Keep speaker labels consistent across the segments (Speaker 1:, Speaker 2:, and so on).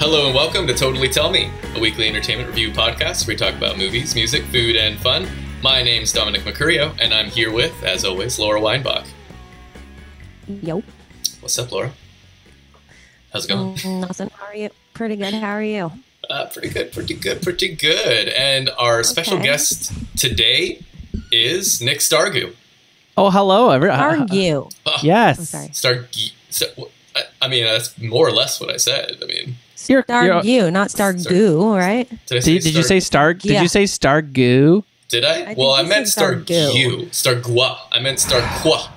Speaker 1: Hello and welcome to Totally Tell Me, a weekly entertainment review podcast where we talk about movies, music, food, and fun. My name's Dominic Mercurio, and I'm here with, as always, Laura Weinbach.
Speaker 2: Yo.
Speaker 1: What's up, Laura? How's it going?
Speaker 2: Nothing. Mm, How are you? Pretty good. How are you?
Speaker 1: Uh, pretty good, pretty good, pretty good. And our special
Speaker 2: Okay.
Speaker 1: guest today is Nick Stargu.
Speaker 3: Oh, hello,
Speaker 1: Uh,
Speaker 3: everyone.
Speaker 2: How are you?
Speaker 3: Yes.
Speaker 2: Oh, I'm sorry.
Speaker 1: Stargu. Star, I, I mean, that's more or less what I said. I mean,
Speaker 3: You're-
Speaker 2: Star
Speaker 3: you're-
Speaker 2: you, not star
Speaker 1: Sorry.
Speaker 2: goo, right?
Speaker 1: did I say
Speaker 3: Did, did you
Speaker 1: Star-
Speaker 3: say Star? Did
Speaker 2: Yeah.
Speaker 3: you say Star Goo?
Speaker 1: Did I?
Speaker 2: think
Speaker 1: well, I
Speaker 2: you
Speaker 1: meant
Speaker 2: said Stargu.
Speaker 1: Stargu. Stargua. I meant Starqua.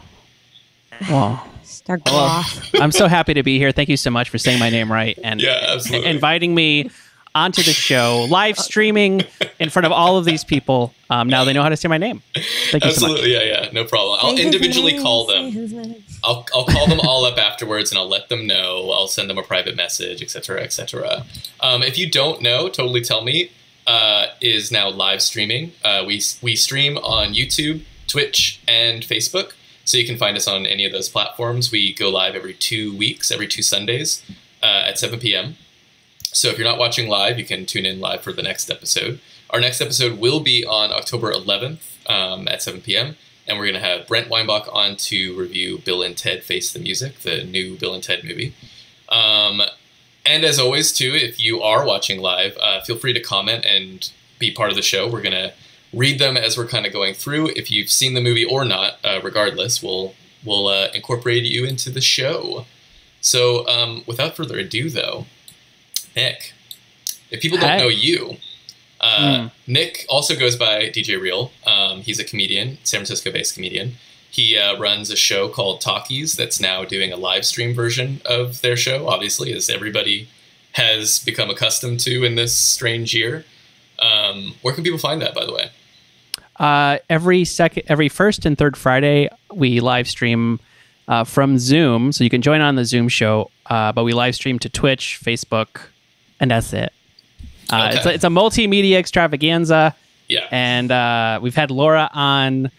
Speaker 3: Wow.
Speaker 2: Star
Speaker 3: Hello. I'm so happy to be here. Thank you so much for saying my name right and
Speaker 1: Yeah, absolutely.
Speaker 3: inviting me onto the show, live streaming in front of all of these people. Um, now they know how to say my name. Thank you so much.
Speaker 1: Absolutely, yeah, yeah, no problem. I'll individually call them. I'll, I'll call them all up afterwards, and I'll let them know. I'll send them a private message, etc., cetera, etc. Cetera. Um, if you don't know, totally tell me. Uh, is now live streaming. Uh, we we stream on YouTube, Twitch, and Facebook, so you can find us on any of those platforms. We go live every two weeks, every two Sundays uh, at 7 p.m. So if you're not watching live, you can tune in live for the next episode. Our next episode will be on October 11th um, at 7 p.m. And we're going to have Brent Weinbach on to review Bill and Ted Face the Music, the new Bill and Ted movie. Um, and as always, too, if you are watching live, uh, feel free to comment and be part of the show. We're going to read them as we're kind of going through. If you've seen the movie or not, uh, regardless, we'll we'll uh, incorporate you into the show. So, um, without further ado, though, Nick, if people don't
Speaker 3: Hi.
Speaker 1: know you, uh,
Speaker 3: Hmm.
Speaker 1: Nick also goes by DJ Real. Um, he's a comedian, San Francisco-based comedian. He uh, runs a show called Talkies that's now doing a live stream version of their show. Obviously, as everybody has become accustomed to in this strange year. Um, where can people find that, by the way?
Speaker 3: Uh, every second, every first and third Friday, we live stream uh, from Zoom, so you can join on the Zoom show. Uh, but we live stream to Twitch, Facebook, and that's it. Uh,
Speaker 1: Okay.
Speaker 3: it's, a, it's a multimedia extravaganza.
Speaker 1: Yeah.
Speaker 3: and uh, we've had Laura on.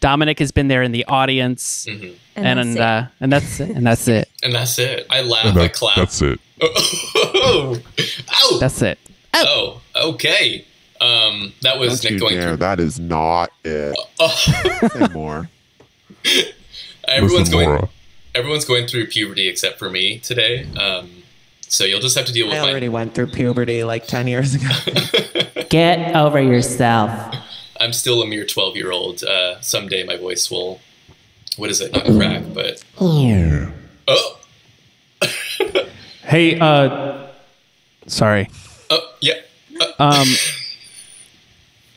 Speaker 3: Dominic has been there in the audience,
Speaker 1: hmm
Speaker 3: and and, uh, and that's it. and that's it.
Speaker 1: And that's it. I laugh.
Speaker 4: And
Speaker 1: I
Speaker 4: that-
Speaker 1: clap.
Speaker 4: That's it.
Speaker 1: oh,
Speaker 3: That's it.
Speaker 1: oh, okay. Um, that was Nick
Speaker 4: Don't you
Speaker 1: going
Speaker 4: dare.
Speaker 1: through.
Speaker 4: That is not it.
Speaker 1: Oh,
Speaker 4: Say more.
Speaker 1: everyone's
Speaker 4: Listen,
Speaker 1: going.
Speaker 4: Laura,
Speaker 1: Everyone's going through puberty except for me today. Um, so you'll just have to deal with
Speaker 5: I
Speaker 1: my.
Speaker 5: already went through puberty like 10 years ago.
Speaker 6: Get over yourself.
Speaker 1: I'm still a mere 12 year old. Uh, someday my voice will. What is it? Not crack, but. Oh,
Speaker 3: Hey, uh, sorry.
Speaker 1: oh, yeah.
Speaker 3: Um,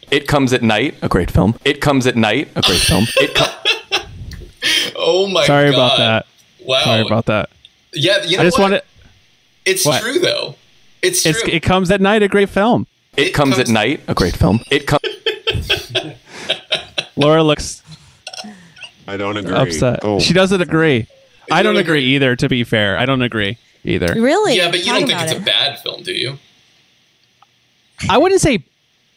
Speaker 7: It Comes at Night, a great film. It Comes at Night, a great film. It co-
Speaker 1: Oh my
Speaker 3: sorry
Speaker 1: god.
Speaker 3: about that.
Speaker 1: Wow.
Speaker 3: Sorry about that.
Speaker 1: yeah, you know
Speaker 3: I just
Speaker 1: what?
Speaker 3: wanted.
Speaker 1: It's
Speaker 3: what?
Speaker 1: true though. It's true.
Speaker 3: It's, it comes at night. A great film.
Speaker 7: it comes, at Night, a great film. It comes.
Speaker 3: Laura looks
Speaker 4: I don't agree.
Speaker 3: upset.
Speaker 4: Oh,
Speaker 3: She doesn't agree. I
Speaker 1: don't
Speaker 3: don't agree either. To be fair, I don't agree either.
Speaker 2: Really?
Speaker 1: yeah, but you
Speaker 2: Talk
Speaker 1: don't think
Speaker 2: about
Speaker 1: it's a
Speaker 2: it.
Speaker 1: bad film, do you?
Speaker 3: I wouldn't say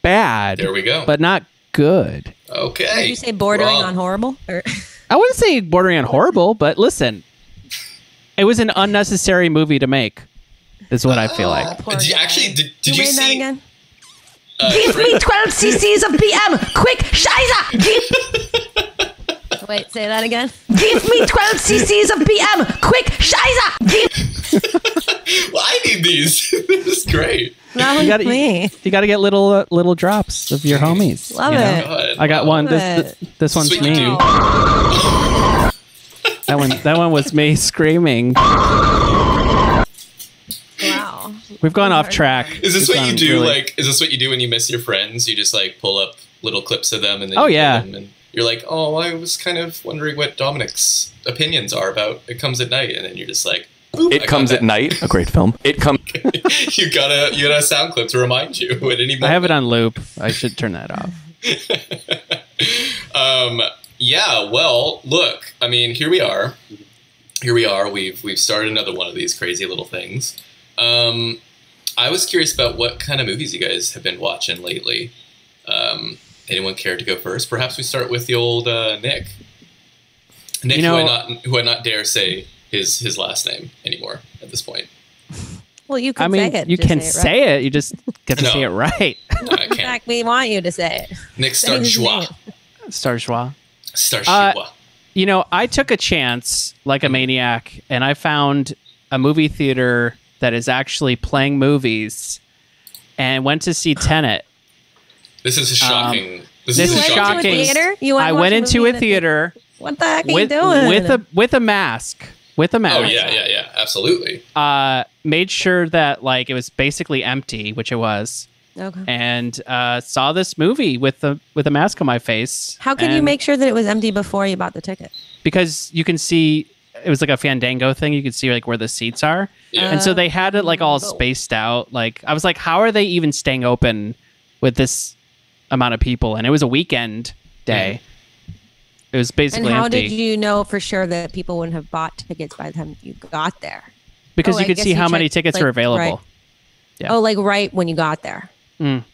Speaker 3: bad,
Speaker 1: There we go.
Speaker 3: but not good.
Speaker 1: okay.
Speaker 2: Would you say bordering
Speaker 1: Wrong.
Speaker 2: on horrible? Or
Speaker 3: I wouldn't say bordering on horrible, but listen, it was an unnecessary movie to make. Is what I
Speaker 1: Oh,
Speaker 3: feel like.
Speaker 2: Poor
Speaker 1: Did you-
Speaker 2: guy.
Speaker 1: actually, did, did
Speaker 2: Who
Speaker 1: you
Speaker 2: made that
Speaker 1: see?
Speaker 2: again?
Speaker 1: uh,
Speaker 6: Give
Speaker 1: Fran-
Speaker 6: me 12 cc's of PM. Quick, Shiza. Give,
Speaker 2: Wait, say that again.
Speaker 6: give me 12 cc's of PM. Quick, Shiza. Give,
Speaker 1: well, I need these. this is great.
Speaker 2: That was
Speaker 3: You gotta,
Speaker 2: me.
Speaker 3: you, you gotta get little uh, little drops of your homies.
Speaker 2: Love
Speaker 3: you know?
Speaker 2: it.
Speaker 1: God.
Speaker 3: I got one.
Speaker 2: Love
Speaker 3: This, this this one's
Speaker 1: Sweet
Speaker 3: me.
Speaker 1: dude.
Speaker 3: That one that one was me screaming.
Speaker 2: Wow.
Speaker 3: We've gone off track.
Speaker 1: Is this
Speaker 3: We've
Speaker 1: what you
Speaker 3: gone
Speaker 1: do?
Speaker 3: really-
Speaker 1: Like, is this what you do when you miss your friends? You just like pull up little clips of them, and then
Speaker 3: Oh,
Speaker 1: you play
Speaker 3: yeah.
Speaker 1: them and you're like, oh, I was kind of wondering what Dominic's opinions are about. It comes at night, and then you're just like, boop, I
Speaker 7: It
Speaker 1: got
Speaker 7: Comes
Speaker 1: that.
Speaker 7: at Night, a great film. It comes.
Speaker 1: you gotta, you gotta sound clip to remind you at any moment.
Speaker 3: I have it on loop. I should turn that off.
Speaker 1: um, yeah, well, look, I mean, here we are. Here we are. We've we've started another one of these crazy little things. Um, I was curious about what kind of movies you guys have been watching lately. Um, anyone care to go first? Perhaps we start with the old uh, Nick. Nick,
Speaker 3: You know-
Speaker 1: who I not who I not dare say his his last name anymore at this point.
Speaker 2: Well, you can
Speaker 3: I mean,
Speaker 2: say it.
Speaker 3: you
Speaker 2: Just
Speaker 3: can
Speaker 2: say it. right?
Speaker 3: say it. You just get to
Speaker 1: No.
Speaker 3: say it right.
Speaker 1: No, I
Speaker 2: In
Speaker 1: can't.
Speaker 2: fact, we want you to say it.
Speaker 1: Nick
Speaker 2: Say his
Speaker 1: Starjois.
Speaker 2: name.
Speaker 3: Starjois.
Speaker 1: Starjois.
Speaker 3: Uh, You know, I took a chance like a maniac and I found a movie theater that is actually playing movies and went to see Tenet.
Speaker 1: this is a shocking. this,
Speaker 3: this
Speaker 1: is, a
Speaker 3: is
Speaker 2: You went
Speaker 1: shocking.
Speaker 2: into a
Speaker 3: shocking.
Speaker 2: theater? You went
Speaker 3: I
Speaker 2: and watched
Speaker 3: went
Speaker 2: a
Speaker 3: into
Speaker 2: movie
Speaker 3: a
Speaker 2: in the
Speaker 3: theater
Speaker 2: What the heck
Speaker 3: with
Speaker 2: are you doing?
Speaker 3: with a with a mask. With a
Speaker 1: Oh
Speaker 3: mask.
Speaker 1: yeah, yeah, yeah. Absolutely.
Speaker 3: Uh made sure that like it was basically empty, which it was,
Speaker 2: Okay.
Speaker 3: and uh saw this movie with the with a mask on my face.
Speaker 2: How can you
Speaker 3: and-
Speaker 2: make sure that it was empty before you bought the ticket?
Speaker 3: because you can see it was like a fandango thing you could see like where the seats are
Speaker 1: Yeah.
Speaker 3: and so they had it like all
Speaker 2: Oh.
Speaker 3: spaced out like i was like how are they even staying open with this amount of people and it was a weekend day it was
Speaker 2: And
Speaker 3: basically
Speaker 2: how
Speaker 3: empty
Speaker 2: did you know for sure that people wouldn't have bought tickets by the time you got there?
Speaker 3: because
Speaker 2: Oh,
Speaker 3: you
Speaker 2: I
Speaker 3: could
Speaker 2: guess
Speaker 3: see
Speaker 2: you
Speaker 3: how many
Speaker 2: checked,
Speaker 3: tickets
Speaker 2: like,
Speaker 3: were available Yeah.
Speaker 2: Oh, like right when you got there.
Speaker 3: i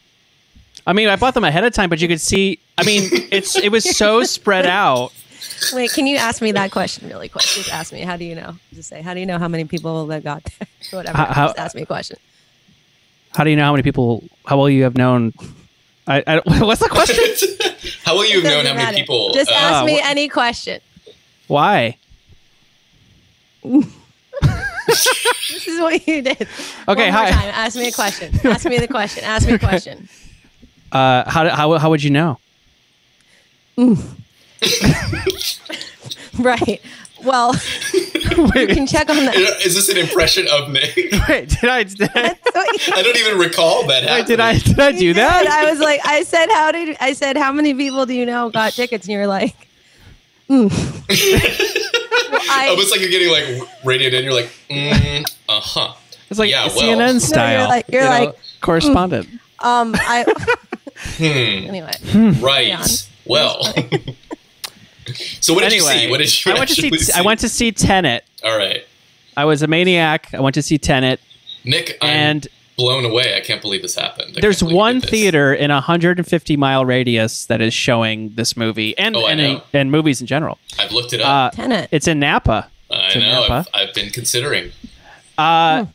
Speaker 3: mean i bought them ahead of time but you could see i mean it's it was so spread out
Speaker 2: Wait, can you ask me that question really quick? Just ask me. How do you know? Just say, how do you know how many people that got there? Whatever.
Speaker 3: How- how-
Speaker 2: just ask me a question.
Speaker 3: how do you know how many people how well you have known i, I don't- what's the question
Speaker 1: how will you have known
Speaker 2: Doesn't
Speaker 1: how many
Speaker 2: matter.
Speaker 1: people?
Speaker 2: Just
Speaker 1: uh,
Speaker 2: ask
Speaker 3: Oh,
Speaker 2: me
Speaker 3: what-
Speaker 2: any question.
Speaker 3: why
Speaker 2: This is what you did.
Speaker 3: Okay,
Speaker 2: One more
Speaker 3: hi.
Speaker 2: Time. Ask me a question. Ask me the question. Ask me a question.
Speaker 3: uh how, how, how would you know
Speaker 2: Right. Well, you can check on that.
Speaker 1: is this an impression of Nick?
Speaker 3: Wait, did I did I,
Speaker 1: I don't even recall that happening.
Speaker 3: wait, did I did I do that?
Speaker 2: I was like, I said, how did I said, how many people do you know got tickets? And you were like, mm. Well, I,
Speaker 1: Almost like you're getting like radioed in. You're like, mm, uh huh.
Speaker 3: It's like
Speaker 1: Yeah, well. No,
Speaker 3: CNN
Speaker 1: you're
Speaker 3: style.
Speaker 2: like- you're
Speaker 3: you know,
Speaker 2: like,
Speaker 3: correspondent.
Speaker 2: um, I
Speaker 1: Hmm.
Speaker 2: anyway.
Speaker 1: Right. Well. so what did
Speaker 3: anyway,
Speaker 1: you see? What did you
Speaker 3: I went to see,
Speaker 1: actually
Speaker 3: I went to see Tenet.
Speaker 1: All right,
Speaker 3: I was a maniac. I went to see Tenet,
Speaker 1: Nick. I'm
Speaker 3: and
Speaker 1: blown away. I can't believe this happened. I can't
Speaker 3: there's
Speaker 1: believe you
Speaker 3: one
Speaker 1: did this.
Speaker 3: theater in a 150 mile radius that is showing this movie and
Speaker 1: Oh, I
Speaker 3: and,
Speaker 1: know.
Speaker 3: and movies in general.
Speaker 1: I've looked it
Speaker 3: Uh,
Speaker 1: up.
Speaker 2: Tenant.
Speaker 3: It's in Napa.
Speaker 1: I
Speaker 3: it's in
Speaker 1: know. I've,
Speaker 3: uh, Napa.
Speaker 1: I've been considering.
Speaker 3: Uh,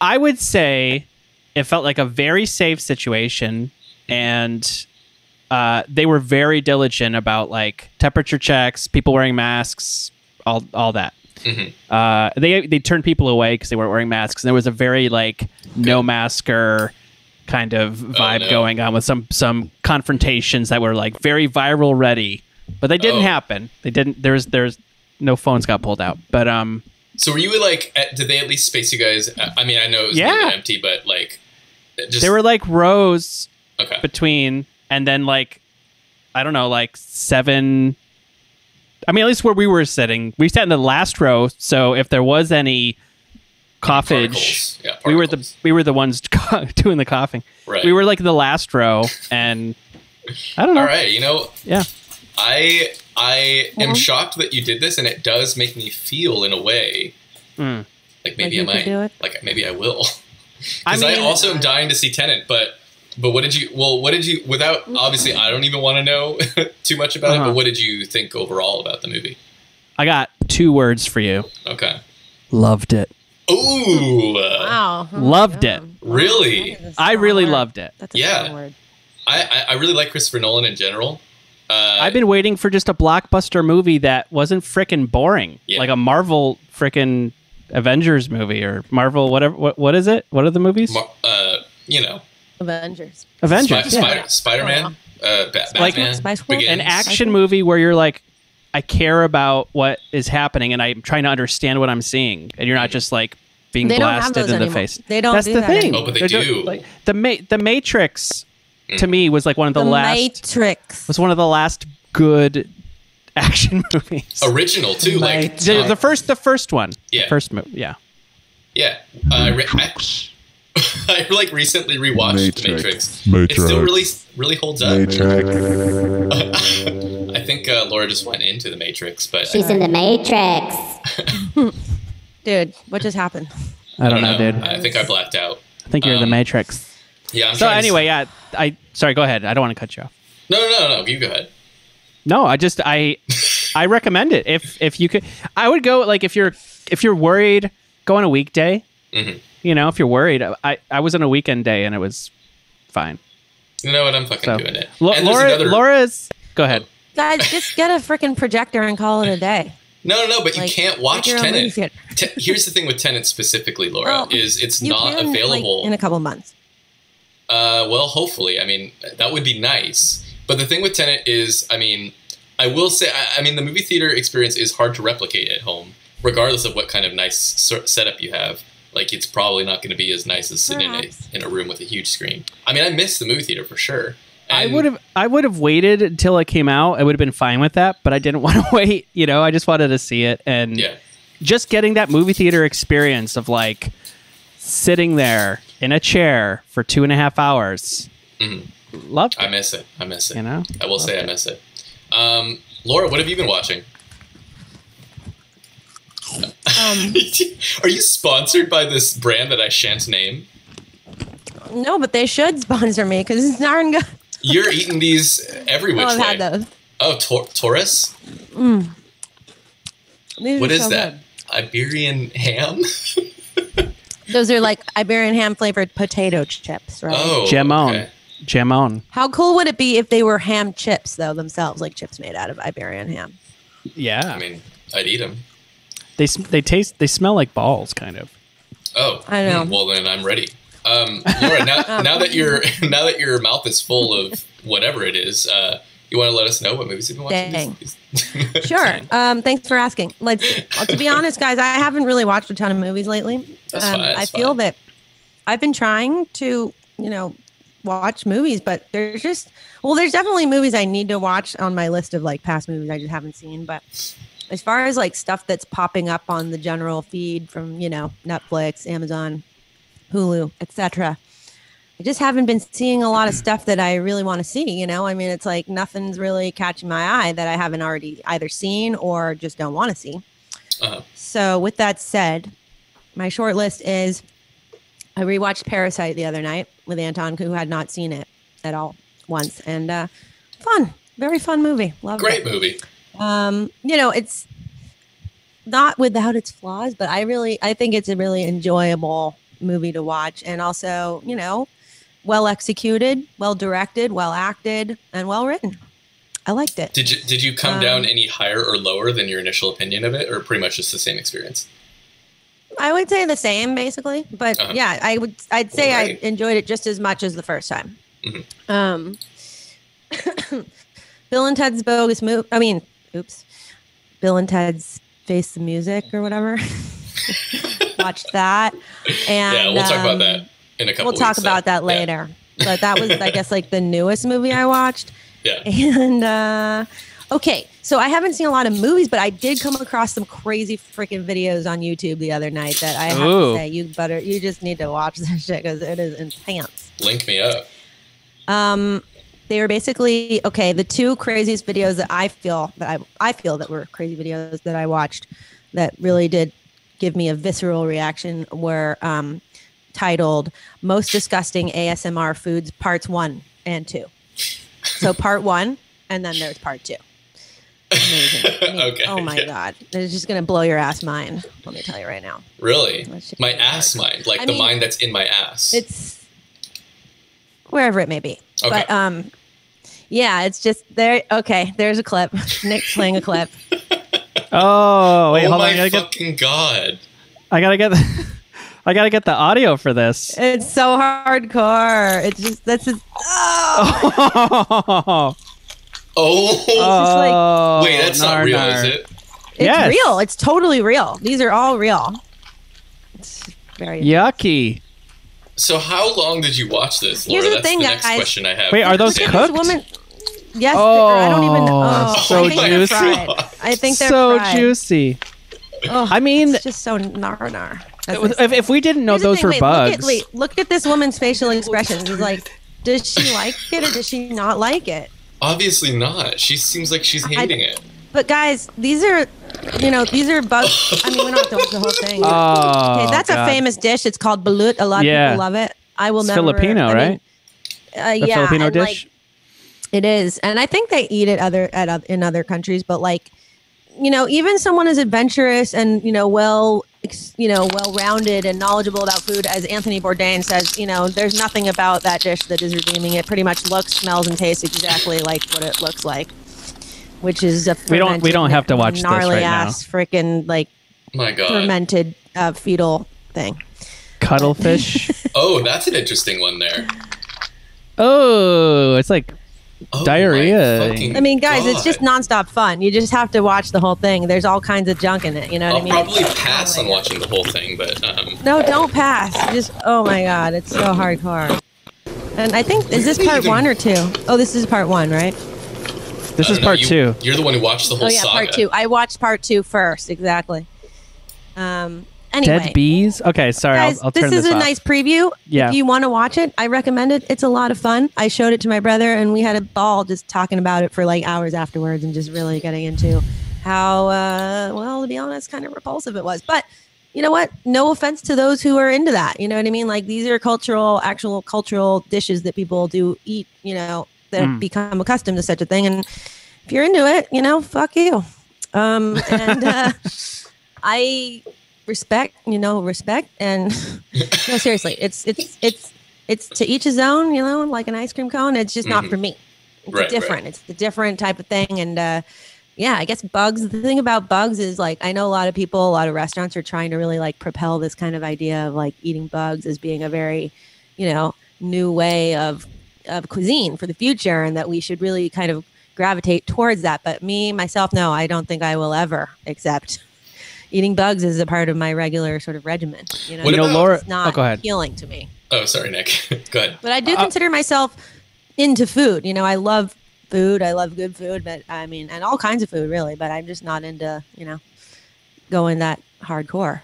Speaker 3: I would say it felt like a very safe situation, and uh, they were very diligent about like temperature checks, people wearing masks, all all that.
Speaker 1: Mhm.
Speaker 3: Uh, they they turned people away because they weren't wearing masks, and there was a very like no masker kind of vibe
Speaker 1: Oh, no.
Speaker 3: going on with some some confrontations that were like very viral ready, but they didn't
Speaker 1: Oh.
Speaker 3: happen. They didn't. There's there's no phones got pulled out, but um.
Speaker 1: So were you like? At, did they at least space you guys? I I mean, I know it was
Speaker 3: Yeah.
Speaker 1: maybe empty, but like, just
Speaker 3: They were like rows
Speaker 1: okay.
Speaker 3: between and then like I don't know, like seven I mean at least where we were sitting, we sat in the last row, so if there was any coughage
Speaker 1: Particles. Yeah,
Speaker 3: we were the
Speaker 1: particles.
Speaker 3: we were the ones doing the coughing.
Speaker 1: Right.
Speaker 3: We were like the last row and I don't know.
Speaker 1: All right, you know,
Speaker 3: Yeah.
Speaker 1: I I
Speaker 2: Uh-huh.
Speaker 1: am shocked that you did this, and it does make me feel in a way
Speaker 3: Mm.
Speaker 1: like maybe
Speaker 2: you
Speaker 1: I
Speaker 2: could
Speaker 1: might,
Speaker 2: do it?
Speaker 1: like maybe I will.
Speaker 3: I
Speaker 1: Because I,
Speaker 3: mean
Speaker 1: also am dying to see Tenant, but but what did you? Well, what did you? Without
Speaker 2: Mm-hmm.
Speaker 1: obviously, I don't even want to know too much about it.
Speaker 3: Uh-huh.
Speaker 1: But what did you think overall about the movie?
Speaker 3: I got two words for you.
Speaker 1: Okay.
Speaker 3: Loved it.
Speaker 1: Ooh, uh,
Speaker 2: Wow. Oh my
Speaker 3: Loved
Speaker 2: God.
Speaker 3: it.
Speaker 1: really?
Speaker 2: That is a
Speaker 3: I really
Speaker 2: strong word.
Speaker 3: loved it.
Speaker 2: That's a
Speaker 1: Yeah.
Speaker 2: strong word.
Speaker 1: I, I I really like Christopher Nolan in general. Uh,
Speaker 3: I've been waiting for just a blockbuster movie that wasn't frickin' boring,
Speaker 1: Yeah.
Speaker 3: like a Marvel frickin' Avengers movie or Marvel whatever. What, what is it? What are the movies?
Speaker 1: Mar- uh, you know,
Speaker 2: Avengers.
Speaker 3: Avengers.
Speaker 1: Spi-
Speaker 3: yeah.
Speaker 1: Spider- Spider-Man,
Speaker 2: Oh,
Speaker 1: uh, Ba-
Speaker 3: Like-
Speaker 1: Batman,
Speaker 2: Spice World.
Speaker 1: Begins.
Speaker 3: An action movie where you're like, I care about what is happening and I'm trying to understand what I'm seeing, and you're not
Speaker 1: Mm-hmm.
Speaker 3: just like being
Speaker 2: They don't have
Speaker 3: blasted
Speaker 2: those
Speaker 3: in the
Speaker 2: anymore.
Speaker 3: face.
Speaker 2: They don't
Speaker 3: That's
Speaker 2: do
Speaker 3: the
Speaker 2: that
Speaker 3: thing.
Speaker 2: anymore.
Speaker 1: Oh, but they
Speaker 3: They're just-
Speaker 1: do. Mm-hmm.
Speaker 3: like, the Ma- the Matrix to me was like one of the,
Speaker 2: The
Speaker 3: last
Speaker 2: Matrix.
Speaker 3: was one of the last good action movies.
Speaker 1: original too. Like uh,
Speaker 3: The, the first the first one. The
Speaker 1: Yeah.
Speaker 3: first movie. Yeah.
Speaker 1: yeah, uh, I, re- I, I, like recently rewatched
Speaker 4: Matrix.
Speaker 1: Matrix.
Speaker 4: Matrix.
Speaker 1: It still really really holds up.
Speaker 4: Matrix.
Speaker 1: I think uh, Laura just went into the Matrix, but
Speaker 8: She's in the Matrix.
Speaker 2: Dude, what just happened?
Speaker 3: I don't, know, dude.
Speaker 1: um, I think I blacked out.
Speaker 3: I think you're the
Speaker 1: Um,
Speaker 3: Matrix.
Speaker 1: Yeah. I'm
Speaker 3: So
Speaker 1: trying to-
Speaker 3: anyway, yeah, I sorry, go ahead. I don't want to cut you off.
Speaker 1: no, no, no, no. You go ahead.
Speaker 3: No, I just I I recommend it. If if you could I would go like if you're if you're worried, go on a weekday.
Speaker 1: Mhm.
Speaker 3: You know, if you're worried, I I was on a weekend day and it was fine.
Speaker 1: You know what? I'm fucking
Speaker 3: So
Speaker 1: doing it.
Speaker 3: Lo-
Speaker 1: And there's
Speaker 3: Laura,
Speaker 1: another-
Speaker 3: Laura's. Go ahead.
Speaker 2: Guys, just get a freaking projector and call it a day.
Speaker 1: No, no, no. But you
Speaker 2: Like,
Speaker 1: can't
Speaker 2: Make
Speaker 1: watch
Speaker 2: your own movie
Speaker 1: Tenet.
Speaker 2: theater.
Speaker 1: Te- here's the thing with Tenet specifically, Laura,
Speaker 2: Well,
Speaker 1: is it's
Speaker 2: You
Speaker 1: not
Speaker 2: can, like,
Speaker 1: available.
Speaker 2: in a couple months.
Speaker 1: Uh, well, hopefully. I mean, that would be nice. But the thing with Tenet is, I mean, I will say, I, I mean, the movie theater experience is hard to replicate at home, regardless of what kind of nice ser- setup you have. Like, it's probably not going to be as nice as sitting in a,
Speaker 2: Perhaps.
Speaker 1: in a room with a huge screen. I mean, I miss the movie theater for sure.
Speaker 3: I
Speaker 1: And-
Speaker 3: would have I would have waited until it came out. I would have been fine with that, but I didn't want to wait. You know, I just wanted to see it and
Speaker 1: Yeah.
Speaker 3: just getting that movie theater experience of like sitting there in a chair for two and a half hours.
Speaker 1: Mhm.
Speaker 3: Loved
Speaker 1: I
Speaker 3: it.
Speaker 1: miss it. I miss it.
Speaker 3: You know,
Speaker 1: I will say I miss it. Um, Laura, what have you been watching?
Speaker 2: Um,
Speaker 1: Are you sponsored by this brand that I shan't name?
Speaker 2: no, but they should sponsor me because it's darn good.
Speaker 1: You're eating these every which
Speaker 2: Oh, I've
Speaker 1: way.
Speaker 2: had those.
Speaker 1: Oh, Tor- Taurus?
Speaker 2: These
Speaker 1: What
Speaker 2: are
Speaker 1: is
Speaker 2: so
Speaker 1: that? Iberian ham?
Speaker 2: good. Those are like Iberian ham flavored potato chips, right?
Speaker 1: Oh,
Speaker 3: Jamon.
Speaker 1: okay.
Speaker 3: Jamon.
Speaker 2: How cool would it be if they were ham chips though themselves, like chips made out of Iberian ham?
Speaker 3: Yeah,
Speaker 1: I mean, I'd eat them.
Speaker 3: they sm- they taste they smell like balls, kind of.
Speaker 1: Oh,
Speaker 2: I know. Oh.
Speaker 1: hmm, Well, then I'm ready. Um, Laura, now, now that your now that your mouth is full of whatever it is, uh, you want to let us know what movies you've been watching?
Speaker 2: Dang.
Speaker 1: these-
Speaker 2: Sure. Um, thanks for asking. Like, well, to be honest, guys, I haven't really watched a ton of movies lately.
Speaker 1: That's
Speaker 2: um,
Speaker 1: fine,
Speaker 2: I
Speaker 1: that's
Speaker 2: feel
Speaker 1: fine.
Speaker 2: that I've been trying to, you know, watch movies, but there's just well, there's definitely movies I need to watch on my list of like past movies I just haven't seen. But as far as like stuff that's popping up on the general feed from you know Netflix, Amazon, Hulu, etc. I just haven't been seeing a lot of stuff that I really want to see. You know, I mean, it's like nothing's really catching my eye that I haven't already either seen or just don't want to see.
Speaker 1: Uh-huh.
Speaker 2: So, with that said, my short list is I rewatched Parasite the other night with Anton, who had not seen it at all once, and uh, fun, very fun movie. Love
Speaker 1: Great movie.
Speaker 2: um, you know, it's not without its flaws, but I really, I think it's a really enjoyable movie to watch, and also, you know, well executed, well directed, well acted, and well written. I liked it.
Speaker 1: Did you did you come
Speaker 2: Um,
Speaker 1: down any higher or lower than your initial opinion of it, or pretty much just the same experience?
Speaker 2: I would say the same basically, but
Speaker 1: Uh-huh.
Speaker 2: yeah, I would I'd say
Speaker 1: Right.
Speaker 2: I enjoyed it just as much as the first time.
Speaker 1: Mhm.
Speaker 2: Um, Bill and Ted's Bogus Move. I mean, oops, Bill and Ted's Face the Music or whatever. Watched that, and
Speaker 1: yeah, we'll talk about
Speaker 2: um,
Speaker 1: that in a couple.
Speaker 2: We'll talk
Speaker 1: weeks, though.
Speaker 2: about that
Speaker 1: Yeah.
Speaker 2: later. But that was, I guess, like the newest movie I watched.
Speaker 1: Yeah.
Speaker 2: And uh, okay, so I haven't seen a lot of movies, but I did come across some crazy freaking videos on YouTube the other night that I have
Speaker 3: Ooh.
Speaker 2: to say you better, you just need to watch this shit because it is intense.
Speaker 1: Link me up.
Speaker 2: Um, they were basically okay. The two craziest videos that I feel that I I feel that were crazy videos that I watched that really did give me a visceral reaction were um, titled "Most Disgusting ASMR Foods" Parts One and Two. So part one, and then there's part two. Amazing. I mean,
Speaker 1: Okay,
Speaker 2: oh my
Speaker 1: yeah.
Speaker 2: god, it's just gonna blow your ass mind. Let me tell you right now.
Speaker 1: Really,
Speaker 2: That shit
Speaker 1: my
Speaker 2: is
Speaker 1: ass mind, like
Speaker 2: I
Speaker 1: the
Speaker 2: mean,
Speaker 1: mind that's in my ass.
Speaker 2: it's wherever it may be.
Speaker 1: Okay.
Speaker 2: But um, yeah, it's just there. Okay, there's a clip. Nick's playing a clip.
Speaker 3: Oh wait,
Speaker 1: oh
Speaker 3: hold on.
Speaker 1: my
Speaker 3: I gotta get
Speaker 1: fucking god!
Speaker 3: I gotta get the, I gotta get the audio for this.
Speaker 2: It's so hardcore. It's just that's just
Speaker 3: oh,
Speaker 2: oh,
Speaker 1: Oh, wait, that's not
Speaker 3: nar,
Speaker 1: real,
Speaker 3: nar.
Speaker 1: is it?
Speaker 2: it's
Speaker 3: Yes.
Speaker 2: real. It's totally real. These are all real. It's very
Speaker 3: Yucky.
Speaker 1: So how long did you watch this? Laura?
Speaker 2: Here's the
Speaker 1: that's
Speaker 2: thing,
Speaker 1: the next
Speaker 2: guys.
Speaker 1: question I have.
Speaker 3: Wait, are those
Speaker 1: Sam.
Speaker 2: This
Speaker 3: cooked?
Speaker 2: woman. Yes, oh, I don't even.
Speaker 3: Oh,
Speaker 2: Oh,
Speaker 1: so
Speaker 2: I think they're
Speaker 1: juicy.
Speaker 2: fried. I think they're
Speaker 3: so
Speaker 2: fried.
Speaker 3: juicy.
Speaker 2: Ugh,
Speaker 3: I mean,
Speaker 2: it's just so nar nar. as they
Speaker 3: if, if we didn't know
Speaker 2: Here's the
Speaker 3: those were
Speaker 2: thing, wait, Look
Speaker 3: bugs,
Speaker 2: at, wait, look at this woman's facial expressions. It's like, does she like it or does she not like it?
Speaker 1: Obviously not. She seems like she's hating it.
Speaker 2: But guys, these are, you know, these are bugs. I mean, we don't have to watch the whole thing.
Speaker 3: oh,
Speaker 2: okay, that's
Speaker 3: God.
Speaker 2: a famous dish. It's called balut. A lot of
Speaker 3: Yeah.
Speaker 2: people love it. I will
Speaker 3: It's
Speaker 2: never.
Speaker 3: Filipino,
Speaker 2: I mean,
Speaker 3: right?
Speaker 2: Uh,
Speaker 3: The
Speaker 2: yeah,
Speaker 3: Filipino
Speaker 2: and,
Speaker 3: dish.
Speaker 2: Like, it is, and I think they eat it other at oth- in other countries, but like, you know, even someone as adventurous and you know well ex- you know, well-rounded and knowledgeable about food as Anthony Bourdain says, you know, there's nothing about that dish that is redeeming. It pretty much looks, smells, and tastes exactly like what it looks like, which is a
Speaker 3: We don't- we don't have to watch this right now.
Speaker 2: gnarly ass freaking like
Speaker 1: My God.
Speaker 2: fermented uh, fetal thing.
Speaker 3: Cuttlefish.
Speaker 1: Oh, that's an interesting one there.
Speaker 3: oh, it's like
Speaker 1: Oh, my
Speaker 3: Diarrhea.
Speaker 1: fucking
Speaker 2: I mean, guys, it's
Speaker 1: God.
Speaker 2: just nonstop fun. You just have to watch the whole thing. There's all kinds of junk in it. You know what
Speaker 1: I'll
Speaker 2: I mean?
Speaker 1: probably pass on watching the whole thing, but um,
Speaker 2: No, don't pass. Just oh my god, it's so hardcore. And I think is this part one or two? Oh, this is part one, right?
Speaker 3: this
Speaker 1: I
Speaker 3: is
Speaker 1: don't know,
Speaker 3: part
Speaker 1: Uh, you-
Speaker 3: two.
Speaker 1: You're the one who watched the whole
Speaker 2: Oh yeah,
Speaker 1: saga.
Speaker 2: part two. I watched part two first, exactly. Um. Anyway,
Speaker 3: Dead bees. Okay, sorry.
Speaker 2: guys,
Speaker 3: I'll, I'll
Speaker 2: this
Speaker 3: turn
Speaker 2: is
Speaker 3: this
Speaker 2: a
Speaker 3: off.
Speaker 2: nice preview.
Speaker 3: Yeah.
Speaker 2: If you want to watch it, I recommend it. It's a lot of fun. I showed it to my brother, and we had a ball just talking about it for like hours afterwards, and just really getting into how uh, well, to be honest, kind of repulsive it was. But you know what? No offense to those who are into that. You know what I mean? Like these are cultural, actual cultural dishes that people do eat. You know, that have
Speaker 3: Mm.
Speaker 2: become accustomed to such a thing, and if you're into it, you know, fuck you. Um, and uh, I respect, you know, respect, and no, seriously, it's it's it's it's to each his own, you know, like an ice cream cone. It's just not
Speaker 1: Mhm.
Speaker 2: for me. It's
Speaker 1: Right, right.
Speaker 2: different. It's a different type of thing, and uh, yeah, I guess bugs. The thing about bugs is like I know a lot of people, a lot of restaurants are trying to really like propel this kind of idea of like eating bugs as being a very, you know, new way of of cuisine for the future, and that we should really kind of gravitate towards that. But me, myself, no, I don't think I will ever accept eating bugs as a part of my regular sort of regimen. You know,
Speaker 1: What
Speaker 3: you know,
Speaker 1: about-
Speaker 3: Laura.
Speaker 2: it's
Speaker 3: Oh,
Speaker 2: not
Speaker 3: go ahead.
Speaker 2: appealing to me.
Speaker 1: Oh, sorry, Nick. Go ahead.
Speaker 2: But I do consider myself into food. You know, I love food. I love good food, but I mean, and all kinds of food, really. But I'm just not into, you know, going that hardcore.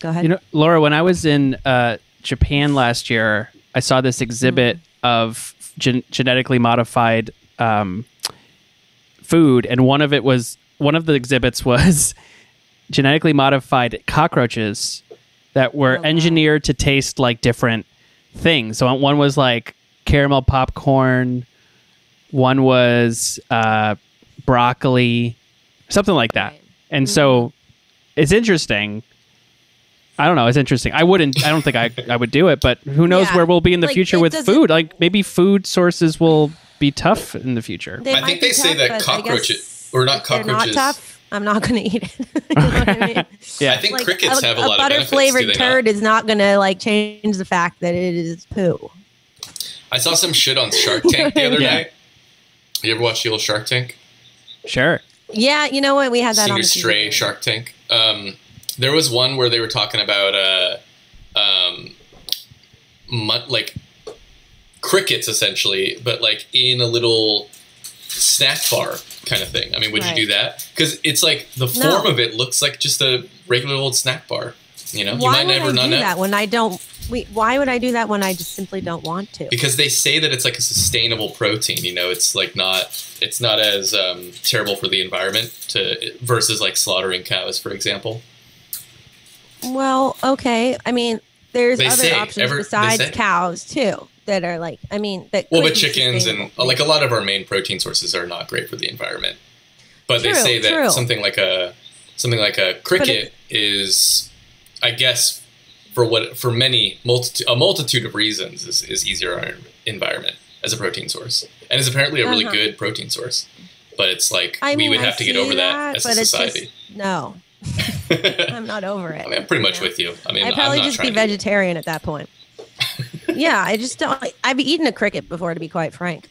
Speaker 2: Go ahead.
Speaker 3: You know, Laura, when I was in uh, Japan last year, I saw this exhibit
Speaker 2: Mm-hmm.
Speaker 3: of gen- genetically modified um, food, and one of it was one of the exhibits was genetically modified cockroaches that were
Speaker 2: Oh, wow.
Speaker 3: engineered to taste like different things. So one was like caramel popcorn, one was uh, broccoli, something like that.
Speaker 2: Right. Mm-hmm.
Speaker 3: And so it's interesting. I don't know. It's interesting. I wouldn't. I don't think I, I would do it. But who knows
Speaker 2: Yeah.
Speaker 3: where we'll be in the
Speaker 2: Like,
Speaker 3: future
Speaker 2: it
Speaker 3: with
Speaker 2: doesn't-
Speaker 3: food? Like maybe food sources will be tough in the future.
Speaker 2: They
Speaker 1: I
Speaker 2: might
Speaker 1: think
Speaker 2: be
Speaker 1: they say that
Speaker 2: but I guess
Speaker 1: cockroaches- or not
Speaker 2: if they're
Speaker 1: cockroaches.
Speaker 2: Not tough. I'm not going to eat it. you know what I mean?
Speaker 1: I think crickets have a, lot of
Speaker 2: butter
Speaker 1: benefits. do
Speaker 2: flavored
Speaker 1: they not?
Speaker 2: turd is not going to like change the fact that it is poo.
Speaker 1: I saw some shit on Shark Tank the other
Speaker 3: Yeah.
Speaker 1: night. You ever watch the old Shark Tank?
Speaker 3: Sure.
Speaker 2: Yeah, you know what? We had that
Speaker 1: Senior
Speaker 2: on the TV.
Speaker 1: Stray Shark Tank. Um, there was one where they were talking about uh, um, mu- like crickets essentially, but like in a little snack bar kind of thing. I mean, would
Speaker 2: Right.
Speaker 1: you do that? Because it's like the
Speaker 2: No.
Speaker 1: form of it looks like just a regular old snack bar. You know,
Speaker 2: Why
Speaker 1: you might
Speaker 2: would
Speaker 1: never
Speaker 2: I
Speaker 1: not
Speaker 2: do
Speaker 1: know.
Speaker 2: that when I don't? Wait, why would I do that when I just simply don't want to?
Speaker 1: because they say that it's like a sustainable protein you know it's like not it's not as um, terrible for the environment to versus like slaughtering cows for example
Speaker 2: Well, okay. I mean, there's
Speaker 1: They
Speaker 2: other
Speaker 1: say,
Speaker 2: options
Speaker 1: ever- they
Speaker 2: besides
Speaker 1: say.
Speaker 2: cows too that are like, I mean, that
Speaker 1: well
Speaker 2: could
Speaker 1: but
Speaker 2: be
Speaker 1: chickens and
Speaker 2: sustainable.
Speaker 1: like a lot of our main protein sources are not great for the environment but they
Speaker 2: True,
Speaker 1: say that
Speaker 2: true.
Speaker 1: something like a something like a cricket is i guess for what for many multitude a multitude of reasons is, is easier on our environment as a protein source and is apparently a really
Speaker 2: Uh-huh.
Speaker 1: good protein source but it's like
Speaker 2: I
Speaker 1: we
Speaker 2: mean,
Speaker 1: would
Speaker 2: I
Speaker 1: have to get
Speaker 2: see
Speaker 1: over that, as a
Speaker 2: but it's just-
Speaker 1: society
Speaker 2: no,
Speaker 1: I
Speaker 2: I'm not over it.
Speaker 1: mean, I'm pretty much
Speaker 2: you know?
Speaker 1: with you. I mean,
Speaker 2: I'd probably
Speaker 1: am not
Speaker 2: just
Speaker 1: trying
Speaker 2: be
Speaker 1: to-
Speaker 2: vegetarian at that point. yeah, I just don't. I've eaten a cricket before, to be quite frank.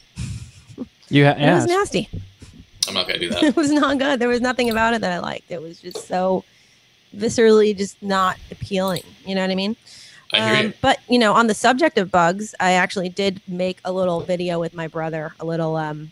Speaker 3: You ha-
Speaker 2: It was
Speaker 3: yeah.
Speaker 2: nasty.
Speaker 1: I'm not gonna do that.
Speaker 2: it was not good. There was nothing about it that I liked. It was just so viscerally just not appealing. You know what I mean? Um,
Speaker 1: I hear you.
Speaker 2: But you know, on the subject of bugs, I actually did make a little video with my brother. A little. um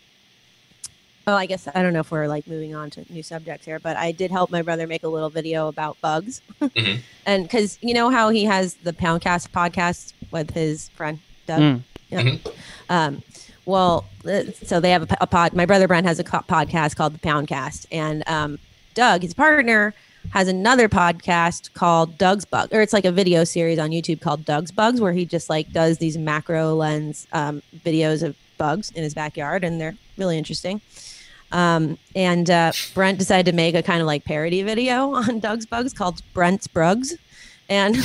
Speaker 2: Oh, I guess I don't know if we're like moving on to new subjects here, but I did help my brother make a little video about bugs,
Speaker 1: Mhm.
Speaker 2: and because you know how he has the Poundcast podcast with his friend Doug.
Speaker 3: Mm.
Speaker 2: Yep.
Speaker 1: Mhm.
Speaker 2: Um, well, uh, so they have a, p- a pod. My brother Brent has a co- podcast called The Poundcast, and um, Doug, his partner, has another podcast called Doug's Bug, or it's like a video series on YouTube called Doug's Bugs, where he just like does these macro lens um, videos of bugs in his backyard, and they're really interesting. Um, and uh, Brent decided to make a kind of like parody video on Doug's Bugs called Brent's Brugs. And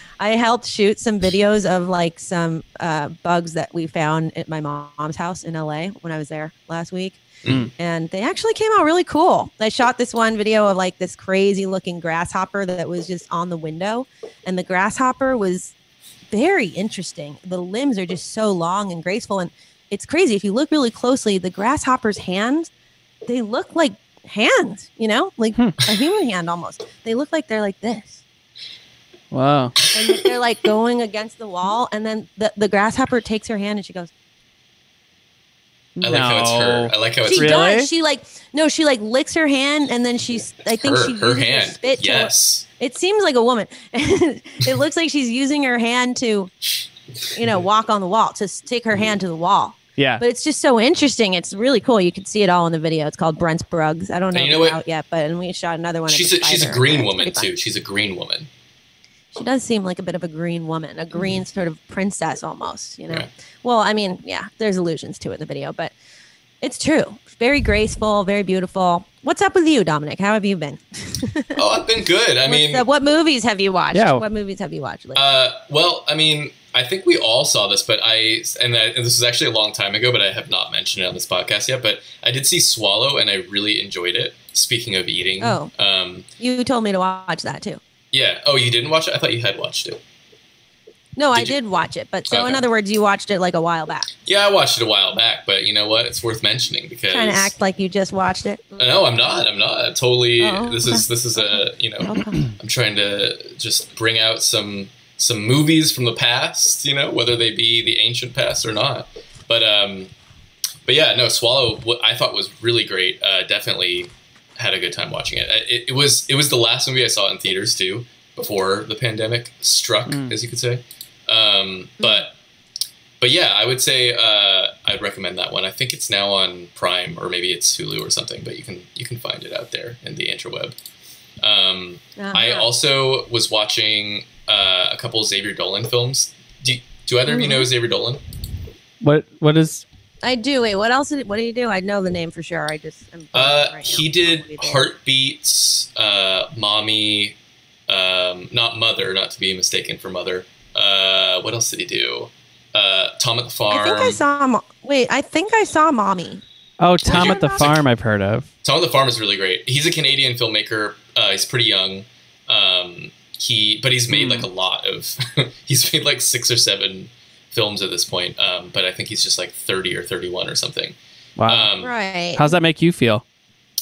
Speaker 2: I helped shoot some videos of like some uh, bugs that we found at my mom's house in LA when I was there last week.
Speaker 3: Mm.
Speaker 2: And they actually came out really cool. I shot this one video of like this crazy looking grasshopper that was just on the window. And the grasshopper was very interesting. The limbs are just so long and graceful. And it's crazy. If you look really closely, the grasshopper's hand, they look like hands, you know, like
Speaker 3: Hmm.
Speaker 2: a human hand almost. They look like they're like this.
Speaker 3: Wow.
Speaker 2: And they're like going against the wall. And then the, the grasshopper takes her hand and she goes,
Speaker 1: I like how it's her. I like how it's
Speaker 2: she
Speaker 1: her.
Speaker 3: Really?
Speaker 2: does. She like no, she like licks her hand and then she's I think she
Speaker 1: her, her
Speaker 2: uses
Speaker 1: hand.
Speaker 2: spit to-
Speaker 1: yes.
Speaker 2: it seems like a woman. it looks like she's using her hand to you know, walk on the wall, to stick her hand to the wall.
Speaker 3: Yeah.
Speaker 2: But it's just so interesting. It's really cool. You can see it all in the video. It's called Brent's Brugs. I don't
Speaker 1: And
Speaker 2: know,
Speaker 1: you
Speaker 2: if
Speaker 1: know
Speaker 2: it's
Speaker 1: what?
Speaker 2: out yet, but and we shot another one. of
Speaker 1: She's
Speaker 2: the
Speaker 1: a, she's a
Speaker 2: spider.
Speaker 1: green
Speaker 2: It's
Speaker 1: woman
Speaker 2: pretty fun.
Speaker 1: too. She's a green woman.
Speaker 2: She does seem like a bit of a green woman, a green sort of princess almost, you know.
Speaker 1: Mm-hmm. Yeah.
Speaker 2: Well, I mean, yeah, there's allusions to it in the video, but it's true. Very graceful, very beautiful. What's up with you, Dominic? How have you been?
Speaker 1: Oh, I've been good. I
Speaker 2: What's
Speaker 1: mean,
Speaker 2: up- what movies have you watched?
Speaker 3: Yeah.
Speaker 2: What movies have you watched? lately?
Speaker 1: Uh, well, I mean, I think we all saw this, but I and, I and this was actually a long time ago, but I have not mentioned it on this podcast yet. But I did see Swallow, and I really enjoyed it. Speaking of eating,
Speaker 2: Oh.
Speaker 1: um,
Speaker 2: you told me to watch that too.
Speaker 1: yeah. Oh, you didn't watch it? I thought you had watched it.
Speaker 2: No, I
Speaker 1: Did you-
Speaker 2: did watch it, but so in
Speaker 1: Okay.
Speaker 2: other words, you watched it like a while back.
Speaker 1: Yeah, I watched it a while back, but you know what? It's worth mentioning because
Speaker 2: Trying to act like you just watched it.
Speaker 1: Uh, No, I'm not. I'm not. I'm totally.
Speaker 2: Oh,
Speaker 1: this
Speaker 2: okay.
Speaker 1: is this is a you know.
Speaker 2: Okay.
Speaker 1: I'm trying to just bring out some some movies from the past, you know, whether they be the ancient past or not. But um, but yeah, no, Swallow. What I thought was really great. Uh, definitely had a good time watching it. I- it. It was it was the last movie I saw in theaters too before the pandemic struck,
Speaker 3: Mm.
Speaker 1: as you could say. Um, but but yeah, I would say uh, I'd recommend that one. I think it's now on Prime or maybe it's Hulu or something, but you can you can find it out there in the interweb. Um, I
Speaker 2: Uh-huh.
Speaker 1: also was watching uh, a couple Xavier Dolan films. Do, do either
Speaker 2: Mm-hmm.
Speaker 1: of you know Xavier Dolan?
Speaker 3: What what is
Speaker 2: I do. Wait, what else? Did, what do you do? I know the name for sure. I just. I'm blanking
Speaker 1: Uh,
Speaker 2: Oh, right now.
Speaker 1: he
Speaker 2: What
Speaker 1: did
Speaker 2: he
Speaker 1: Heartbeats, uh, Mommy, um, not Mother, not to be mistaken for Mother. Uh, what else did he do? Uh, Tom at the Farm.
Speaker 2: I think I saw. Mo- Wait, I think I saw mommy.
Speaker 3: Oh, Tom
Speaker 1: you-
Speaker 3: at the farm I've heard of.
Speaker 1: Tom of the Farm is really great. He's a Canadian filmmaker. Uh, he's pretty young. Um, he, but he's made
Speaker 3: Hmm.
Speaker 1: like a lot of. he's made like six or seven films at this point. Um, but I think he's just like thirty or thirty-one or something.
Speaker 3: Wow.
Speaker 1: Um,
Speaker 2: Right.
Speaker 3: How's that make you feel?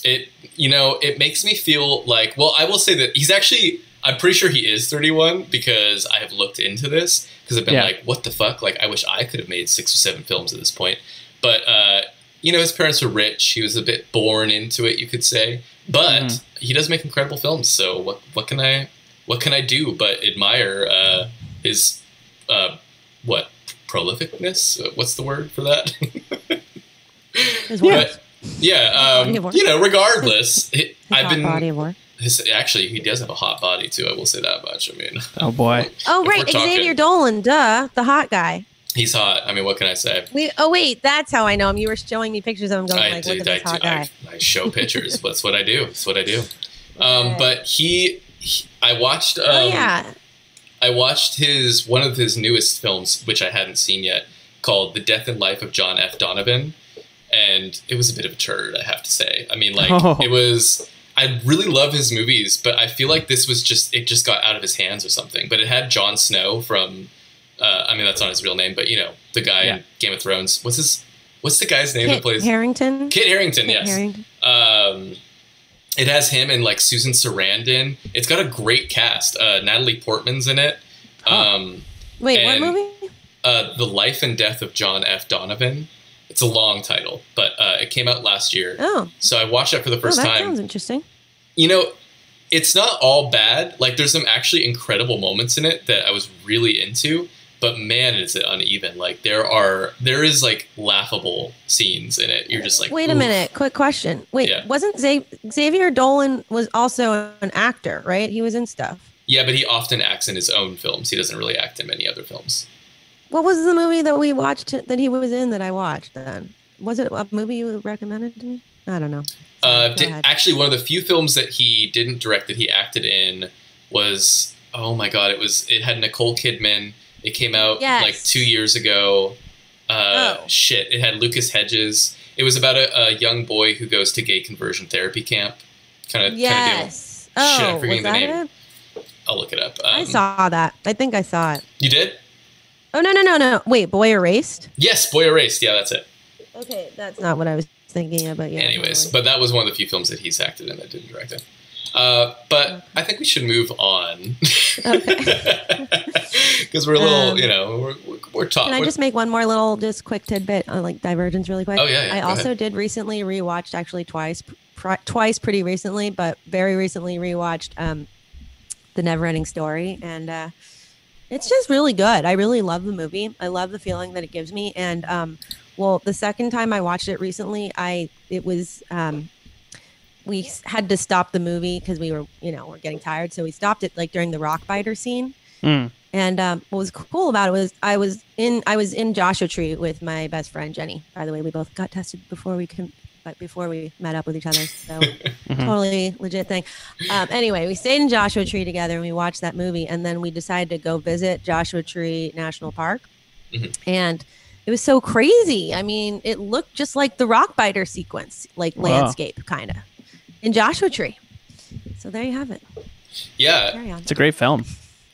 Speaker 1: It, you know, it makes me feel like. Well, I will say that he's actually. I'm pretty sure he is 31 because I have looked into this because I've been
Speaker 3: Yeah.
Speaker 1: like, what the fuck? Like, I wish I could have made six or seven films at this point. But uh, you know, his parents were rich. He was a bit born into it, you could say. But
Speaker 3: Mhm.
Speaker 1: he does make incredible films. So what what can I what can I do but admire uh, his uh, what prolificness? Uh, What's the word for that? Yeah.
Speaker 2: His work.
Speaker 1: yeah,
Speaker 2: Body of
Speaker 1: um,
Speaker 2: work.
Speaker 1: you know, regardless, it,
Speaker 2: His
Speaker 1: I've
Speaker 2: hot body
Speaker 1: been
Speaker 2: of work.
Speaker 1: his, actually he does have a hot body too. I will say that much. I mean,
Speaker 3: Oh boy.
Speaker 2: Oh
Speaker 1: if
Speaker 2: right,
Speaker 1: we're talking-
Speaker 2: Xavier Dolan, duh, the hot guy.
Speaker 1: he's hot. I mean, what can I say?
Speaker 2: We. Oh wait, that's how I know him. You were showing me pictures of him going like, look at this
Speaker 1: I, Um,
Speaker 2: hot guy.
Speaker 1: I, I show pictures. That's what I do. That's what I do. Um,
Speaker 2: Right.
Speaker 1: but he, he- I watched. Um,
Speaker 2: oh yeah.
Speaker 1: I watched his one of his newest films, which I hadn't seen yet, called "The Death and Life of John F. Donovan," and it was a bit of a turd, I have to say. I mean, like
Speaker 3: Oh.
Speaker 1: it was. I really love his movies, but I feel like this was just it just got out of his hands or something. But it had Jon Snow from. Uh, I mean, that's not his real name, but you know the guy
Speaker 3: Yeah.
Speaker 1: in Game of Thrones. What's his? What's the guy's name that
Speaker 2: Kit
Speaker 1: plays?
Speaker 2: Harrington.
Speaker 1: Kit Harrington.
Speaker 2: Kit
Speaker 1: Yes
Speaker 2: Harington.
Speaker 1: um, it has him and like Susan Sarandon. It's got a great cast. Uh, Natalie Portman's in it. Um,
Speaker 2: Wait,
Speaker 1: And-
Speaker 2: what movie?
Speaker 1: uh, the Life and Death of John F. Donovan. It's a long title, but uh, it came out last year.
Speaker 2: Oh,
Speaker 1: So I watched it for the
Speaker 2: oh,
Speaker 1: first
Speaker 2: that
Speaker 1: time.
Speaker 2: sounds interesting.
Speaker 1: you know, it's not all bad. Like there's some actually incredible moments in it that I was really into, but man, is it uneven. Like there are there is like laughable scenes in it. You're just like
Speaker 2: Wait a
Speaker 1: oof.
Speaker 2: minute, quick question. Wait,
Speaker 1: Yeah.
Speaker 2: wasn't Xa- Xavier Dolan was also an actor, right? He was in stuff.
Speaker 1: Yeah, but he often acts in his own films. He doesn't really act in many other films.
Speaker 2: What was the movie that we watched that he was in that I watched then? Was it a movie you recommended to me? I I don't know.
Speaker 1: Uh,
Speaker 2: Go
Speaker 1: di-
Speaker 2: ahead.
Speaker 1: actually, one of the few films that he didn't direct that he acted in was oh my god, it was it had Nicole Kidman. It came out
Speaker 2: Yes.
Speaker 1: like two years ago. Uh,
Speaker 2: Oh.
Speaker 1: Shit, it had Lucas Hedges. It was about a, a young boy who goes to gay conversion therapy camp. Kind of, kind of deal.
Speaker 2: Yes. Oh,
Speaker 1: Shit, I'm
Speaker 2: was
Speaker 1: forgetting the
Speaker 2: that
Speaker 1: name.
Speaker 2: it?
Speaker 1: I'll look it up. Um,
Speaker 2: I saw that. I think I saw it.
Speaker 1: You did?
Speaker 2: Oh no no no no! Wait, boy erased.
Speaker 1: Yes, Boy Erased. Yeah, that's it.
Speaker 2: Okay, that's not what I was thinking of. But yeah.
Speaker 1: Anyways,
Speaker 2: totally.
Speaker 1: but that was one of the few films that he's acted in that didn't direct him. Uh, but I think we should move on because we're a little,
Speaker 2: Um,
Speaker 1: you know, we're we're, we're top.
Speaker 2: Can I
Speaker 1: we're-
Speaker 2: just make one more little, just quick tidbit on like Divergence, really quick?
Speaker 1: Oh, yeah, yeah,
Speaker 2: I
Speaker 1: go
Speaker 2: also did recently rewatched, actually twice, pri twice pretty recently, but very recently rewatched um, the Neverending Story, and uh, it's just really good. I really love the movie. I love the feeling that it gives me, and um, well, the second time I watched it recently, I it was. Um, we s- had to stop the movie because we were, you know, we're getting tired. So we stopped it like during the rock biter scene.
Speaker 3: Mm.
Speaker 2: And um, what was cool about it was I was in I was in Joshua Tree with my best friend Jenny. By the way, we both got tested before we can, but before we met up with each other, so
Speaker 1: Mm-hmm.
Speaker 2: totally legit thing. Um, anyway, we stayed in Joshua Tree together and we watched that movie, and then we decided to go visit Joshua Tree National Park,
Speaker 1: Mhm.
Speaker 2: and it was so crazy. I mean, it looked just like the rock biter sequence, like
Speaker 3: Wow.
Speaker 2: landscape kind of in Joshua Tree. So there you have it.
Speaker 1: yeah,
Speaker 2: Carry on.
Speaker 3: It's a great film.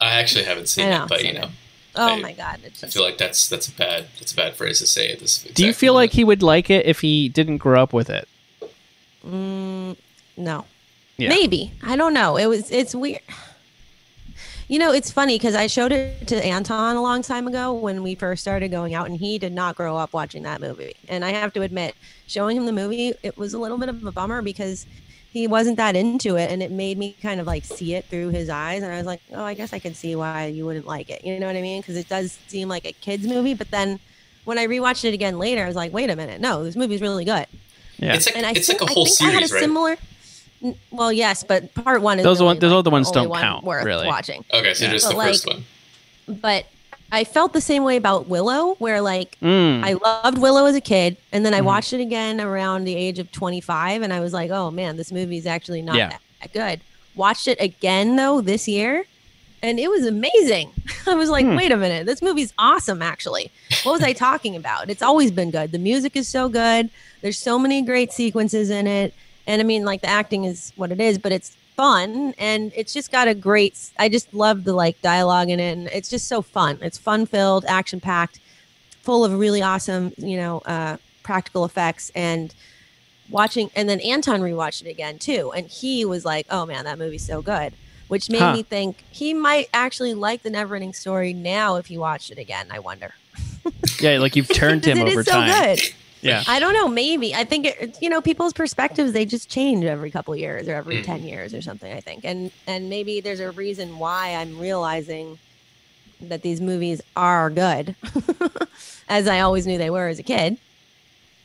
Speaker 1: I actually haven't seen
Speaker 2: I know,
Speaker 1: it, but
Speaker 2: seen
Speaker 1: you know,
Speaker 2: it. Oh
Speaker 1: I-
Speaker 2: my God! It's
Speaker 1: I
Speaker 2: just-
Speaker 1: feel like that's that's a bad that's a bad phrase to say at this.
Speaker 3: Do you
Speaker 1: exact
Speaker 3: feel like
Speaker 1: moment.
Speaker 3: he would like it if he didn't grow up with it?
Speaker 2: Mm, no.
Speaker 3: Yeah.
Speaker 2: Maybe. I don't know. It was it's weird. You know, it's funny because I showed it to Anton a long time ago when we first started going out, and he did not grow up watching that movie. And I have to admit, showing him the movie, it was a little bit of a bummer because he wasn't that into it, and it made me kind of like see it through his eyes. And I was like, oh, I guess I can see why you wouldn't like it. You know what I mean? Because it does seem like a kids movie. But then when I rewatched it again later, I was like, wait a minute, no, this movie's really good
Speaker 3: Yeah.
Speaker 1: It's like
Speaker 2: and I
Speaker 1: it's
Speaker 2: think,
Speaker 1: like a whole
Speaker 2: I think
Speaker 1: series,
Speaker 2: I had a
Speaker 1: right?
Speaker 2: similar. n- Well, yes, but part one is
Speaker 3: Those
Speaker 2: really
Speaker 3: one- those
Speaker 2: like
Speaker 3: other ones
Speaker 2: the only
Speaker 3: don't
Speaker 2: one
Speaker 3: count,
Speaker 2: worth
Speaker 3: really.
Speaker 2: watching.
Speaker 1: okay, so
Speaker 3: Yeah.
Speaker 1: just
Speaker 2: But,
Speaker 1: the
Speaker 2: like,
Speaker 1: first one.
Speaker 2: But I felt the same way about Willow, where like
Speaker 3: Mm.
Speaker 2: I loved Willow as a kid, and then I
Speaker 3: Mhm.
Speaker 2: watched it again around the age of twenty five, and I was like, oh man, this movie's actually not
Speaker 3: Yeah.
Speaker 2: that, that good. Watched it again though this year, and it was amazing. I was like,
Speaker 3: Hmm.
Speaker 2: wait a minute, this movie's awesome. Actually, what was I talking about? It's always been good. The music is so good. There's so many great sequences in it. And I mean, like the acting is what it is, but it's fun and it's just got a great. I just love the like dialogue in it, and it's just so fun. It's fun filled, action packed, full of really awesome, you know, uh, practical effects and watching. And then Anton rewatched it again too, and he was like, "Oh man, that movie's so good," which made
Speaker 3: Huh.
Speaker 2: me think he might actually like the Neverending Story now if he watched it again. I wonder.
Speaker 3: yeah, like you've turned him
Speaker 2: Because it
Speaker 3: over
Speaker 2: is so
Speaker 3: time.
Speaker 2: good.
Speaker 3: Yeah.
Speaker 2: I don't know. Maybe I think it, it's, you know people's perspectives they just change every couple years or every
Speaker 1: Mm.
Speaker 2: ten years or something. I think, and and maybe there's a reason why I'm realizing that these movies are good, as I always knew they were as a kid.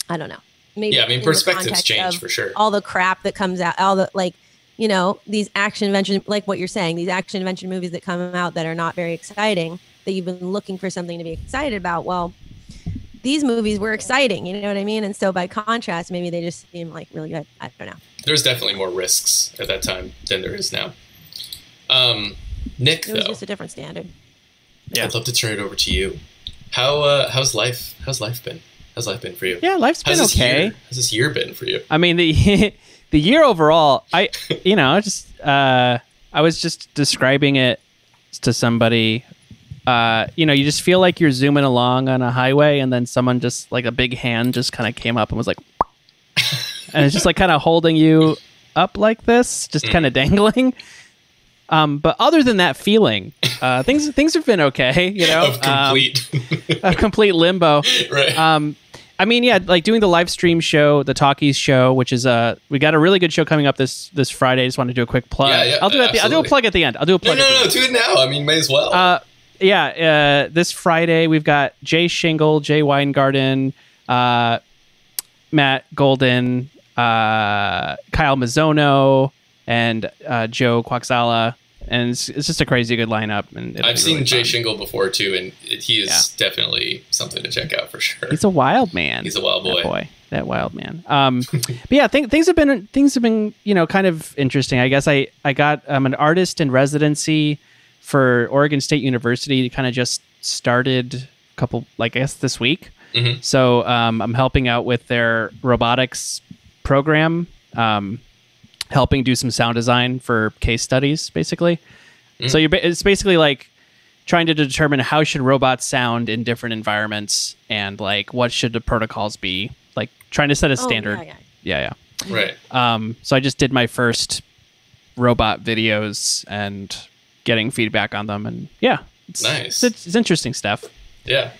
Speaker 2: I don't know. Maybe
Speaker 1: Yeah, I mean
Speaker 2: in the
Speaker 1: perspectives
Speaker 2: context
Speaker 1: change
Speaker 2: of
Speaker 1: for sure.
Speaker 2: all the crap that comes out, all the like, you know, these action adventure, like what you're saying, these action adventure movies that come out that are not very exciting, that you've been looking for something to be excited about. Well, these movies were exciting, you know what I mean? And so by contrast, maybe they just seem like really good. I don't know.
Speaker 1: There's definitely more risks at that time than there is now. Um, Nick,
Speaker 2: It was
Speaker 1: though,
Speaker 2: just a different standard.
Speaker 3: Yeah.
Speaker 1: I'd love to turn it over to you. How uh, how's life? How's life been? How's life been for you?
Speaker 3: Yeah, life's
Speaker 1: How's
Speaker 3: been
Speaker 1: this
Speaker 3: okay.
Speaker 1: year? How's this year been for you?
Speaker 3: I mean the the year overall, I you know, I just uh I was just describing it to somebody uh you know, you just feel like you're zooming along on a highway and then someone just like a big hand just kind of came up and was like and it's just like kind of holding you up like this, just
Speaker 1: Mm.
Speaker 3: kind of dangling. Um, but other than that feeling, uh, things things have been okay, you know,
Speaker 1: Of complete,
Speaker 3: um, of complete limbo
Speaker 1: right?
Speaker 3: um i mean yeah like doing the live stream show the talkies show which is uh we got a really good show coming up this this friday just want to do a quick plug
Speaker 1: Yeah, yeah,
Speaker 3: i'll do it at the, i'll do a
Speaker 1: absolutely.
Speaker 3: plug at the end i'll do
Speaker 1: no,
Speaker 3: a plug
Speaker 1: no,
Speaker 3: at the
Speaker 1: no,
Speaker 3: end.
Speaker 1: do it now. I mean, may as well.
Speaker 3: Uh, yeah, uh, this Friday we've got Jay Shingle, Jay Weingarten, uh, Matt Golden, uh, Kyle Mazzono, and uh, Joe Quaxala and it's, it's just a crazy good lineup. And it'll
Speaker 1: I've
Speaker 3: be
Speaker 1: seen
Speaker 3: really
Speaker 1: Jay
Speaker 3: fun.
Speaker 1: Shingle before too, and it, he is definitely something to check out for sure.
Speaker 3: He's a wild man.
Speaker 1: He's a wild
Speaker 3: That
Speaker 1: boy.
Speaker 3: boy. That wild man. Um, but yeah, th- things have been things have been you know kind of interesting. I guess I I got um, an artist in residency for Oregon State University. Kind of just started a couple like I guess this week.
Speaker 1: Mhm.
Speaker 3: So um, I'm helping out with their robotics program, um, helping do some sound design for case studies, basically. So you're ba- it's basically like trying to determine how should robots sound in different environments and like what should the protocols be like trying to set a
Speaker 2: Oh,
Speaker 3: standard
Speaker 2: yeah, yeah.
Speaker 3: yeah
Speaker 1: right.
Speaker 3: yeah um so i just did my first robot videos and getting feedback on them and yeah it's,
Speaker 1: Nice.
Speaker 3: it's, it's interesting stuff
Speaker 1: Yeah.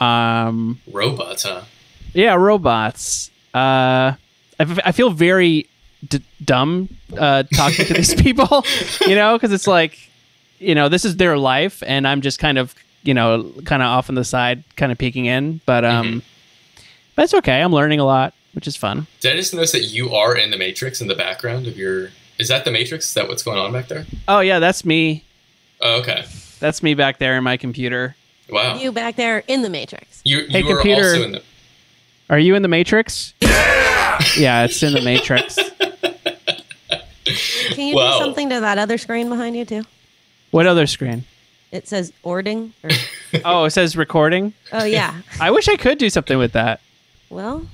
Speaker 3: um
Speaker 1: Robots, huh?
Speaker 3: yeah robots uh i, f- I feel very d- dumb uh talking to these people you know because it's like you know this is their life and i'm just kind of you know kind of off on the side kind of peeking in but um that's okay i'm learning a lot which is fun
Speaker 1: Did I just notice that you are in the Matrix in the background of your? Is that the Matrix? Is that what's going on back there?
Speaker 3: oh yeah that's me
Speaker 1: Oh, okay.
Speaker 3: that's me back there in my computer
Speaker 1: Wow. You
Speaker 2: You back there in the Matrix.
Speaker 1: you,
Speaker 3: Hey,
Speaker 1: are
Speaker 3: computer.
Speaker 1: also in the.
Speaker 3: are you in the matrix yeah it's in the matrix
Speaker 2: Can you
Speaker 1: Wow.
Speaker 2: do something to that other screen behind you too?
Speaker 3: what other screen
Speaker 2: It says ording. Or,
Speaker 3: oh it says recording
Speaker 2: oh yeah.
Speaker 3: i wish i could do something with that
Speaker 2: Well,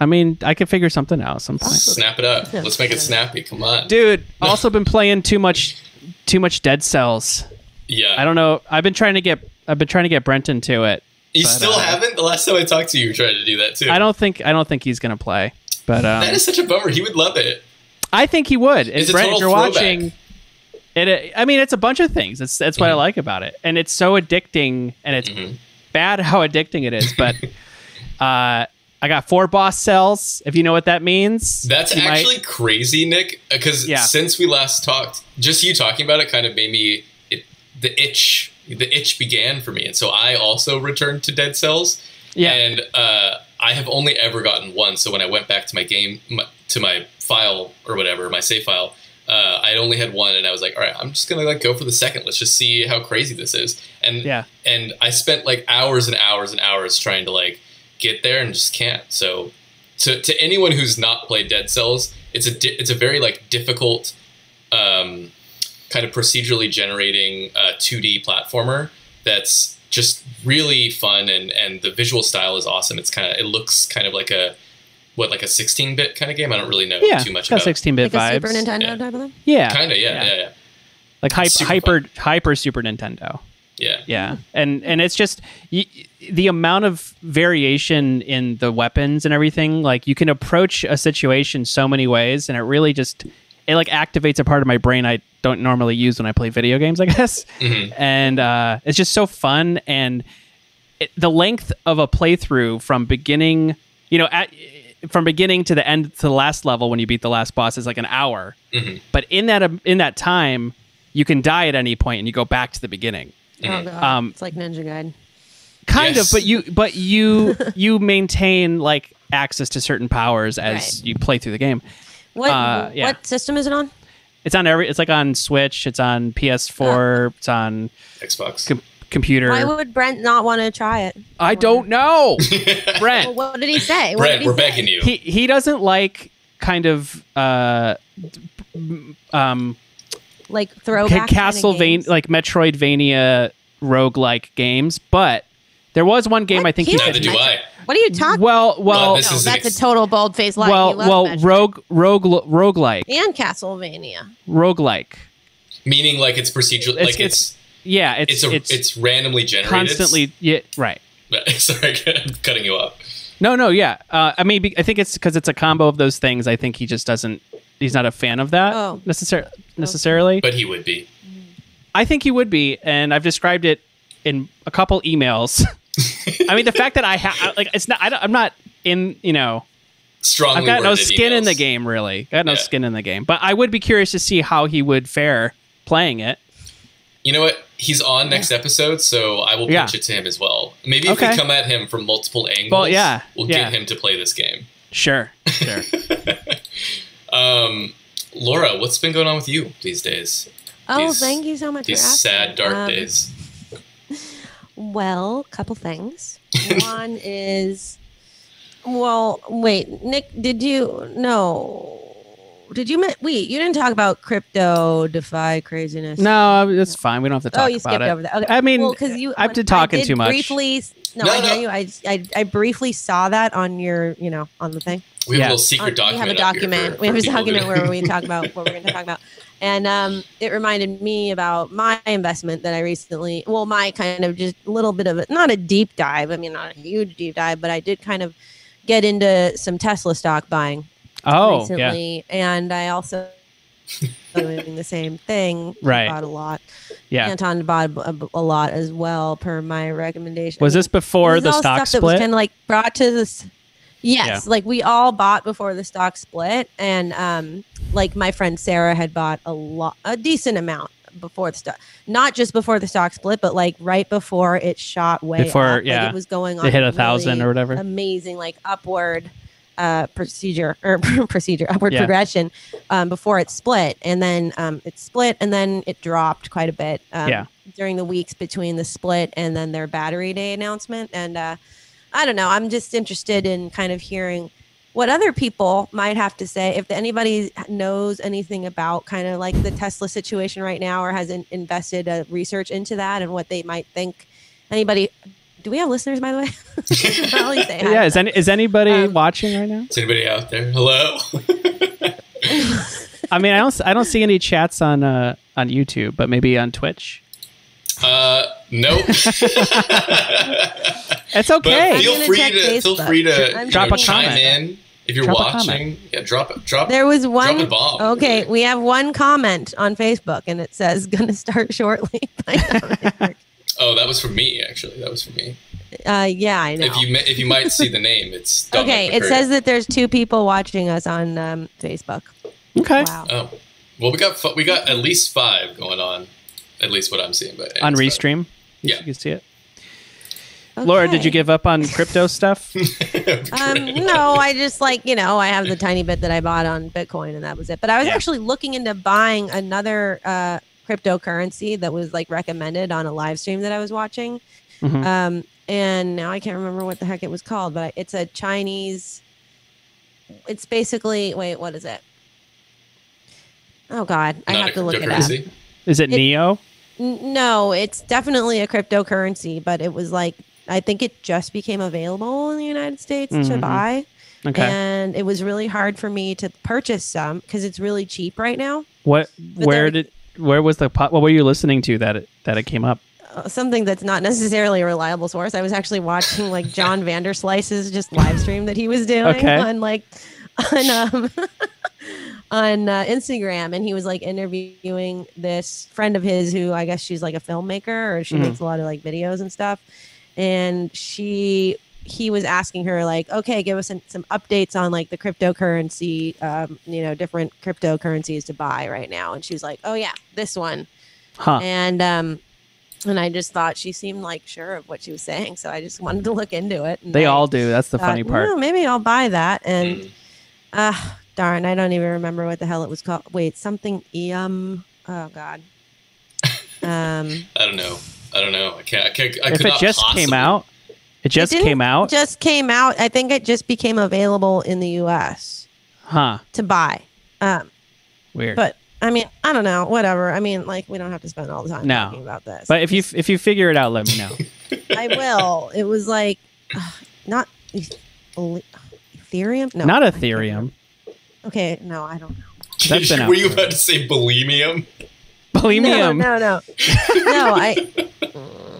Speaker 3: i mean i could figure something out sometime
Speaker 1: Snap it up. Let's make it snappy. Come on.
Speaker 3: dude also been playing too much too much dead cells
Speaker 1: yeah.
Speaker 3: i don't know i've been trying to get i've been trying to get brenton to it
Speaker 1: You
Speaker 3: but,
Speaker 1: still
Speaker 3: uh,
Speaker 1: haven't. The last time I talked to you, you tried to do that too.
Speaker 3: i don't think i don't think he's gonna play but um,
Speaker 1: That is such a bummer. He would love it.
Speaker 3: i think he would
Speaker 1: It's
Speaker 3: and
Speaker 1: a
Speaker 3: Brent,
Speaker 1: total
Speaker 3: if you're
Speaker 1: throwback.
Speaker 3: watching it, it uh, i mean it's a bunch of things that's that's what
Speaker 1: Mm-hmm.
Speaker 3: i like about it and it's so addicting and it's bad how addicting it is but uh i got four boss cells if you know what that means
Speaker 1: That's
Speaker 3: You might-
Speaker 1: actually crazy, Nick. Because
Speaker 3: Yeah.
Speaker 1: since we last talked, just you talking about it kind of made me it, the itch. The itch began for me, and so I also returned to Dead Cells.
Speaker 3: Yeah.
Speaker 1: And uh, I have only ever gotten one. So when I went back to my game, my, to my file or whatever, my save file, uh, I only had one, and I was like, all right, I'm just gonna like go for the second. Let's just see how crazy this is. And
Speaker 3: Yeah.
Speaker 1: and I spent like hours and hours and hours trying to like get there and just can't. So to, to anyone who's not played Dead Cells, it's a di- it's a very like difficult um, kind of procedurally generating uh, 2D platformer that's just really fun and and the visual style is awesome. It's kind of it looks kind of like a what like a 16-bit kind of game. I don't really know
Speaker 3: yeah
Speaker 1: too much
Speaker 3: got
Speaker 1: about.
Speaker 3: 16-bit
Speaker 2: like a
Speaker 3: vibes
Speaker 2: Super Nintendo
Speaker 1: Yeah.
Speaker 2: type of thing. Oh,
Speaker 3: yeah
Speaker 1: Kind of yeah, yeah, yeah,
Speaker 3: like hype,
Speaker 1: Super
Speaker 3: hyper hyper super nintendo
Speaker 1: yeah.
Speaker 3: yeah and and it's just y- the amount of variation in the weapons and everything like you can approach a situation so many ways and it really just it like activates a part of my brain i don't normally use when i play video games i guess and uh, it's just so fun and it, the length of a playthrough from beginning you know at from beginning to the end to the last level when you beat the last boss is like an hour but in that um, in that time you can die at any point and you go back to the beginning
Speaker 2: Oh god.
Speaker 3: Um,
Speaker 2: it's like Ninja Gaiden.
Speaker 3: kind
Speaker 1: Yes.
Speaker 3: of but you but you you maintain like access to certain powers as
Speaker 2: Right.
Speaker 3: you play through the game
Speaker 2: What
Speaker 3: uh, yeah.
Speaker 2: what system is it on?
Speaker 3: it's on every it's like on switch it's on ps4 it's on
Speaker 1: Xbox.
Speaker 3: com- computer
Speaker 2: Why would Brent not want to try it?
Speaker 3: i don't know brent
Speaker 2: Well, Oh, what did he say? What did
Speaker 1: Brent,
Speaker 2: he
Speaker 1: we're
Speaker 2: say?
Speaker 1: begging you.
Speaker 3: he he doesn't like kind of uh um
Speaker 2: Like
Speaker 3: ca-
Speaker 2: throwback. kind of
Speaker 3: castlevania
Speaker 2: games.
Speaker 3: like metroidvania roguelike games but there was one game
Speaker 2: What?
Speaker 3: i think
Speaker 2: He
Speaker 3: you
Speaker 1: Neither
Speaker 2: doesn't
Speaker 3: said
Speaker 1: do I.
Speaker 2: What are you talking?
Speaker 3: well
Speaker 1: No,
Speaker 3: well
Speaker 1: this
Speaker 2: no,
Speaker 1: is an
Speaker 2: that's
Speaker 1: ex-
Speaker 2: a total bold faced lie.
Speaker 3: well
Speaker 2: You love
Speaker 3: well
Speaker 2: Metroid.
Speaker 3: rogue rogue roguelike
Speaker 2: and Castlevania.
Speaker 3: roguelike.
Speaker 1: Meaning like it's procedural
Speaker 3: It's-
Speaker 1: like it's
Speaker 3: Yeah, it's
Speaker 1: it's
Speaker 3: it's,
Speaker 1: a, it's, randomly generated.
Speaker 3: constantly yeah, right.
Speaker 1: Sorry, I'm cutting you off.
Speaker 3: No, no, yeah. Uh, I mean, be- I think it's because it's a combo of those things. I think he just doesn't. He's not a fan of that
Speaker 2: Oh.
Speaker 3: necessar- necessarily.
Speaker 1: But he would be.
Speaker 3: I think he would be, and I've described it in a couple emails. I mean, the fact that I have like it's not. I don't, I'm not in. You know,
Speaker 1: Strongly
Speaker 3: I've got no
Speaker 1: worded
Speaker 3: skin in
Speaker 1: emails.
Speaker 3: the game really. Got no
Speaker 1: Yeah.
Speaker 3: skin in the game, but I would be curious to see how he would fare playing it.
Speaker 1: You know what? He's on next episode, so I will pitch
Speaker 3: Yeah.
Speaker 1: it to him as well. Maybe if
Speaker 3: Okay.
Speaker 1: we come at him from multiple angles,
Speaker 3: Well, yeah,
Speaker 1: we'll
Speaker 3: yeah.
Speaker 1: get him to play this game.
Speaker 3: Sure, sure.
Speaker 1: Um, Laura, what's been going on with you these days?
Speaker 2: Oh,
Speaker 1: These-
Speaker 2: thank you so much.
Speaker 1: These
Speaker 2: for asking.
Speaker 1: sad dark
Speaker 2: Um,
Speaker 1: days.
Speaker 2: Well, couple things. One is, well, wait, Nick, did you no? Did you mi- wait? You didn't talk about crypto, DeFi craziness.
Speaker 3: No, it's fine. We don't have to talk
Speaker 2: Oh, you
Speaker 3: about
Speaker 2: skipped
Speaker 3: it.
Speaker 2: over that. Okay.
Speaker 3: I mean,
Speaker 2: well, because you
Speaker 3: I've been
Speaker 2: I
Speaker 3: talking
Speaker 2: did
Speaker 3: too much.
Speaker 2: Briefly, no,
Speaker 1: No,
Speaker 2: I hear
Speaker 1: no.
Speaker 2: you. I, I I briefly saw that on your, you know, on the thing.
Speaker 1: We have
Speaker 3: yeah.
Speaker 1: a little secret
Speaker 2: On- Oh, we have a
Speaker 1: document.
Speaker 2: document. we have a document
Speaker 1: where
Speaker 2: where we talk about what we're going to talk about, and um, it reminded me about my investment that I recently. Well, my kind of just a little bit of a, not a deep dive. I mean, not a huge deep dive, but I did kind of get into some Tesla stock buying
Speaker 3: oh, yeah.
Speaker 2: recently, and I also doing the same thing.
Speaker 3: Right.
Speaker 2: bought a lot.
Speaker 3: Yeah.
Speaker 2: Anton bought a, a lot as well per my recommendation.
Speaker 3: Was
Speaker 2: I mean,
Speaker 3: this before
Speaker 2: this is
Speaker 3: the
Speaker 2: all
Speaker 3: stock
Speaker 2: stuff that was
Speaker 3: split?
Speaker 2: kind of like brought to this yes like we all bought before the stock split and um like my friend sarah had bought a lot a decent amount before the stock not just before the stock split but like right before it shot way
Speaker 3: Before,
Speaker 2: up. Like,
Speaker 3: yeah.
Speaker 2: it was going on
Speaker 3: It hit a thousand
Speaker 2: really
Speaker 3: or whatever.
Speaker 2: amazing like upward uh, procedure or procedure upward
Speaker 3: Yeah.
Speaker 2: progression um, before it split and then um, it split and then it dropped quite a bit um,
Speaker 3: Yeah.
Speaker 2: during the weeks between the split and then their battery day announcement and uh, i don't know i'm just interested in kind of hearing what other people might have to say if anybody knows anything about kind of like the tesla situation right now or has in- invested uh, research into that and what they might think anybody do we have listeners by the way Probably say hi.
Speaker 3: Yeah. Is, any, is anybody
Speaker 2: Um,
Speaker 3: watching right now?
Speaker 1: Is anybody out there? Hello.
Speaker 3: I mean, I don't. s- I don't see any chats on uh, on YouTube, but maybe on Twitch.
Speaker 1: uh, nope.
Speaker 3: It's
Speaker 1: but
Speaker 3: okay.
Speaker 1: feel
Speaker 2: gonna
Speaker 1: free
Speaker 2: check
Speaker 1: to feel
Speaker 2: Facebook.
Speaker 1: free to
Speaker 2: I'm
Speaker 1: you
Speaker 3: Drop
Speaker 1: know,
Speaker 3: a
Speaker 1: chime
Speaker 3: comment.
Speaker 1: in if you're
Speaker 3: Drop a
Speaker 1: watching. Yeah, drop drop.
Speaker 2: There was
Speaker 1: Drop a
Speaker 2: one.
Speaker 1: bomb.
Speaker 2: Okay, we have one comment on Facebook, and it says "gonna start shortly."
Speaker 1: Oh, that was for me actually. That was for me.
Speaker 2: uh, yeah, I know.
Speaker 1: If you mi- if you might see the name, it's Dominic
Speaker 2: okay, it
Speaker 1: McCurdy.
Speaker 2: says that there's two people watching us on um, Facebook.
Speaker 3: okay.
Speaker 2: Wow.
Speaker 1: Oh, well, we got fi- we got at least five going on. At least what I'm seeing, but
Speaker 3: On
Speaker 1: it's
Speaker 3: Restream, you
Speaker 1: Yeah.
Speaker 3: can see it. Laura, did you give up on crypto stuff?
Speaker 1: fine.
Speaker 2: Um, no, I just like you know I have the tiny bit that I bought on Bitcoin, and that was it. But I was
Speaker 3: Yeah.
Speaker 2: actually looking into buying another uh, cryptocurrency that was like recommended on a live stream that I was watching.
Speaker 3: Mhm.
Speaker 2: Um, and now I can't remember what the heck it was called, but I- it's a Chinese. It's basically wait, what is it? Oh God, I
Speaker 1: Not
Speaker 2: have
Speaker 1: a
Speaker 2: to look it up.
Speaker 1: cryptocurrency.
Speaker 3: Is it,
Speaker 2: it-
Speaker 3: Neo?
Speaker 2: N- No, it's definitely a cryptocurrency, but it was like I think it just became available in the United States to
Speaker 3: Mhm.
Speaker 2: buy,
Speaker 3: Okay.
Speaker 2: and it was really hard for me to purchase some because it's really cheap right now.
Speaker 3: what?
Speaker 2: but
Speaker 3: Where
Speaker 2: there-
Speaker 3: did? Where was the? Po- what were you listening to that it, that it came up?
Speaker 2: uh, something that's not necessarily a reliable source. I was actually watching like John Vanderslice's just live stream that he was doing
Speaker 3: Okay.
Speaker 2: on like on um on uh, Instagram, and he was like interviewing this friend of his who I guess she's like a filmmaker or she
Speaker 3: Mhm.
Speaker 2: makes a lot of like videos and stuff, and she he was asking her like okay give us some, some updates on like the cryptocurrency um, you know different cryptocurrencies to buy right now and she was like oh yeah this one
Speaker 3: Huh.
Speaker 2: and um and i just thought she seemed like sure of what she was saying so i just wanted to look into it and
Speaker 3: They
Speaker 2: I
Speaker 3: all do. That's the
Speaker 2: thought,
Speaker 3: funny part.
Speaker 2: "Oh, maybe i'll buy that and
Speaker 1: Mm.
Speaker 2: ah darn i don't even remember what the hell it was called wait something um oh god um
Speaker 1: I don't know. I don't know. I can't. I can't. I
Speaker 3: if
Speaker 1: could
Speaker 3: it
Speaker 1: not
Speaker 3: just
Speaker 1: possibly-
Speaker 3: came out, it just
Speaker 2: didn't
Speaker 3: came out,
Speaker 2: just came out i think it just became available in the us
Speaker 3: huh?
Speaker 2: to buy um
Speaker 3: Weird. But,
Speaker 2: but i mean i don't know whatever i mean like we don't have to spend all the time
Speaker 3: No.
Speaker 2: talking about this
Speaker 3: if you if you figure it out, let me know.
Speaker 2: i will it was like ugh, not ethereum no
Speaker 3: Not Ethereum,
Speaker 2: Okay, no, I don't know.
Speaker 3: That's been out
Speaker 1: Were you
Speaker 3: for-
Speaker 1: about to say bulimium?
Speaker 3: Polemium.
Speaker 2: No, no, no. no, I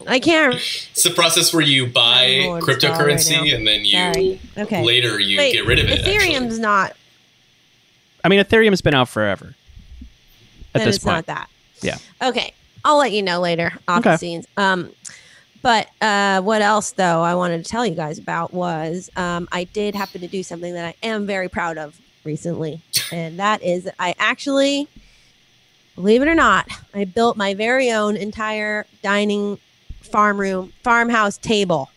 Speaker 2: I can't
Speaker 1: It's the process where you buy
Speaker 2: Oh, it's
Speaker 1: cryptocurrency
Speaker 2: all right
Speaker 1: and then you
Speaker 2: Sorry. Okay.
Speaker 1: later you
Speaker 2: Wait,
Speaker 1: get rid of it.
Speaker 2: Ethereum's
Speaker 1: actually.
Speaker 2: not
Speaker 3: I mean, Ethereum's been out forever. At
Speaker 2: then
Speaker 3: this
Speaker 2: it's
Speaker 3: point,
Speaker 2: not that.
Speaker 3: Yeah.
Speaker 2: Okay. I'll let you know later off
Speaker 3: Okay.
Speaker 2: the scenes. Um but uh, what else though I wanted to tell you guys about was um, I did happen to do something that I am very proud of recently, and that is that I actually, believe it or not, I built my very own entire dining farm room farmhouse table,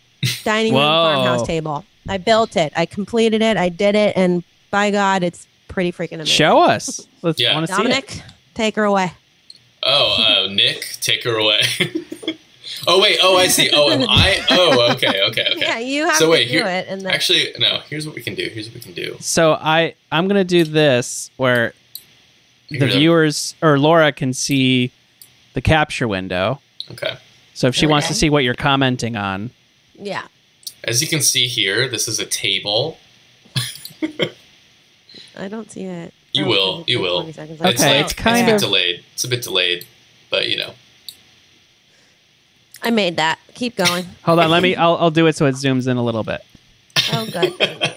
Speaker 2: dining room
Speaker 3: Whoa.
Speaker 2: farmhouse table. I built it, I completed it, I did it, and by God, it's pretty freaking amazing.
Speaker 3: show us. Let's
Speaker 1: Yeah.
Speaker 3: want to see it.
Speaker 2: Dominic, take her away.
Speaker 1: Oh, uh, Nick, take her away. oh wait. Oh, I see. Oh, am I? Oh, okay, okay, okay.
Speaker 2: Yeah, you have
Speaker 1: So
Speaker 2: to
Speaker 1: wait,
Speaker 2: do
Speaker 1: here-
Speaker 2: it, and then
Speaker 1: Actually, no. Here's what we can do. Here's what we can do.
Speaker 3: So I I'm gonna do this where the
Speaker 1: Here's a-
Speaker 3: viewers or Laura can see the capture window.
Speaker 1: Okay.
Speaker 3: So if she wants to
Speaker 2: Okay.
Speaker 3: see what you're commenting on,
Speaker 2: yeah,
Speaker 1: As you can see here, this is a table.
Speaker 2: I don't see it.
Speaker 1: You
Speaker 2: Oh,
Speaker 1: will,
Speaker 2: it's
Speaker 1: you
Speaker 2: like
Speaker 1: will.
Speaker 2: 20 seconds
Speaker 3: Okay,
Speaker 1: it's like
Speaker 3: it's kind
Speaker 1: a bit
Speaker 3: of-
Speaker 1: delayed. It's a bit delayed, but you know.
Speaker 2: I made that. Keep going.
Speaker 3: hold on, let me. I'll I'll do it so it zooms in a little bit.
Speaker 2: Oh, good. Thank you.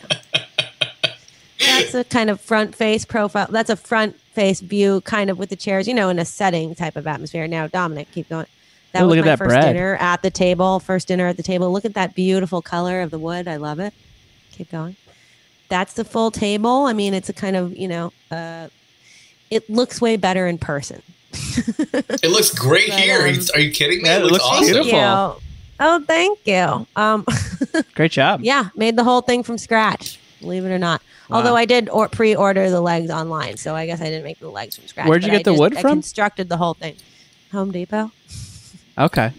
Speaker 2: That's a kind of front face profile. That's a front face view, kind of with the chairs, you know, in a setting type of atmosphere. Now, Dominic, keep going. That
Speaker 3: Oh,
Speaker 2: was
Speaker 3: look at
Speaker 2: my
Speaker 3: that
Speaker 2: first
Speaker 3: bread.
Speaker 2: dinner at the table. First dinner at the table. Look at that beautiful color of the wood. I love it. Keep going. That's the full table. I mean, it's a kind of you know, uh, it looks way better in person.
Speaker 1: It looks great
Speaker 2: But,
Speaker 1: here. Are you-
Speaker 2: um,
Speaker 1: Are you kidding me?
Speaker 3: yeah,
Speaker 1: it
Speaker 3: it
Speaker 1: looks,
Speaker 3: looks
Speaker 1: awesome.
Speaker 3: beautiful.
Speaker 2: You. Oh, thank you. Um,
Speaker 3: Great job.
Speaker 2: Yeah, made the whole thing from scratch. Believe it or not.
Speaker 3: Wow.
Speaker 2: Although I did or- pre-order the legs online, so I guess I didn't make the legs from scratch.
Speaker 3: Where'd you
Speaker 2: but I
Speaker 3: get the
Speaker 2: just-
Speaker 3: wood
Speaker 2: I
Speaker 3: from?
Speaker 2: constructed the whole thing. Home Depot.
Speaker 3: Okay.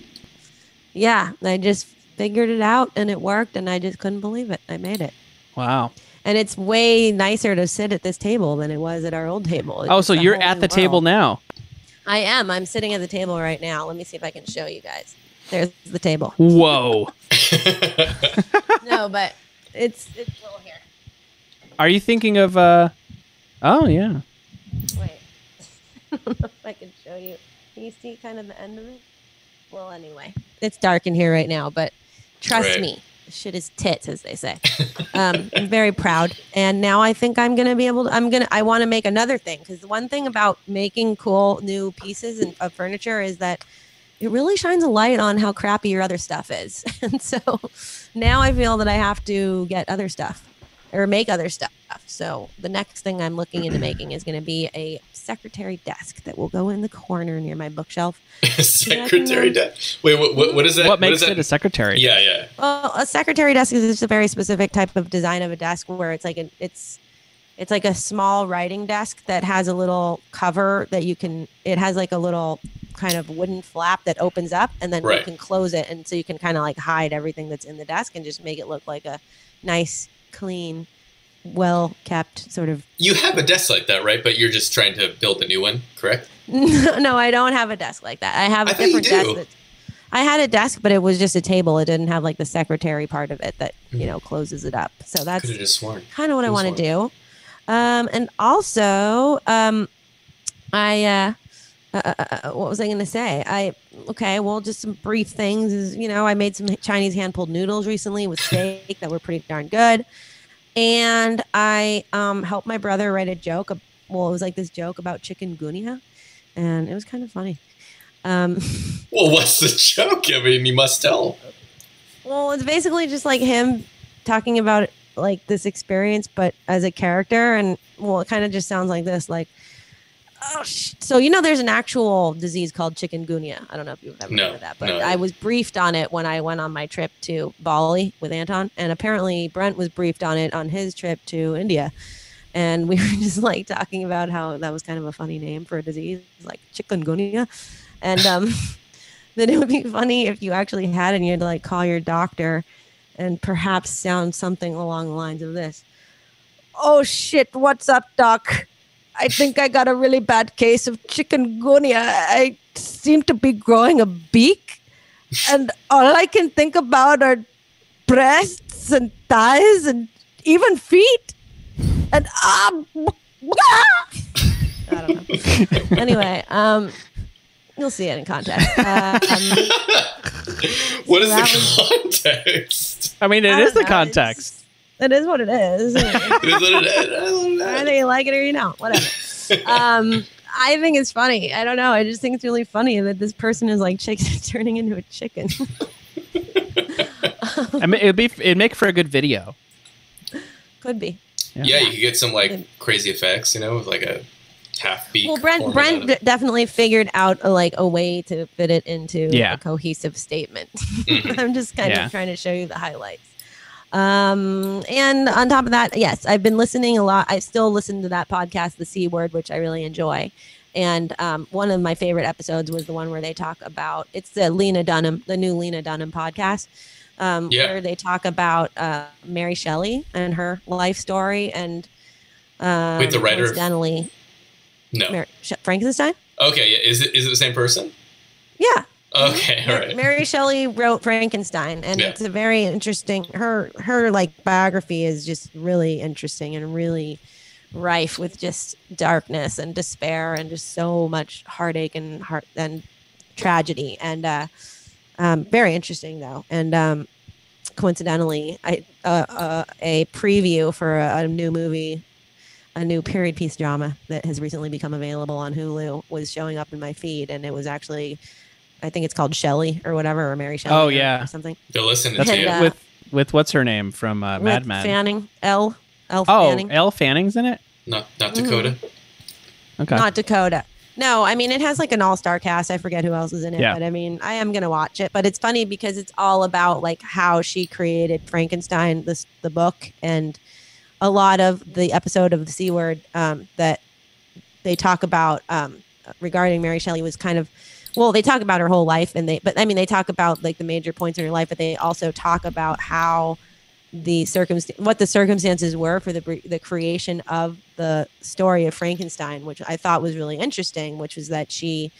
Speaker 2: Yeah, I just figured it out and it worked, and I just couldn't believe it. I made it,
Speaker 3: Wow.
Speaker 2: and it's way nicer to sit at this table than it was at our old table. It's
Speaker 3: Oh,
Speaker 2: just
Speaker 3: so
Speaker 2: a
Speaker 3: you're
Speaker 2: whole
Speaker 3: at
Speaker 2: new
Speaker 3: the table
Speaker 2: world.
Speaker 3: now.
Speaker 2: I am. I'm sitting at the table right now. Let me see if I can show you guys. There's the table.
Speaker 3: Whoa.
Speaker 2: no, but it's it's little here.
Speaker 3: Are you thinking of uh? Oh yeah.
Speaker 2: Wait. I don't know if I can show you. Can you see kind of the end of it? Well, anyway, it's dark in here right now, but trust
Speaker 1: Right.
Speaker 2: me, shit is tits, as they say. um, I'm very proud, and now I think I'm gonna be able to. I'm gonna. I want to make another thing because the one thing about making cool new pieces and of furniture is that it really shines a light on how crappy your other stuff is, and so now I feel that I have to get other stuff or make other stuff. So the next thing I'm looking into making is going to be a secretary desk that will go in the corner near my bookshelf.
Speaker 1: Secretary Deck. Wait, what, what, what is that?
Speaker 3: what makes
Speaker 1: is that?
Speaker 3: it a secretary?
Speaker 1: Yeah, yeah.
Speaker 2: Well, a secretary desk is just a very specific type of design of a desk where it's like an it's it's like a small writing desk that has a little cover that you can it has like a little kind of wooden flap that opens up and then you
Speaker 1: Right.
Speaker 2: can close it and so you can kind of like hide everything that's in the desk and just make it look like a nice clean well kept sort of
Speaker 1: You have a desk like that, right? But you're just trying to build a new one, correct?
Speaker 2: No, no, I don't have a desk like that. I have a
Speaker 1: I thought you
Speaker 2: different desk.
Speaker 1: do.
Speaker 2: That, I had a desk, but it was just a table. It didn't have like the secretary part of it that
Speaker 1: Mm-hmm.
Speaker 2: you know closes it up. So that's
Speaker 1: Could have just sworn.
Speaker 2: kind of what I
Speaker 1: Could've
Speaker 2: want to
Speaker 1: sworn.
Speaker 2: do. Um, and also, um, I uh, uh, uh, uh, what was I going to say? I okay, well, just some brief things. Is you know, I made some Chinese hand pulled noodles recently with steak that were pretty darn good, and I um, helped my brother write a joke. ab- Well, it was like this joke about chicken gunya, and it was kind of funny. Um,
Speaker 1: Well, what's the joke? I mean, you must tell.
Speaker 2: Well, it's basically just like him talking about like this experience, but as a character, and well, it kind of just sounds like this, like. Oh, sh-. so you know, there's an actual disease called chikungunya. I don't know if you've ever
Speaker 1: No,
Speaker 2: heard of that, but
Speaker 1: no.
Speaker 2: I was briefed on it when I went on my trip to Bali with Anton, and apparently Brent was briefed on it on his trip to India, and we were just like talking about how that was kind of a funny name for a disease, like chikungunya, and um. then it would be funny if you actually had it and you had to like call your doctor and perhaps sound something along the lines of this Oh shit, what's up, doc? I think I got a really bad case of chikungunya. I seem to be growing a beak, and all I can think about are breasts and thighs and even feet. And um, I don't know. anyway, um, you'll see it in context. Uh, um,
Speaker 1: What is
Speaker 2: That
Speaker 1: the context?
Speaker 3: I mean,
Speaker 2: I
Speaker 3: it
Speaker 2: don't
Speaker 3: is the
Speaker 2: know,
Speaker 3: context.
Speaker 2: it's- It is what it is. Whether
Speaker 1: It is what it is. I don't know.
Speaker 2: you like it or you don't, whatever. Um, I think it's funny. I don't know. I just think it's really funny that this person is like chick- turning into a chicken.
Speaker 3: I mean, it'd be it'd make for a good video.
Speaker 2: Could be.
Speaker 1: yeah, you could get some like crazy effects, you know, with like a half beat.
Speaker 2: Well, Brent Brent d- definitely figured out a, like a way to fit it into
Speaker 3: Yeah.
Speaker 2: a cohesive statement.
Speaker 1: Mm-hmm.
Speaker 2: I'm just kind
Speaker 3: Yeah.
Speaker 2: of trying to show you the highlights. Um, and on top of that, yes, I've been listening a lot. I still listen to that podcast, The C Word, which I really enjoy. And um, one of my favorite episodes was the one where they talk about it's the Lena Dunham, the new Lena Dunham podcast, um,
Speaker 1: Yeah.
Speaker 2: where they talk about uh, Mary Shelley and her life story and um,
Speaker 1: Wait, the writer of-
Speaker 2: incidentally,
Speaker 1: No.
Speaker 2: Mar- Sh- Frankenstein.
Speaker 1: Okay. Yeah. Is it is it the same person?
Speaker 2: Mm-hmm. Yeah,
Speaker 1: Okay. All
Speaker 2: Mar-
Speaker 1: right.
Speaker 2: Mary Shelley wrote Frankenstein, and
Speaker 1: Yeah.
Speaker 2: it's a very interesting. Her her like biography is just really interesting and really rife with just darkness and despair and just so much heartache and heart and tragedy and uh, um, very interesting though. And um, coincidentally, I uh, uh, a preview for a, a new movie. A new period piece drama that has recently become available on Hulu was showing up in my feed, and it was actually I think it's called Shelley or whatever, or Mary Shelley.
Speaker 3: Oh,
Speaker 2: or-
Speaker 3: yeah.
Speaker 2: or something.
Speaker 1: They're listening
Speaker 3: That's
Speaker 1: to
Speaker 2: And,
Speaker 1: you.
Speaker 2: uh,
Speaker 3: with with what's her name from uh, Mad
Speaker 2: With
Speaker 3: Men.
Speaker 2: Fanning, L, L
Speaker 3: oh,
Speaker 2: Fanning,
Speaker 3: Elle Fanning's in it.
Speaker 1: Not not Dakota.
Speaker 2: Mm-hmm.
Speaker 3: Okay.
Speaker 2: not Dakota. No, I mean it has like an all-star cast. I forget who else is in it,
Speaker 3: Yeah.
Speaker 2: but I mean I am gonna watch it. But it's funny because it's all about like how she created Frankenstein, this the book, and a lot of the episode of the C word um, that they talk about um, regarding Mary Shelley was kind of well, they talk about her whole life, and they but I mean they talk about like the major points in her life, but they also talk about how the circumst what the circumstances were for the br- the creation of the story of Frankenstein, which I thought was really interesting, which was that she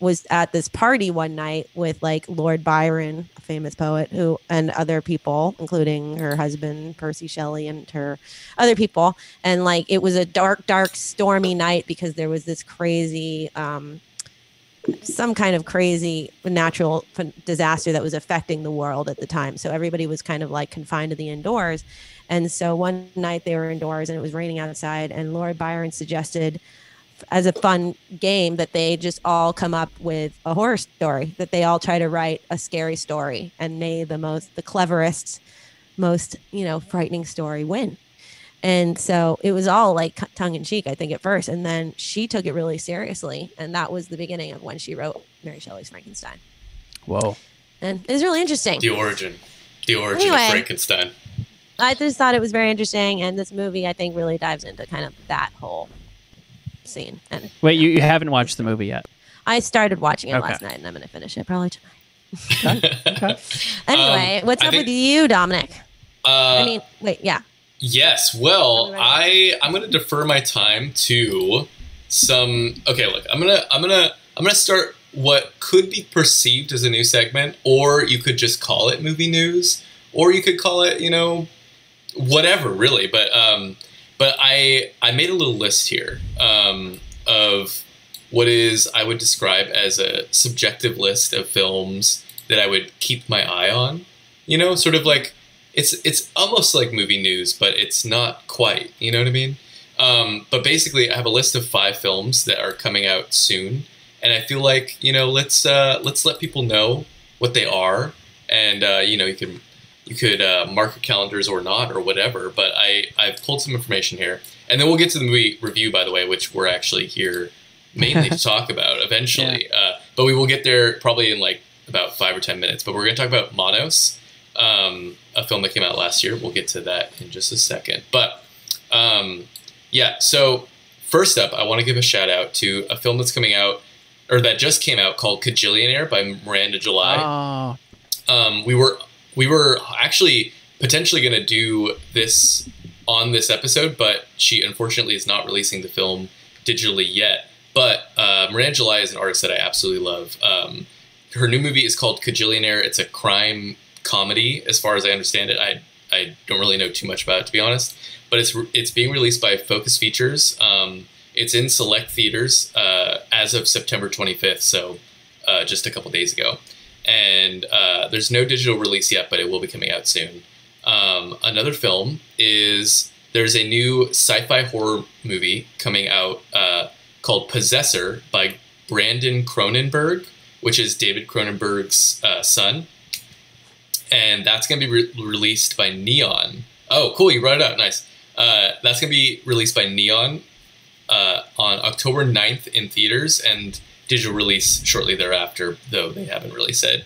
Speaker 2: was at this party one night with like Lord Byron, a famous poet, who and other people, including her husband Percy Shelley and her other people, and like it was a dark, dark, stormy night because there was this crazy. Um, some kind of crazy natural phen- disaster that was affecting the world at the time. So everybody was kind of like confined to the indoors. And so one night they were indoors and it was raining outside. And Lord Byron suggested, f- as a fun game, that they just all come up with a horror story, that they all try to write a scary story and may the most, the cleverest, most, you know, frightening story win. And so it was all like cu- tongue in cheek, I think, at first. And then she took it really seriously. And that was the beginning of when she wrote Mary Shelley's Frankenstein.
Speaker 3: Whoa.
Speaker 2: And it's really interesting.
Speaker 1: The origin. The origin
Speaker 2: Anyway.
Speaker 1: of Frankenstein.
Speaker 2: I just thought it was very interesting. And this movie, I think, really dives into kind of that whole scene. And
Speaker 3: Wait, you, you haven't watched the movie yet.
Speaker 2: I started watching it
Speaker 3: Okay.
Speaker 2: last night and I'm going to finish it probably tonight.
Speaker 3: Okay.
Speaker 2: Anyway,
Speaker 1: Um,
Speaker 2: what's
Speaker 1: I
Speaker 2: up
Speaker 1: think-
Speaker 2: with you, Dominic?
Speaker 1: Uh,
Speaker 2: I mean, wait, yeah.
Speaker 1: Yes.
Speaker 2: Tell
Speaker 1: Well,
Speaker 2: me about
Speaker 1: I I'm gonna defer my time to some. Okay, look, I'm gonna I'm gonna I'm gonna start what could be perceived as a new segment, or you could just call it movie news, or you could call it you know whatever really. But um, but I I made a little list here um of what is I would describe as a subjective list of films that I would keep my eye on. You know, sort of like it's it's almost like movie news, but it's not quite. You know what I mean? Um, but basically, I have a list of five films that are coming out soon, and I feel like you know let's uh, let's let people know what they are, and uh, you know you can you could uh, mark your calendars or not or whatever. But I I've pulled some information here, and then we'll get to the movie review by the way, which we're actually here mainly to talk about eventually. Uh, but we will get there probably in like about five or ten minutes. But we're gonna talk about Monos um, a film that came out last year. We'll get to that in just a second. But um, yeah, so first up, I want to give a shout out to a film that's coming out or that just came out called Cajillionaire by Miranda July
Speaker 3: Oh,
Speaker 1: um, we were we were actually potentially going to do this on this episode, but she unfortunately is not releasing the film digitally yet. But uh, Miranda July is an artist that I absolutely love. Um, her new movie is called Cajillionaire. It's a crime comedy, as far as I understand it. I I don't really know too much about it to be honest, but it's re- it's being released by Focus Features. Um, it's in select theaters uh, as of September 25th, so uh, just a couple days ago and uh, there's no digital release yet, but it will be coming out soon. Um, another film is there's a new sci-fi horror movie coming out uh, called Possessor by Brandon Cronenberg, which is David Cronenberg's uh, son, and that's going to be re- released by Neon. Oh, cool! You brought it up. Nice. Uh, that's going to be released by Neon uh, on October 9th in theaters and digital release shortly thereafter, though they haven't really said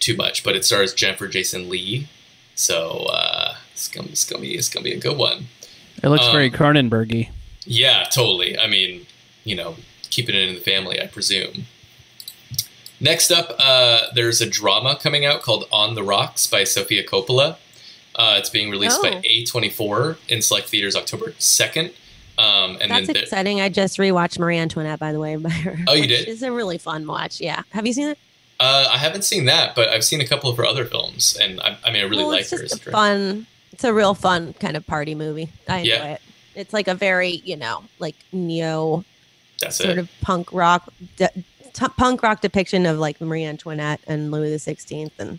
Speaker 1: too much. But it stars Jennifer Jason Lee, so uh, it's, gonna, it's, gonna be, it's gonna be a good one.
Speaker 3: it looks very
Speaker 1: Um,
Speaker 3: Cronenbergy.
Speaker 1: Yeah, totally. I mean, you know, keeping it in the family, I presume. Next up, uh, there's a drama coming out called On the Rocks by Sofia Coppola. Uh, it's being released by
Speaker 2: Oh.
Speaker 1: A24 in select theaters October 2nd. Um, and
Speaker 2: That's
Speaker 1: then there-
Speaker 2: exciting. I just rewatched Marie Antoinette, by the way. by her,
Speaker 1: Oh, you
Speaker 2: which
Speaker 1: did?
Speaker 2: It's a really fun watch. Yeah. Have you seen it?
Speaker 1: uh, I haven't seen that, but I've seen a couple of her other films, and I, I mean, I really
Speaker 2: well,
Speaker 1: like
Speaker 2: it's
Speaker 1: her.
Speaker 2: just
Speaker 1: as a director.
Speaker 2: a fun. It's a real fun kind of party movie. I enjoy
Speaker 1: Yeah.
Speaker 2: it. It's like a very, you know, like neo
Speaker 1: That's
Speaker 2: sort
Speaker 1: it.
Speaker 2: of punk rock, de- t- punk rock depiction of like Marie Antoinette and Louis the Sixteenth, and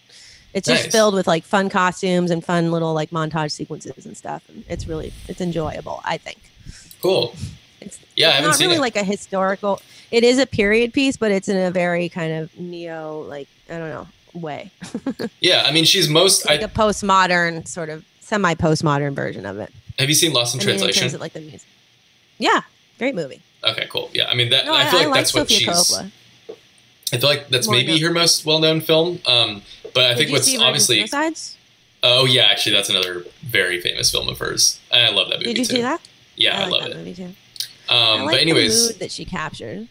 Speaker 2: it's just
Speaker 1: Nice.
Speaker 2: filled with like fun costumes and fun little like montage sequences and stuff. And it's really it's enjoyable. I think.
Speaker 1: cool.
Speaker 2: It's
Speaker 1: Yeah, I
Speaker 2: it's
Speaker 1: haven't
Speaker 2: not
Speaker 1: seen
Speaker 2: really
Speaker 1: it.
Speaker 2: like a historical. It is a period piece, but it's in a very kind of neo, like I don't know, way.
Speaker 1: Yeah, I mean, she's most.
Speaker 2: It's like
Speaker 1: I,
Speaker 2: a postmodern sort of semi postmodern version of it.
Speaker 1: have you seen Lost in
Speaker 2: I mean, in
Speaker 1: Translation?
Speaker 2: terms of like the music. Yeah, great movie.
Speaker 1: okay, cool. Yeah, I mean, that
Speaker 2: No, I,
Speaker 1: I feel
Speaker 2: I
Speaker 1: like
Speaker 2: like
Speaker 1: that's what
Speaker 2: Sofia
Speaker 1: she's.
Speaker 2: Coppola.
Speaker 1: I feel like that's
Speaker 2: More
Speaker 1: maybe
Speaker 2: than-
Speaker 1: her most well-known film. Um, but I think
Speaker 2: Did you see
Speaker 1: what's
Speaker 2: Virgin
Speaker 1: obviously.
Speaker 2: Suicides?
Speaker 1: Oh yeah, actually, that's another very famous film of hers, and I love that movie
Speaker 2: Did you
Speaker 1: too.
Speaker 2: see that?
Speaker 1: Yeah, I,
Speaker 2: like
Speaker 1: love
Speaker 2: that
Speaker 1: it.
Speaker 2: movie too. I
Speaker 1: Um,
Speaker 2: like
Speaker 1: but anyways,
Speaker 2: the mood that she captured.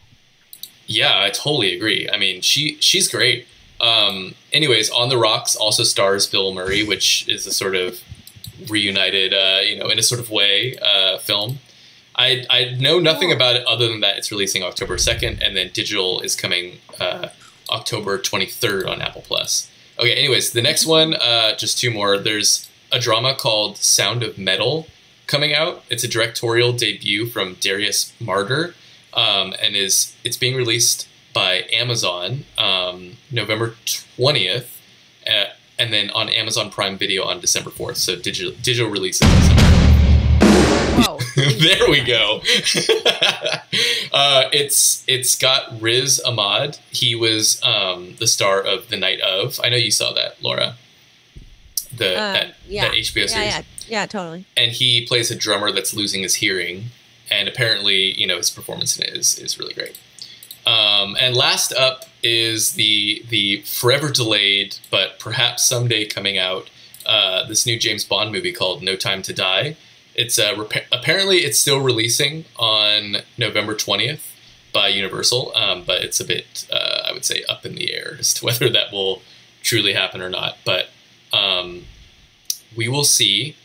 Speaker 1: Yeah, I totally agree. I mean, she she's great. Um, anyways, On the Rocks also stars Bill Murray, which is a sort of reunited, uh, you know, in a sort of way, uh, film. I I know nothing about it other than that it's releasing October second, and then digital is coming uh, October twenty third on Apple Plus. Okay. Anyways, the next one, uh, just two more. There's a drama called Sound of Metal coming out. It's a directorial debut from Darius Martyr um, and is it's being released by Amazon um, November twentieth, uh, and then on Amazon Prime Video on December fourth. So digital digital releases. on December.
Speaker 2: Whoa.
Speaker 1: there we go. uh, it's it's got Riz Ahmad. He was um, the star of The Night of. I know you saw that, Laura. The
Speaker 2: Uh,
Speaker 1: that,
Speaker 2: yeah.
Speaker 1: that HBO series
Speaker 2: yeah, yeah, yeah, totally.
Speaker 1: and he plays a drummer that's losing his hearing and apparently you know his performance in it is is really great um, and last up is the the forever delayed but perhaps someday coming out uh, this new James Bond movie called No Time to Die it's uh, repa- apparently it's still releasing on November 20th by Universal um, but it's a bit uh, I would say up in the air as to whether that will truly happen or not but um, we will see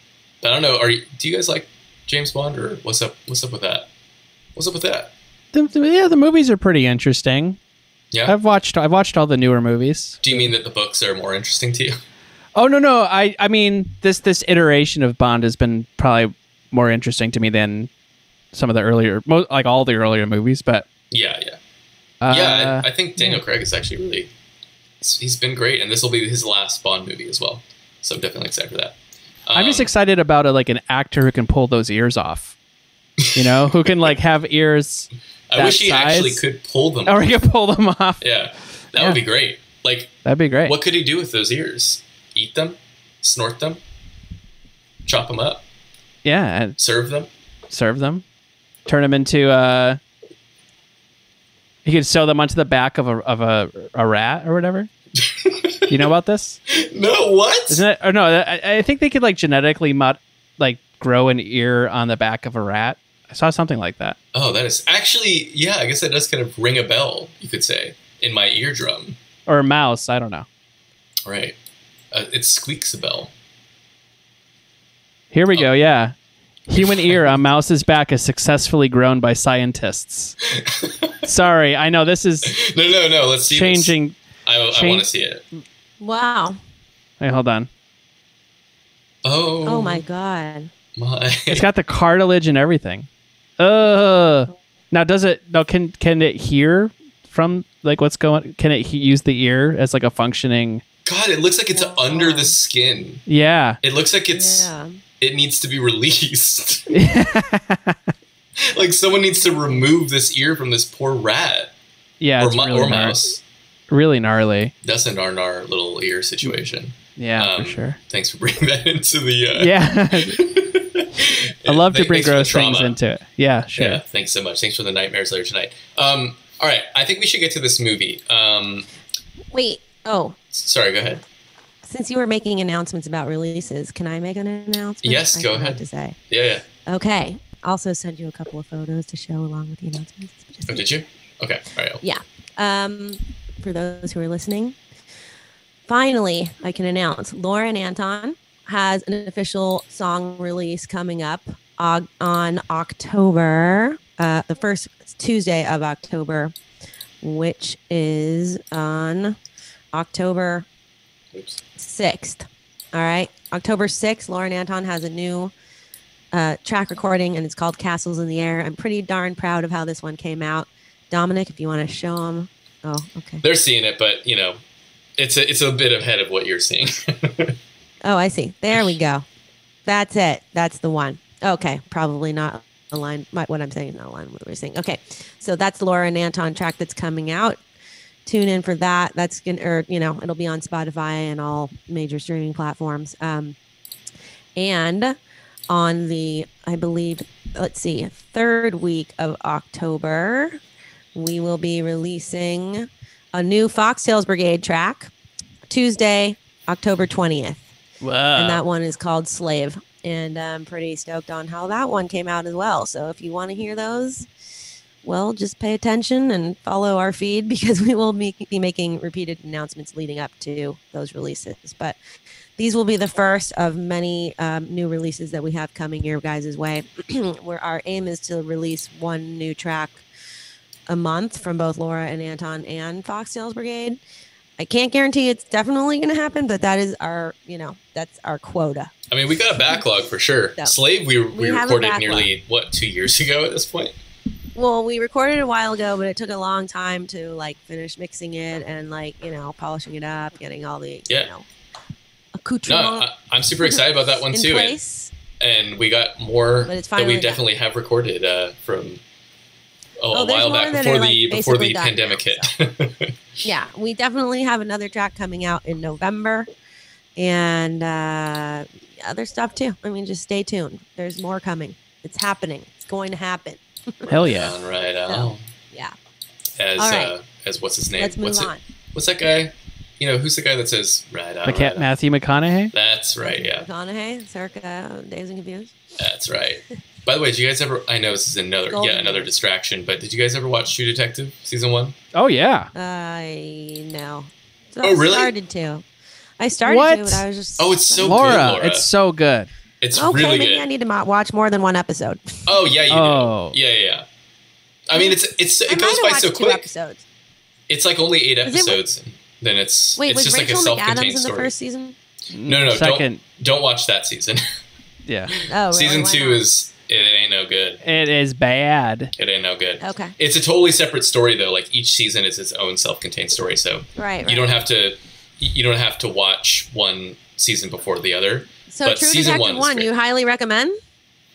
Speaker 1: but I don't know. Are you, do you guys like James Bond or what's up? What's up with that? What's up with that?
Speaker 3: The, the- yeah, the movies are pretty interesting.
Speaker 1: Yeah.
Speaker 3: I've watched I've watched all the newer movies.
Speaker 1: Do you mean that the books are more interesting to you?
Speaker 3: Oh no no I I mean this this iteration of Bond has been probably more interesting to me than some of the earlier mo- like all the earlier movies. But
Speaker 1: Yeah, yeah,
Speaker 3: uh,
Speaker 1: yeah. I, I think Daniel Craig is actually really. he's- He's been great, and this will be his last Bond movie as well. So I'm definitely excited for that. Um,
Speaker 3: I'm just excited about a, like an actor who can pull those ears off. You know, who can like have ears
Speaker 1: I wish
Speaker 3: that
Speaker 1: he actually
Speaker 3: size.
Speaker 1: could pull them.
Speaker 3: or you can pull them off.
Speaker 1: Yeah, that
Speaker 3: Yeah.
Speaker 1: would be great. Like,
Speaker 3: That'd be great.
Speaker 1: what could he do with those ears? Eat them, snort them, chop them up,
Speaker 3: Yeah, and
Speaker 1: serve them.
Speaker 3: serve them, turn them into uh You could sew them onto the back of a of a, a rat or whatever. you know about this?
Speaker 1: No, what?
Speaker 3: Isn't it? Or no, I, I think they could like genetically mod, like grow an ear on the back of a rat. I saw something like that.
Speaker 1: Oh, that is actually yeah. I guess that does kind of ring a bell, you could say, in my eardrum.
Speaker 3: Or a mouse. I don't know.
Speaker 1: Right. Uh, it squeaks a bell.
Speaker 3: Here
Speaker 1: Oh.
Speaker 3: we go. Yeah. Human ear on mouse's back is successfully grown by scientists. Sorry, I know this is
Speaker 1: No, no, no. Let's see. this.
Speaker 3: changing.
Speaker 1: I, I want
Speaker 3: change-
Speaker 1: to see it.
Speaker 2: Wow.
Speaker 3: Wait, hold on.
Speaker 1: Oh.
Speaker 2: Oh my god.
Speaker 1: My.
Speaker 3: It's got the cartilage and everything. Uh now does it now can can it hear from like what's going can it he- use the ear as like a functioning
Speaker 1: God, it looks like it's
Speaker 2: Wow.
Speaker 1: under the skin.
Speaker 3: yeah
Speaker 1: It looks like it's.
Speaker 2: yeah.
Speaker 1: It needs to be released. like someone needs to remove this ear from this poor rat
Speaker 3: yeah
Speaker 1: or,
Speaker 3: it's
Speaker 1: mu-
Speaker 3: really,
Speaker 1: or
Speaker 3: gnar-
Speaker 1: mouse.
Speaker 3: really gnarly
Speaker 1: That's an Arnar little ear situation.
Speaker 3: yeah
Speaker 1: Um,
Speaker 3: for sure
Speaker 1: Thanks for bringing that into the. Uh,
Speaker 3: yeah I love to
Speaker 1: Thank-
Speaker 3: bring
Speaker 1: thanks for the
Speaker 3: gross things
Speaker 1: trauma.
Speaker 3: into it yeah sure
Speaker 1: Yeah, thanks so much. Thanks for the nightmares later tonight. Um, all right, I think we should get to this movie. Um,
Speaker 2: Wait. Oh,
Speaker 1: s- sorry, go ahead.
Speaker 2: since you were making announcements about releases, can I make an announcement?
Speaker 1: Yes,
Speaker 2: I
Speaker 1: go
Speaker 2: forgot
Speaker 1: ahead.
Speaker 2: To say.
Speaker 1: Yeah, yeah.
Speaker 2: Okay. also send you a couple of photos to show along with the announcements. Just-
Speaker 1: Oh, did you? Okay. All right.
Speaker 2: Yeah. Um, for those who are listening, finally, I can announce Lauren Anton has an official song release coming up og- on October, uh, the first Tuesday of October, which is on October
Speaker 1: Oops.
Speaker 2: 6th. All right. October 6th, Lauren Anton has a new uh, track recording and it's called Castles in the Air. I'm pretty darn proud of how this one came out. Dominic, if you want to show them. Oh, okay.
Speaker 1: They're seeing it, but you know, it's a it's a bit ahead of what you're seeing.
Speaker 2: Oh, I see. There we go. That's it. That's the one. Okay. Probably not aligned. My, what I'm saying is not aligned with what we're saying. Okay. So that's Laura and Anton track that's coming out. Tune in for that. That's going to, or, you know, it'll be on Spotify and all major streaming platforms. Um, and on the, I believe, let's see, third week of October, we will be releasing a new Foxtails Brigade track Tuesday, October 20th
Speaker 3: Whoa.
Speaker 2: and that one is called Slave. And I'm pretty stoked on how that one came out as well. So if you want to hear those, well, just pay attention and follow our feed because we will be, be making repeated announcements leading up to those releases. But these will be the first of many um, new releases that we have coming your guys' way. Where our aim is to release one new track a month from both Laura and Anton and Foxtails Brigade. I can't guarantee it's definitely going to happen, but that is our, you know, that's our quota.
Speaker 1: I mean, we got a backlog for sure.
Speaker 2: No.
Speaker 1: Slave, we we,
Speaker 2: We have a
Speaker 1: recorded
Speaker 2: backlog.
Speaker 1: nearly what two years ago at this point.
Speaker 2: Well, we recorded a while ago, but it took a long time to like finish mixing it and like, you know, polishing it up, getting all the,
Speaker 1: Yeah.
Speaker 2: you know,
Speaker 1: No,
Speaker 2: accoutrement
Speaker 1: I, I'm super excited about that one
Speaker 2: in
Speaker 1: too, and,
Speaker 2: place.
Speaker 1: and we got more
Speaker 2: But it's
Speaker 1: that we
Speaker 2: finally
Speaker 1: definitely have recorded uh, from oh,
Speaker 2: Oh,
Speaker 1: a
Speaker 2: there's
Speaker 1: while
Speaker 2: more
Speaker 1: back
Speaker 2: that
Speaker 1: before
Speaker 2: are,
Speaker 1: the
Speaker 2: like,
Speaker 1: before
Speaker 2: basically
Speaker 1: the
Speaker 2: done
Speaker 1: pandemic
Speaker 2: now,
Speaker 1: hit.
Speaker 2: Yeah, we definitely have another track coming out in November and uh, other stuff too. I mean, just stay tuned. There's more coming. It's happening. It's going to happen.
Speaker 3: Hell yeah.
Speaker 1: Down right on.
Speaker 2: Yeah.
Speaker 1: As
Speaker 2: All right.
Speaker 1: uh, as what's his name?
Speaker 2: Let's move
Speaker 1: what's it-
Speaker 2: on.
Speaker 1: what's that guy? You know, who's the guy that says right on?
Speaker 3: The cat
Speaker 1: right on"?
Speaker 3: Matthew McConaughey.
Speaker 1: That's right. Yeah.
Speaker 2: McConaughey, circa Days and Confused.
Speaker 1: That's right. By the way, did you guys ever? I know this is another
Speaker 2: Golden
Speaker 1: yeah another
Speaker 2: Boy.
Speaker 1: distraction, but did you guys ever watch True Detective season one?
Speaker 3: Oh yeah.
Speaker 2: I no. So
Speaker 1: Oh, really?
Speaker 2: I started to. I started to,
Speaker 3: What?
Speaker 2: but I was just.
Speaker 1: Oh, it's so
Speaker 3: Laura,
Speaker 1: good, Laura.
Speaker 3: it's so good.
Speaker 1: It's
Speaker 2: okay.
Speaker 1: really
Speaker 2: maybe I
Speaker 1: good.
Speaker 2: need to mo- watch more than one episode.
Speaker 1: Oh yeah, you
Speaker 3: Oh.
Speaker 1: do. Yeah, yeah, yeah. I mean, it's it's
Speaker 2: I
Speaker 1: it
Speaker 2: might
Speaker 1: goes
Speaker 2: have
Speaker 1: by
Speaker 2: watched
Speaker 1: so
Speaker 2: two
Speaker 1: quick.
Speaker 2: episodes.
Speaker 1: It's like only eight
Speaker 2: it with-
Speaker 1: episodes. then it's
Speaker 2: Wait,
Speaker 1: it's
Speaker 2: was
Speaker 1: just
Speaker 2: Rachel
Speaker 1: like a
Speaker 2: McAdams in
Speaker 1: self-contained
Speaker 2: the
Speaker 1: story.
Speaker 2: first season?
Speaker 1: No, no, don't-
Speaker 3: Second.
Speaker 1: Don't watch that season.
Speaker 3: Yeah.
Speaker 2: Oh, really?
Speaker 1: season
Speaker 2: Why
Speaker 1: two
Speaker 2: not?
Speaker 1: is it ain't no good.
Speaker 3: It is bad.
Speaker 1: It ain't no good.
Speaker 2: okay.
Speaker 1: It's a totally separate story though. Like each season is its own self-contained story. So
Speaker 2: Right. right.
Speaker 1: you don't have to you don't have to watch one season before the other.
Speaker 2: so
Speaker 1: but
Speaker 2: True
Speaker 1: season
Speaker 2: Detective
Speaker 1: one
Speaker 2: one,
Speaker 1: is great.
Speaker 2: you highly recommend?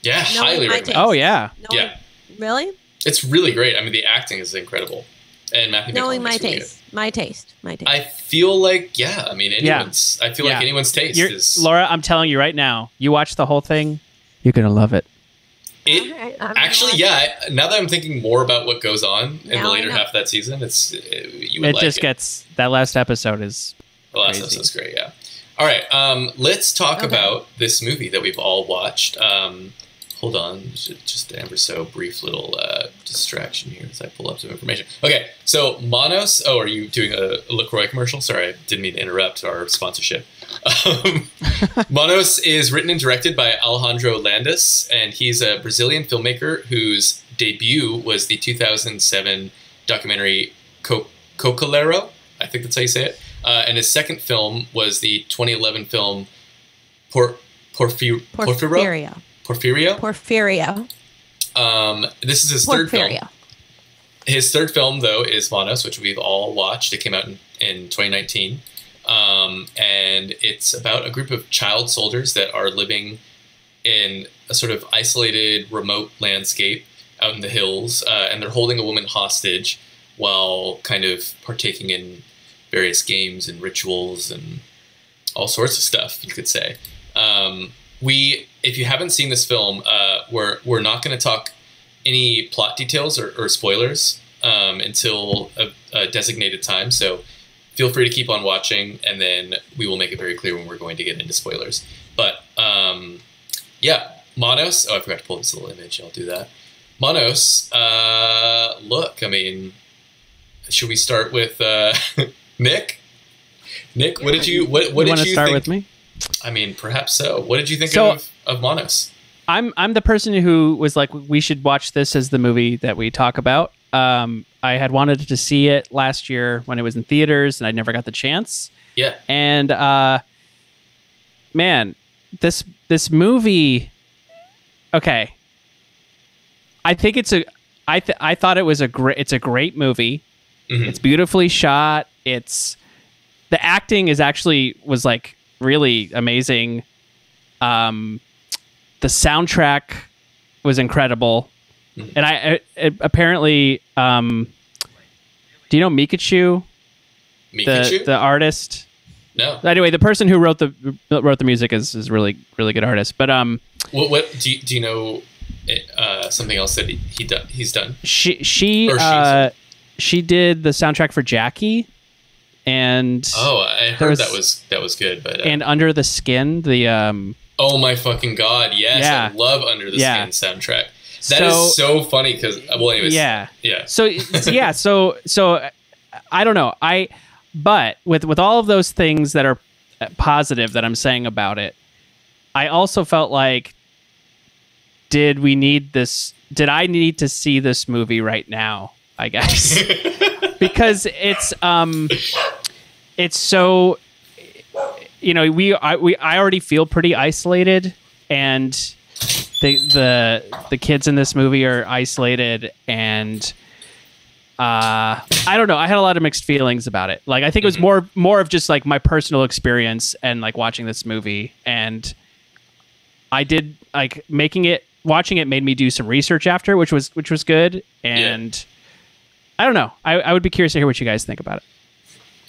Speaker 1: Yeah,
Speaker 2: No,
Speaker 1: highly
Speaker 2: my
Speaker 1: recommend.
Speaker 2: take.
Speaker 3: Oh yeah.
Speaker 2: Knowing,
Speaker 1: Yeah.
Speaker 2: Really?
Speaker 1: It's really great. I mean, the acting is incredible, and Matthew.
Speaker 2: Knowing
Speaker 1: McConaughey's
Speaker 2: my
Speaker 1: really
Speaker 2: taste. My taste. My
Speaker 1: good.
Speaker 2: taste.
Speaker 1: I feel like yeah. I mean,
Speaker 3: Yeah.
Speaker 1: anyone's. I feel
Speaker 3: Yeah.
Speaker 1: like anyone's taste
Speaker 3: You're,
Speaker 1: is.
Speaker 3: Laura, I'm telling you right now, you watch the whole thing, you're gonna love it.
Speaker 1: it,
Speaker 2: All right, I'm gonna
Speaker 1: actually,
Speaker 2: watch
Speaker 1: yeah. I- Now that I'm thinking more about what goes on in the
Speaker 2: Now I
Speaker 1: later
Speaker 2: know.
Speaker 1: half of that season, it's uh, you would
Speaker 3: It
Speaker 1: like
Speaker 3: just
Speaker 1: it.
Speaker 3: gets that last episode is
Speaker 1: The last
Speaker 3: crazy.
Speaker 1: episode's great. Yeah. All right. Um, let's talk
Speaker 2: Okay.
Speaker 1: about this movie that we've all watched. Um, hold on, j- just an ever so brief little uh, distraction here as I pull up some information. Okay, so Monos. Oh, are you doing a Lacroix commercial? Sorry, I didn't mean to interrupt our sponsorship. Um, Monos is written and directed by Alejandro Landis, and he's a Brazilian filmmaker whose debut was the 2007 documentary Co- Cocolero. I think that's how you say it. Uh, and his second film was the 2011 film Por- Porfir- Porfiro.
Speaker 2: Porfirio.
Speaker 1: Porfirio.
Speaker 2: Porfirio.
Speaker 1: Um, this is his third film.
Speaker 2: Porfirio.
Speaker 1: His third film, though, is Monos, which we've all watched. It came out in, in 2019. Um, and it's about a group of child soldiers that are living in a sort of isolated, remote landscape out in the hills. Uh, and they're holding a woman hostage while kind of partaking in various games and rituals and all sorts of stuff, you could say. Um, we, if you haven't seen this film, uh, we're, we're not going to talk any plot details or, or spoilers um, until a, a designated time. So feel free to keep on watching, and then we will make it very clear when we're going to get into spoilers. But um, yeah, Monos. Oh, I forgot to pull this little image. I'll do that. Monos. Uh, look, I mean, should we start with uh, Nick? Nick, what did you what what did
Speaker 3: you want to
Speaker 1: you
Speaker 3: start
Speaker 1: think?
Speaker 3: with me?
Speaker 1: I mean, perhaps so. What did you think
Speaker 3: So-
Speaker 1: of of Monos?
Speaker 3: I'm I'm the person who was like, we should watch this as the movie that we talk about. Um, I had wanted to see it last year when it was in theaters, and I never got the chance.
Speaker 1: Yeah,
Speaker 3: And uh, man, this this movie. Okay, I think it's a. I th- I thought it was a great. It's a great movie.
Speaker 1: Mhm.
Speaker 3: It's beautifully shot. It's the acting is actually was like really amazing. Um, the soundtrack was incredible, and I I- it, apparently. Um, do you know Mikachu, the
Speaker 1: Mikachu.
Speaker 3: the artist?
Speaker 1: no.
Speaker 3: Anyway, the person who wrote the wrote the music is is really really good artist. But um,
Speaker 1: What what do you, do you know? Uh, something else that he, he done, he's done.
Speaker 3: she she
Speaker 1: Or she's-
Speaker 3: uh, she did the soundtrack for Jackie, and
Speaker 1: Oh, I
Speaker 3: There
Speaker 1: heard
Speaker 3: was-
Speaker 1: that was that was good, but uh,
Speaker 3: and Under the Skin. The um,
Speaker 1: oh my fucking god, yes,
Speaker 3: Yeah.
Speaker 1: I love Under the
Speaker 3: Yeah.
Speaker 1: Skin soundtrack. That
Speaker 3: so,
Speaker 1: is so, funny because well, anyways,
Speaker 3: yeah.
Speaker 1: yeah,
Speaker 3: So it's- yeah, so so uh, I don't know. I but with with all of those things that are uh, positive that I'm saying about it, I also felt like did we need this did I need to see this movie right now? I guess. because it's um it's so you know, we I we I already feel pretty isolated and the the the kids in this movie are isolated and uh I don't know. I had a lot of mixed feelings about it. Like I think it was more more of just like my personal experience and like watching this movie and I did like making it watching it made me do some research after which was which was good and I don't know. I, I would be curious to hear what you guys think about it.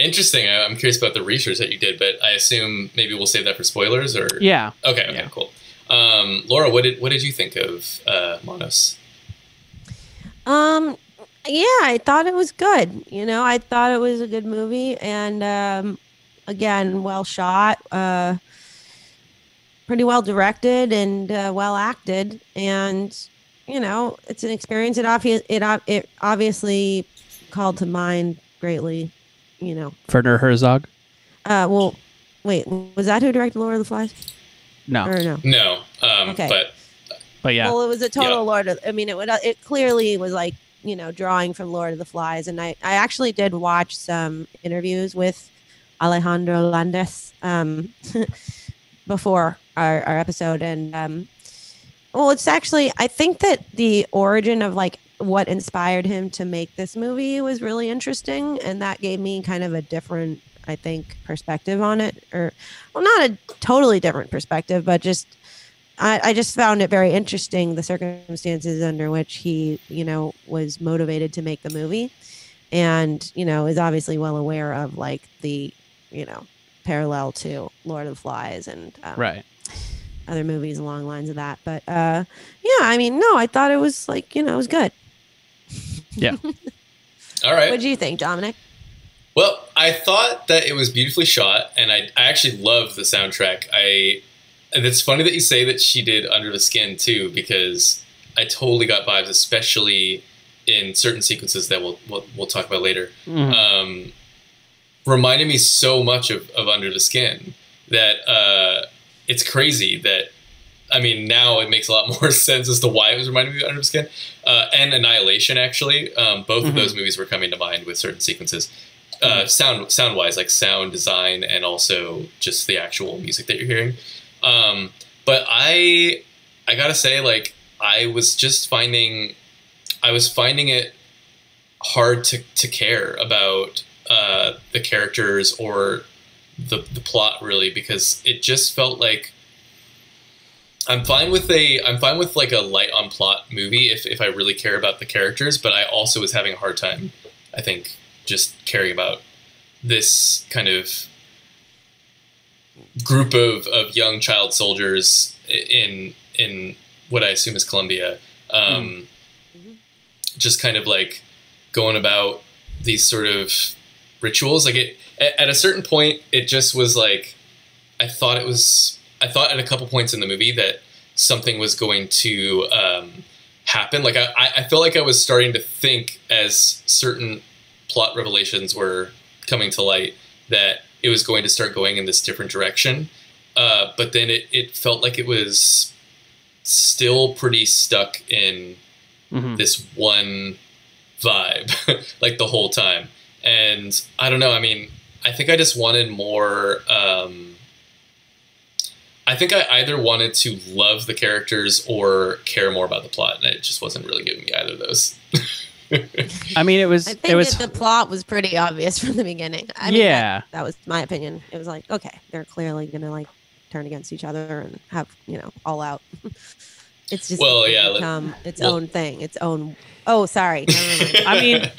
Speaker 1: interesting. I, I'm curious about the research that you did, but I assume maybe we'll save that for spoilers or
Speaker 3: Yeah.
Speaker 1: Okay, okay,
Speaker 3: Yeah.
Speaker 1: cool. Um, Laura, what did what did you think of uh, Monos?
Speaker 2: Um, yeah, I thought it was good. You know, I thought it was a good movie, and um, again, well shot, uh, pretty well directed, and uh, well acted. And you know, it's an experience. It obvious it ob- it obviously called to mind greatly. You know,
Speaker 3: Werner Herzog?
Speaker 2: uh, well, wait, was that who directed Lord of the Flies?
Speaker 3: No.
Speaker 2: Or no?
Speaker 1: No, um,
Speaker 2: Okay.
Speaker 1: but
Speaker 3: But yeah.
Speaker 2: Well, it was a total
Speaker 1: Yeah.
Speaker 2: Lord of. I mean, it would. It clearly was like you know drawing from Lord of the Flies, and I I actually did watch some interviews with Alejandro Landes um, before our, our episode, and um, well, it's actually I think that the origin of like what inspired him to make this movie was really interesting, and that gave me kind of a different. I think perspective on it, or well, not a totally different perspective, but just I, I just found it very interesting the circumstances under which he, you know, was motivated to make the movie, and you know is obviously well aware of like the, you know, parallel to Lord of the Flies and um,
Speaker 3: Right.
Speaker 2: other movies along lines of that. But uh, yeah, I mean, no, I thought it was like you know it was good.
Speaker 1: all right.
Speaker 2: What do you think, Dominic?
Speaker 1: Well, I thought that it was beautifully shot, and I, I actually love the soundtrack. I and it's funny that you say that she did Under the Skin too, because I totally got vibes, especially in certain sequences that we'll we'll, we'll talk about later.
Speaker 3: Mhm.
Speaker 1: Um, reminded me so much of, of Under the Skin that uh, it's crazy that I mean now it makes a lot more sense as to why it was reminding me of Under the Skin uh, and Annihilation. Actually, um, both of
Speaker 3: Mhm.
Speaker 1: those movies were coming to mind with certain sequences uh, sound sound wise, like sound design and also just the actual music that you're hearing. Um, but I I gotta say, like I was just finding I was finding it hard to to care about uh, the characters or the the plot really because it just felt like I'm fine with a I'm fine with like a light on plot movie if if I really care about the characters, but I also was having a hard time. I think just caring about this kind of group of, of young child soldiers i- in in what I assume is Colombia, um, just kind of like going about these sort of rituals. Like it a- at a certain point, it just was like I thought it was. I thought at a couple points in the movie that something was going to um, happen. Like I, I- I felt like I was starting to think as certain plot revelations were coming to light that it was going to start going in this different direction. Uh, but then it, it felt like it was still pretty stuck in
Speaker 3: Mhm.
Speaker 1: this one vibe like the whole time and i don't know i mean i think i just wanted more um i think i either wanted to love the characters or care more about the plot and it just wasn't really giving me either of those
Speaker 3: I mean, it was
Speaker 2: I
Speaker 3: it
Speaker 2: think
Speaker 3: was
Speaker 2: that the plot was pretty obvious from the beginning. I mean,
Speaker 3: yeah.
Speaker 2: that, that was my opinion. It was like, okay, they're clearly gonna like turn against each other and have you know all out. it's just
Speaker 1: Well, yeah, let-
Speaker 2: become its
Speaker 1: well-
Speaker 2: own thing, its own. Oh, sorry. Never mind.
Speaker 3: I mean,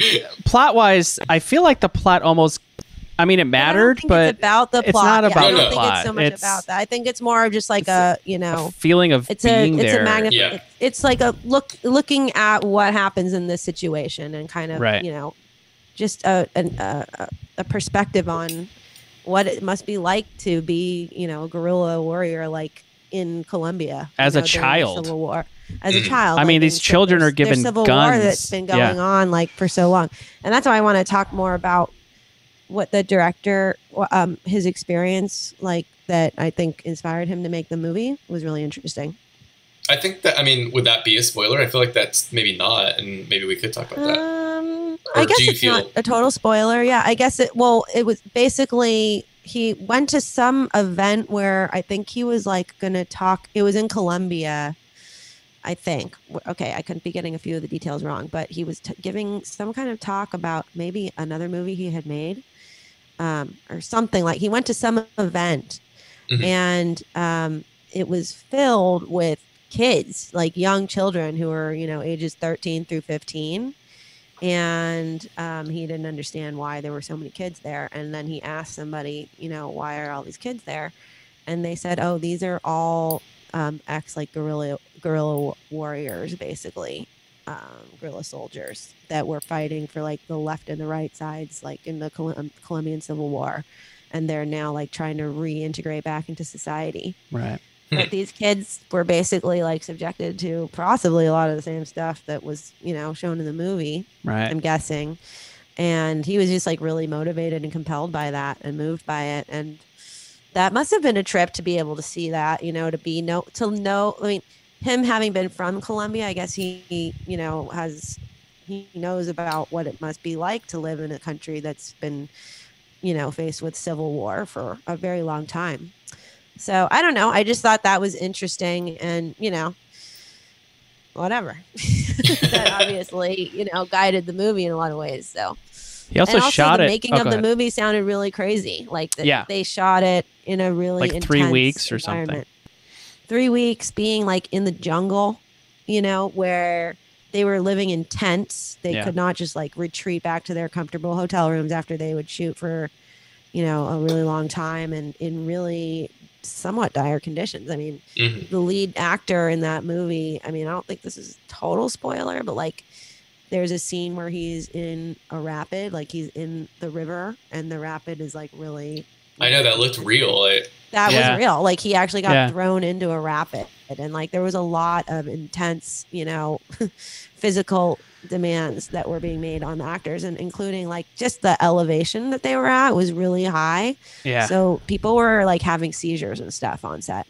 Speaker 3: plot wise, I feel like the plot almost. I mean, it mattered,
Speaker 2: I don't think
Speaker 3: but
Speaker 2: it's about the
Speaker 3: it's not
Speaker 2: plot. Yeah,
Speaker 3: about
Speaker 2: I don't
Speaker 1: the
Speaker 2: think
Speaker 3: plot.
Speaker 2: it's so much
Speaker 3: It's-
Speaker 2: about that. I think it's more of just like
Speaker 3: it's
Speaker 2: a you
Speaker 3: a
Speaker 2: know,
Speaker 3: feeling of
Speaker 2: it's a
Speaker 3: being
Speaker 2: it's
Speaker 3: there.
Speaker 2: a magnif-
Speaker 1: Yeah.
Speaker 2: it's, it's like a look looking at what happens in this situation and kind of
Speaker 3: Right.
Speaker 2: you know, just a an, a, a- a perspective on what it must be like to be you know a guerrilla warrior like in Colombia you
Speaker 3: As a
Speaker 2: know, during the
Speaker 3: child.
Speaker 2: Civil War as a
Speaker 1: Mm.
Speaker 2: child.
Speaker 3: I mean,
Speaker 2: like,
Speaker 3: these
Speaker 2: and so
Speaker 3: children
Speaker 2: there's-
Speaker 3: are given
Speaker 2: there's civil war
Speaker 3: guns.
Speaker 2: that's been going
Speaker 3: Yeah.
Speaker 2: on like for so long, and that's why I want to talk more about what the director, wh- um, his experience, like that I think inspired him to make the movie was really interesting.
Speaker 1: i think that i mean would that be a spoiler i feel like that's maybe not and maybe we could talk about
Speaker 3: Uh,
Speaker 1: that
Speaker 2: Um,
Speaker 1: Or
Speaker 2: I guess
Speaker 1: do you
Speaker 2: it's not
Speaker 1: feel-
Speaker 2: a total spoiler. Yeah, I guess it. Well, it was basically he went to some event where I think he was like going to talk. It was in Colombia, I think. W- Okay, I could be getting a few of the details wrong, but he was t- giving some kind of talk about maybe another movie he had made, um, or something like he went to some event,
Speaker 1: Mhm.
Speaker 2: and um, it was filled with kids, like young children who were, you know, ages 13 through 15. And um, he didn't understand why there were so many kids there. And then he asked somebody, you know, why are all these kids there? And they said, oh, these are all um, acts like guerrilla, guerrilla wa- warriors, basically, um, guerrilla soldiers that were fighting for like the left and the right sides, like in the Col- um, Colombian Civil War. And they're now like trying to reintegrate back into society
Speaker 3: right.
Speaker 2: but these kids were basically like subjected to possibly a lot of the same stuff that was you know shown in the movie
Speaker 3: Right.
Speaker 2: i'm guessing and he was just like really motivated and compelled by that and moved by it and that must have been a trip to be able to see that you know to be no to know i mean him having been from colombia i guess he, he you know has he knows about what it must be like to live in a country that's been you know faced with civil war for a very long time so I don't know. I just thought that was interesting and, you know, whatever. that obviously, you know, guided the movie in a lot of ways. So
Speaker 3: He also,
Speaker 2: and also
Speaker 3: shot
Speaker 2: the
Speaker 3: it.
Speaker 2: making
Speaker 3: oh,
Speaker 2: of
Speaker 3: go
Speaker 2: the
Speaker 3: ahead.
Speaker 2: movie sounded really crazy. Like the,
Speaker 3: Yeah.
Speaker 2: they shot it in a really
Speaker 3: Like three
Speaker 2: intense
Speaker 3: weeks or something.
Speaker 2: environment. Three weeks being like in the jungle, you know, where they were living in tents. They
Speaker 3: Yeah.
Speaker 2: could not just like retreat back to their comfortable hotel rooms after they would shoot for, you know, a really long time and in really somewhat dire conditions. I mean,
Speaker 1: Mhm.
Speaker 2: the lead actor in that movie. I mean, I don't think this is a total spoiler, but like there's a scene where he's in a rapid, like he's in the river and the rapid is like really
Speaker 1: i know that looked real I,
Speaker 2: that
Speaker 3: Yeah.
Speaker 2: was real. Like he actually got
Speaker 3: Yeah.
Speaker 2: thrown into a rapid, and like there was a lot of intense, you know, physical demands that were being made on the actors, and including like just the elevation that they were at was really high.
Speaker 3: Yeah,
Speaker 2: So people were like having seizures and stuff on set.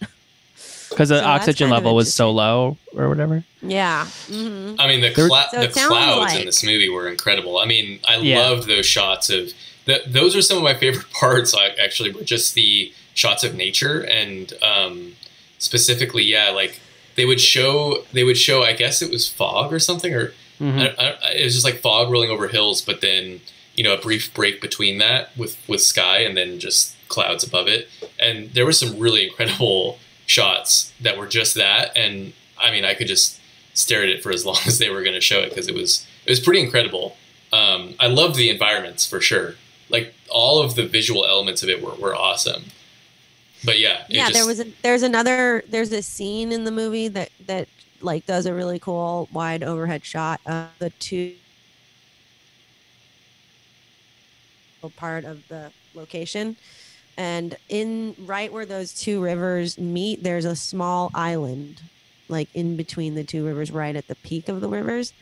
Speaker 3: because the
Speaker 2: so that's
Speaker 3: oxygen
Speaker 2: kind of
Speaker 3: level was so low or whatever.
Speaker 2: Yeah. hmm
Speaker 1: I mean, the
Speaker 3: There-
Speaker 1: cla-
Speaker 2: So
Speaker 1: the
Speaker 2: it sounds
Speaker 1: clouds in
Speaker 2: like-
Speaker 1: this movie were incredible. I mean, I
Speaker 3: Yeah.
Speaker 1: loved those shots of th- those are some of my favorite parts. I actually were just the shots of nature and um, specifically, yeah, like they would show they would show. I guess it was fog or something, or
Speaker 3: Mhm.
Speaker 1: I, I, it was just like fog rolling over hills, but then you know a brief break between that with with sky and then just clouds above it. And there were some really incredible shots that were just that. And I mean, I could just stare at it for as long as they were going to show it because it was it was pretty incredible. Um, I loved the environments for sure. Like all of the visual elements of it were, were awesome. But yeah, it
Speaker 2: yeah
Speaker 1: just,
Speaker 2: there was a, there's another there's a scene in the movie that that like does a really cool wide overhead shot of the two part of the location and in right where those two rivers meet there's a small island like in between the two rivers right at the peak of the rivers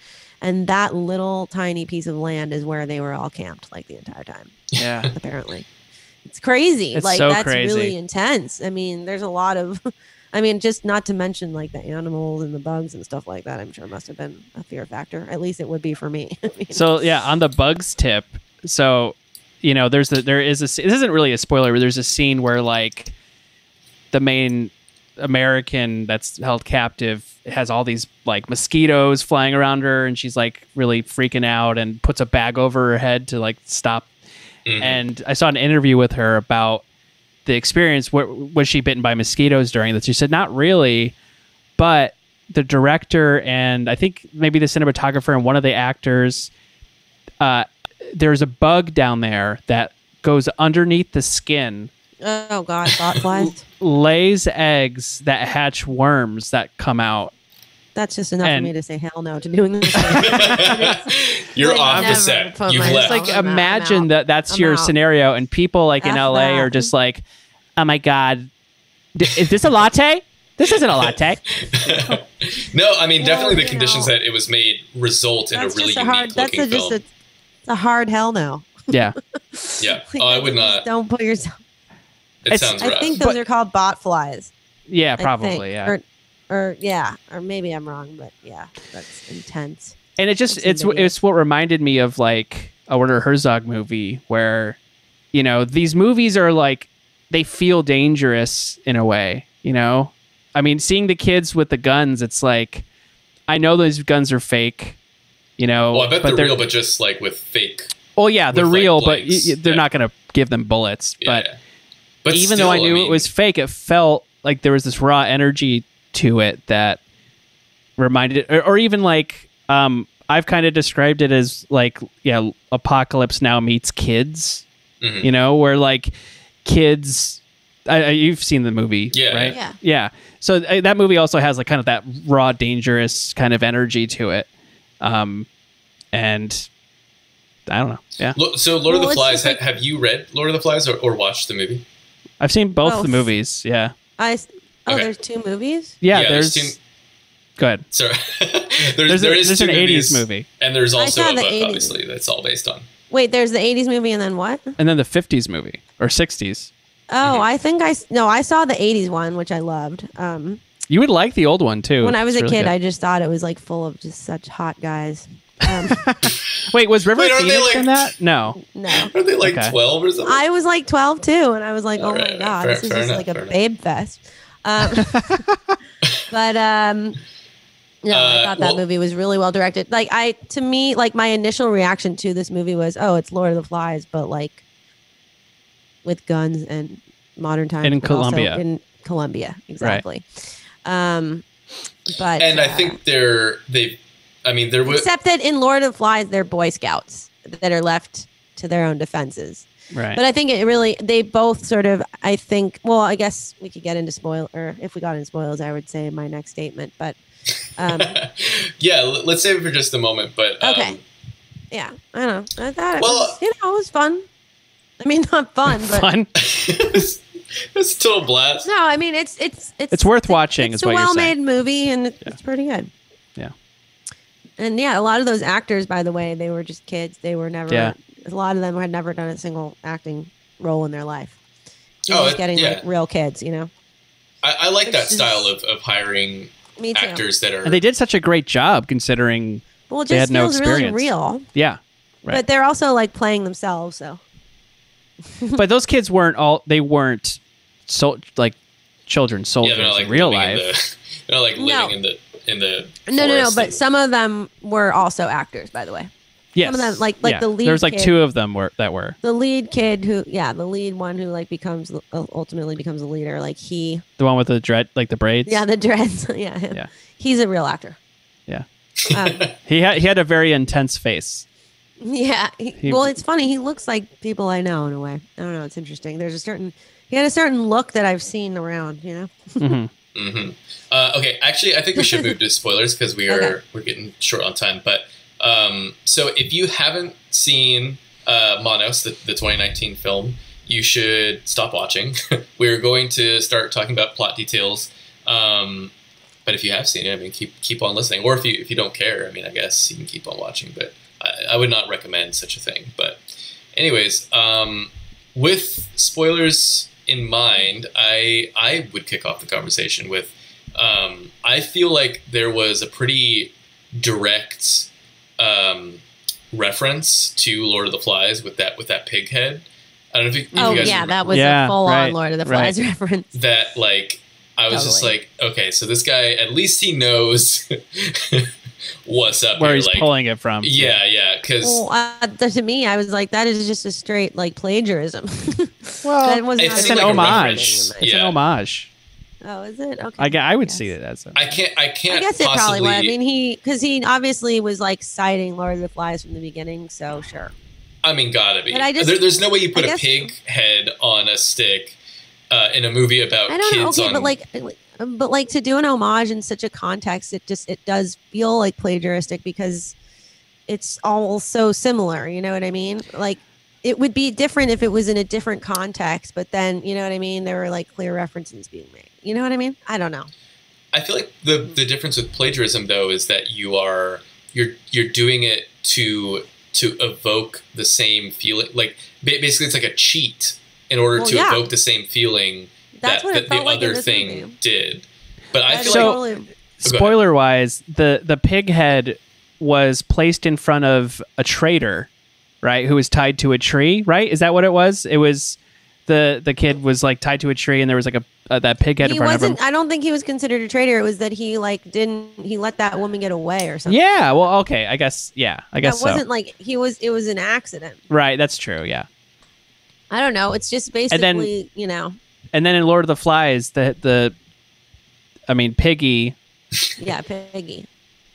Speaker 2: and that little tiny piece of land is where they were all camped like the entire time
Speaker 3: Yeah.
Speaker 2: apparently it's crazy
Speaker 3: It's
Speaker 2: like
Speaker 3: so
Speaker 2: that's
Speaker 3: crazy.
Speaker 2: really intense i mean there's a lot of i mean just not to mention like the animals and the bugs and stuff like that i'm sure must have been a fear factor at least it would be for me I mean,
Speaker 3: so yeah, on the bugs tip. So, you know, there's the there is a sc- this isn't really a spoiler, but there's a scene where like the main American that's held captive has all these like mosquitoes flying around her, and she's like really freaking out and puts a bag over her head to like stop
Speaker 1: Mhm.
Speaker 3: and I saw an interview with her about the experience. Where, was she bitten by mosquitoes during this? She said, not really, but the director and I think maybe the cinematographer and one of the actors, uh, there's a bug down there that goes underneath the skin,
Speaker 2: oh god thought flies
Speaker 3: lays eggs that hatch worms that come out.
Speaker 2: that's just enough
Speaker 3: And-
Speaker 2: for me to say hell no to doing this
Speaker 1: You're
Speaker 2: Would
Speaker 1: off the
Speaker 2: never
Speaker 1: set.
Speaker 2: put
Speaker 1: You've
Speaker 2: myself-
Speaker 1: left.
Speaker 2: Like,
Speaker 3: Like,
Speaker 2: I'm out, I'm
Speaker 3: imagine
Speaker 2: out.
Speaker 3: that that's
Speaker 2: I'm
Speaker 3: your
Speaker 2: out.
Speaker 3: scenario, and people like in
Speaker 2: F
Speaker 3: LA are
Speaker 2: that.
Speaker 3: just like, oh my God, d- is this a latte? This isn't a latte.
Speaker 1: no, I mean
Speaker 2: Well,
Speaker 1: definitely the
Speaker 2: you
Speaker 1: conditions
Speaker 2: know,
Speaker 1: that it was made result in a
Speaker 2: that's
Speaker 1: really
Speaker 2: just a
Speaker 1: unique
Speaker 2: hard that's
Speaker 1: looking
Speaker 2: a, just
Speaker 1: film.
Speaker 2: a, it's a hard hell no
Speaker 3: Yeah.
Speaker 1: yeah.
Speaker 2: Like,
Speaker 1: Oh, I
Speaker 2: you
Speaker 1: would
Speaker 2: just
Speaker 1: not.
Speaker 2: don't put yourself
Speaker 1: It
Speaker 3: It's-
Speaker 1: sounds
Speaker 2: i
Speaker 1: rough.
Speaker 2: think those
Speaker 3: But-
Speaker 2: are called bot flies
Speaker 3: Yeah,
Speaker 2: I think.
Speaker 3: probably. Yeah.
Speaker 2: or, or yeah or maybe i'm wrong but yeah that's intense
Speaker 3: and it just
Speaker 2: It's
Speaker 3: it's
Speaker 2: indeed.
Speaker 3: it's what reminded me of like a Werner Herzog movie where you know these movies are like they feel dangerous in a way you know I mean seeing the kids with the guns it's like I know those guns are fake you know
Speaker 1: Well, I bet
Speaker 3: but
Speaker 1: they're
Speaker 3: they're
Speaker 1: real, but just like with fake.
Speaker 3: well yeah they're
Speaker 1: with, like,
Speaker 3: real but y-
Speaker 1: blanks.
Speaker 3: y- they're
Speaker 1: Yeah.
Speaker 3: not gonna give them bullets but
Speaker 1: yeah. But
Speaker 3: even
Speaker 1: still,
Speaker 3: though I knew
Speaker 1: mean,
Speaker 3: it was fake, it felt like there was this raw energy to it that reminded or, or even like um I've kind of described it as like yeah, apocalypse now meets kids,
Speaker 1: Mhm.
Speaker 3: you know, where like kids I, I, you've seen the movie,
Speaker 1: Yeah,
Speaker 3: right?
Speaker 2: yeah.
Speaker 3: Yeah. So uh, that movie also has like kind of that raw, dangerous kind of energy to it, um, and I don't know. Yeah,
Speaker 1: Lo- so Lord of
Speaker 2: Well,
Speaker 1: the
Speaker 2: it's
Speaker 1: Flies.
Speaker 2: just like-
Speaker 1: ha- have you read Lord of the Flies or, or watched the movie?
Speaker 3: I've seen both the
Speaker 2: Both.
Speaker 3: movies. Yeah,
Speaker 2: i s- oh
Speaker 1: Okay.
Speaker 2: there's two movies
Speaker 3: yeah.
Speaker 1: Yeah,
Speaker 3: there's
Speaker 1: there's two-
Speaker 3: go ahead.
Speaker 1: Sorry, there's,
Speaker 3: There's, a-
Speaker 1: there is
Speaker 3: there's
Speaker 1: two
Speaker 3: an
Speaker 1: movies,
Speaker 3: 80s movie.
Speaker 1: and there's
Speaker 2: I
Speaker 1: also
Speaker 2: saw
Speaker 1: a
Speaker 2: the
Speaker 1: book.
Speaker 2: 80s.
Speaker 1: Obviously, that's all based on.
Speaker 2: Wait, there's the 80s movie and then what? Oh,
Speaker 3: and then the 50s movie or 60s. Mm-hmm.
Speaker 2: I think I s- no, I saw the 80s one, which I loved. Um,
Speaker 3: You would like the old one too.
Speaker 2: when I was
Speaker 3: It's
Speaker 2: a
Speaker 3: really
Speaker 2: kid,
Speaker 3: good.
Speaker 2: I just thought it was like full of just such hot guys. Um,
Speaker 3: wait, was River
Speaker 1: Wait, aren't they
Speaker 3: Phoenix
Speaker 1: like-
Speaker 3: in that? No,
Speaker 2: no,
Speaker 1: Are they like
Speaker 3: Okay.
Speaker 1: twelve or something?
Speaker 2: I was like 12 too, and I was like, oh
Speaker 1: All right,
Speaker 2: my
Speaker 1: all right,
Speaker 2: god,
Speaker 1: fair-
Speaker 2: this is
Speaker 1: fair
Speaker 2: just
Speaker 1: enough,
Speaker 2: like a
Speaker 1: fair enough.
Speaker 2: babe fest. Um, but um, no,
Speaker 1: Uh,
Speaker 2: I thought that
Speaker 1: well-
Speaker 2: movie was really well directed. Like I, to me, like my initial reaction to this movie was, oh, it's Lord of the Flies, but like with guns and modern times
Speaker 3: And in
Speaker 2: but also
Speaker 3: Colombia.
Speaker 2: in Colombia, exactly. Um, but
Speaker 1: and I
Speaker 2: uh,
Speaker 1: think they're they. I mean, there was
Speaker 2: except that in Lord of the Flies, they're Boy Scouts that are left to their own defenses.
Speaker 3: right.
Speaker 2: But I think it really they both sort of I think well I guess we could get into spoiler if we got into spoilers I would say my next statement but um,
Speaker 1: yeah. l- Let's save it for just a moment, but um,
Speaker 2: Okay. yeah I don't know I thought it
Speaker 1: Well,
Speaker 2: was you know it was fun I mean not fun but
Speaker 3: Fun.
Speaker 1: it was it was still a blast.
Speaker 2: no I mean it's it's it's
Speaker 3: It's worth watching, is
Speaker 2: It's a
Speaker 3: what you're
Speaker 2: well-made
Speaker 3: saying.
Speaker 2: movie and it- it's pretty good
Speaker 3: Yeah.
Speaker 2: and yeah a lot of those actors by the way they were just kids they were never
Speaker 3: Yeah.
Speaker 2: a lot of them had never done a single acting role in their life They
Speaker 1: Oh,
Speaker 2: were
Speaker 1: it-
Speaker 2: just getting
Speaker 1: yeah.
Speaker 2: like real kids you know
Speaker 1: I, I like that
Speaker 2: It's just-
Speaker 1: style of, of hiring
Speaker 2: me too.
Speaker 1: actors that are.
Speaker 3: And they did such a great job considering.
Speaker 2: Well, it
Speaker 3: They
Speaker 2: just
Speaker 3: had no
Speaker 2: feels really
Speaker 3: experience.
Speaker 2: real.
Speaker 3: Yeah, Right.
Speaker 2: But they're also like playing themselves, so
Speaker 3: but those kids weren't all. They weren't so like children
Speaker 1: yeah,
Speaker 3: soldiers
Speaker 1: they're not like
Speaker 3: in real
Speaker 1: living in
Speaker 3: life.
Speaker 1: the- they're not like
Speaker 2: No.
Speaker 1: living in the in the.
Speaker 2: no, no, no.
Speaker 1: forest
Speaker 2: But
Speaker 1: and-
Speaker 2: some of them were also actors, by the way.
Speaker 3: yes.
Speaker 2: of them, like- like
Speaker 3: yeah.
Speaker 2: the lead
Speaker 3: There was like
Speaker 2: kid-
Speaker 3: two of them were that were.
Speaker 2: The lead kid, who yeah, the lead one who like becomes uh, ultimately becomes a leader. Like he,
Speaker 3: The one with the dread, like the braids.
Speaker 2: yeah, the dreads, yeah, him.
Speaker 3: Yeah.
Speaker 2: he's a real actor.
Speaker 3: Yeah.
Speaker 2: um,
Speaker 3: He had he had a very intense face.
Speaker 2: yeah. he-
Speaker 3: He-
Speaker 2: well, it's funny. He looks like people I know in a way. I don't know. It's interesting. There's a certain he had a certain look that I've seen around. You know.
Speaker 3: Mhm.
Speaker 1: hmm Uh, okay, actually, I think we should move to spoilers because we are we're getting short on time. But um, so if you haven't seen uh, Monos, the, the 2019 film, you should stop watching. We're going to start talking about plot details. Um, but if you have seen it, I mean, keep keep on listening. Or if you if you don't care, I mean, I guess you can keep on watching. But I, I would not recommend such a thing. But anyways, um, with spoilers in mind, I I would kick off the conversation with um, I feel like there was a pretty direct um, reference to Lord of the Flies with that with that pig head. I don't know if you, if
Speaker 2: Oh
Speaker 1: you guys
Speaker 2: yeah,
Speaker 1: remember
Speaker 2: that was
Speaker 3: Yeah,
Speaker 2: a full-on
Speaker 3: right,
Speaker 2: Lord of the
Speaker 3: right.
Speaker 2: Flies reference.
Speaker 1: that like I was just
Speaker 2: Totally.
Speaker 1: like, okay, so this guy at least he knows what's up.
Speaker 3: where
Speaker 1: here,
Speaker 3: he's
Speaker 1: like,
Speaker 3: pulling it from.
Speaker 1: Yeah, yeah, because
Speaker 2: Well, uh, th- to me, I was like, that is just a straight like plagiarism.
Speaker 3: Well,
Speaker 2: that was
Speaker 1: it's
Speaker 2: not
Speaker 3: it's
Speaker 1: seemed like
Speaker 3: an
Speaker 1: a
Speaker 3: homage.
Speaker 1: reference.
Speaker 3: It's an
Speaker 1: Yeah.
Speaker 3: homage.
Speaker 2: Oh, is it? Okay.
Speaker 3: I, gu- I would
Speaker 2: Yes.
Speaker 3: see it as a
Speaker 1: I can't, I can't.
Speaker 2: I guess it
Speaker 1: possibly,
Speaker 2: probably was. I mean, he because he obviously was like citing Lord of the Flies from the beginning, so sure.
Speaker 1: I mean, gotta be.
Speaker 2: But I just-
Speaker 1: there, there's no way you put
Speaker 2: I
Speaker 1: a
Speaker 2: guess-
Speaker 1: pig head on a stick uh, in a movie about
Speaker 2: I don't know.
Speaker 1: kids
Speaker 2: Okay,
Speaker 1: on.
Speaker 2: but like, but like to do an homage in such a context, it just it does feel like plagiaristic because it's all so similar. You know what I mean? Like. It would be different if it was in a different context, but then you know what I mean. There were like clear references being made. You know what I mean? I don't know.
Speaker 1: I feel like the the difference with plagiarism though is that you are you're you're doing it to to evoke the same feeling. Like ba- basically, it's like a cheat in order
Speaker 2: Well,
Speaker 1: to
Speaker 2: yeah.
Speaker 1: evoke the same feeling
Speaker 2: That's
Speaker 1: that,
Speaker 2: what
Speaker 1: that
Speaker 2: it felt
Speaker 1: the
Speaker 2: like in
Speaker 1: other
Speaker 2: this
Speaker 1: thing
Speaker 2: movie.
Speaker 1: did. But I
Speaker 2: That
Speaker 1: feel
Speaker 2: is
Speaker 1: like
Speaker 2: totally-
Speaker 1: ahead.
Speaker 3: spoiler wise the the pig head was placed in front of a traitor right who was tied to a tree right is that what it was it was the the kid was like tied to a tree and there was like a uh, that pig head in
Speaker 2: he
Speaker 3: front of him
Speaker 2: wasn't i don't think he was considered a traitor it was that he like didn't he let that woman get away or something
Speaker 3: yeah well okay i guess yeah i guess
Speaker 2: that wasn't
Speaker 3: so
Speaker 2: like he was it was an accident
Speaker 3: right that's true yeah
Speaker 2: i don't know it's just basically
Speaker 3: And then-
Speaker 2: you know
Speaker 3: and then in lord of the flies the the i mean piggy
Speaker 2: yeah piggy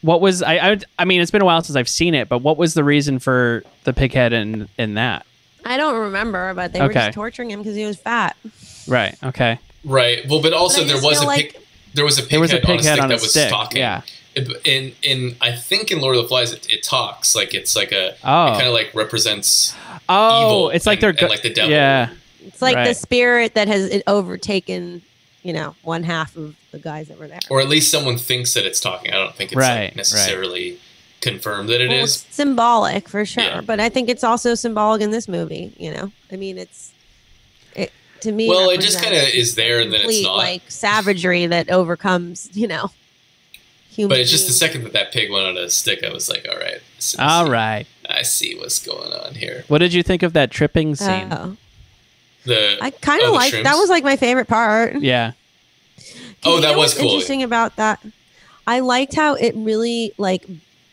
Speaker 3: what was I, I i mean it's been a while since i've seen it but what was the reason for the pig head in in that
Speaker 2: i don't remember but they were
Speaker 3: Okay.
Speaker 2: just torturing him because he was fat
Speaker 3: right okay
Speaker 1: right. Well, but also
Speaker 2: But I
Speaker 1: there
Speaker 2: just
Speaker 1: was a
Speaker 2: feel
Speaker 1: pig. There was a pig
Speaker 3: there was
Speaker 1: head
Speaker 3: a pig
Speaker 1: on a
Speaker 3: head
Speaker 1: stick
Speaker 3: on a
Speaker 1: that was
Speaker 3: stick
Speaker 1: talking.
Speaker 3: yeah
Speaker 1: It- In in I think in Lord of the Flies it, it talks like it's like a
Speaker 3: Oh.
Speaker 1: it kind of like represents
Speaker 3: Oh,
Speaker 1: evil
Speaker 3: it's like
Speaker 1: and-
Speaker 3: they're
Speaker 1: and
Speaker 3: go-
Speaker 1: like the devil.
Speaker 3: Yeah,
Speaker 2: it's like the
Speaker 3: Right.
Speaker 2: spirit that has it overtaken you know one half of the guys that were there
Speaker 1: or at least someone thinks that it's talking. I don't think it's
Speaker 3: Right, right.
Speaker 1: like necessarily confirmed that it
Speaker 2: Well,
Speaker 1: is.
Speaker 2: it's symbolic for sure
Speaker 1: Yeah.
Speaker 2: but i think it's also symbolic in this movie you know i mean it's it to me
Speaker 1: Well, it just kind of
Speaker 2: represents-
Speaker 1: is there and then it's
Speaker 2: complete,
Speaker 1: not.
Speaker 2: like savagery that overcomes, you know, human.
Speaker 1: but it's just the
Speaker 2: beings.
Speaker 1: second that that pig went on a stick, I was like, all right, this is-
Speaker 3: All right.
Speaker 1: I see what's going on here.
Speaker 3: What did you think of that tripping scene?
Speaker 2: Oh.
Speaker 1: The
Speaker 2: I kind
Speaker 1: Oh,
Speaker 2: of
Speaker 1: the
Speaker 2: liked that
Speaker 1: shrooms?
Speaker 2: was like my favorite part.
Speaker 3: yeah.
Speaker 1: Oh,
Speaker 2: You
Speaker 1: that
Speaker 2: know
Speaker 1: was
Speaker 2: what's
Speaker 1: cool.
Speaker 2: Interesting about that. I liked how it really like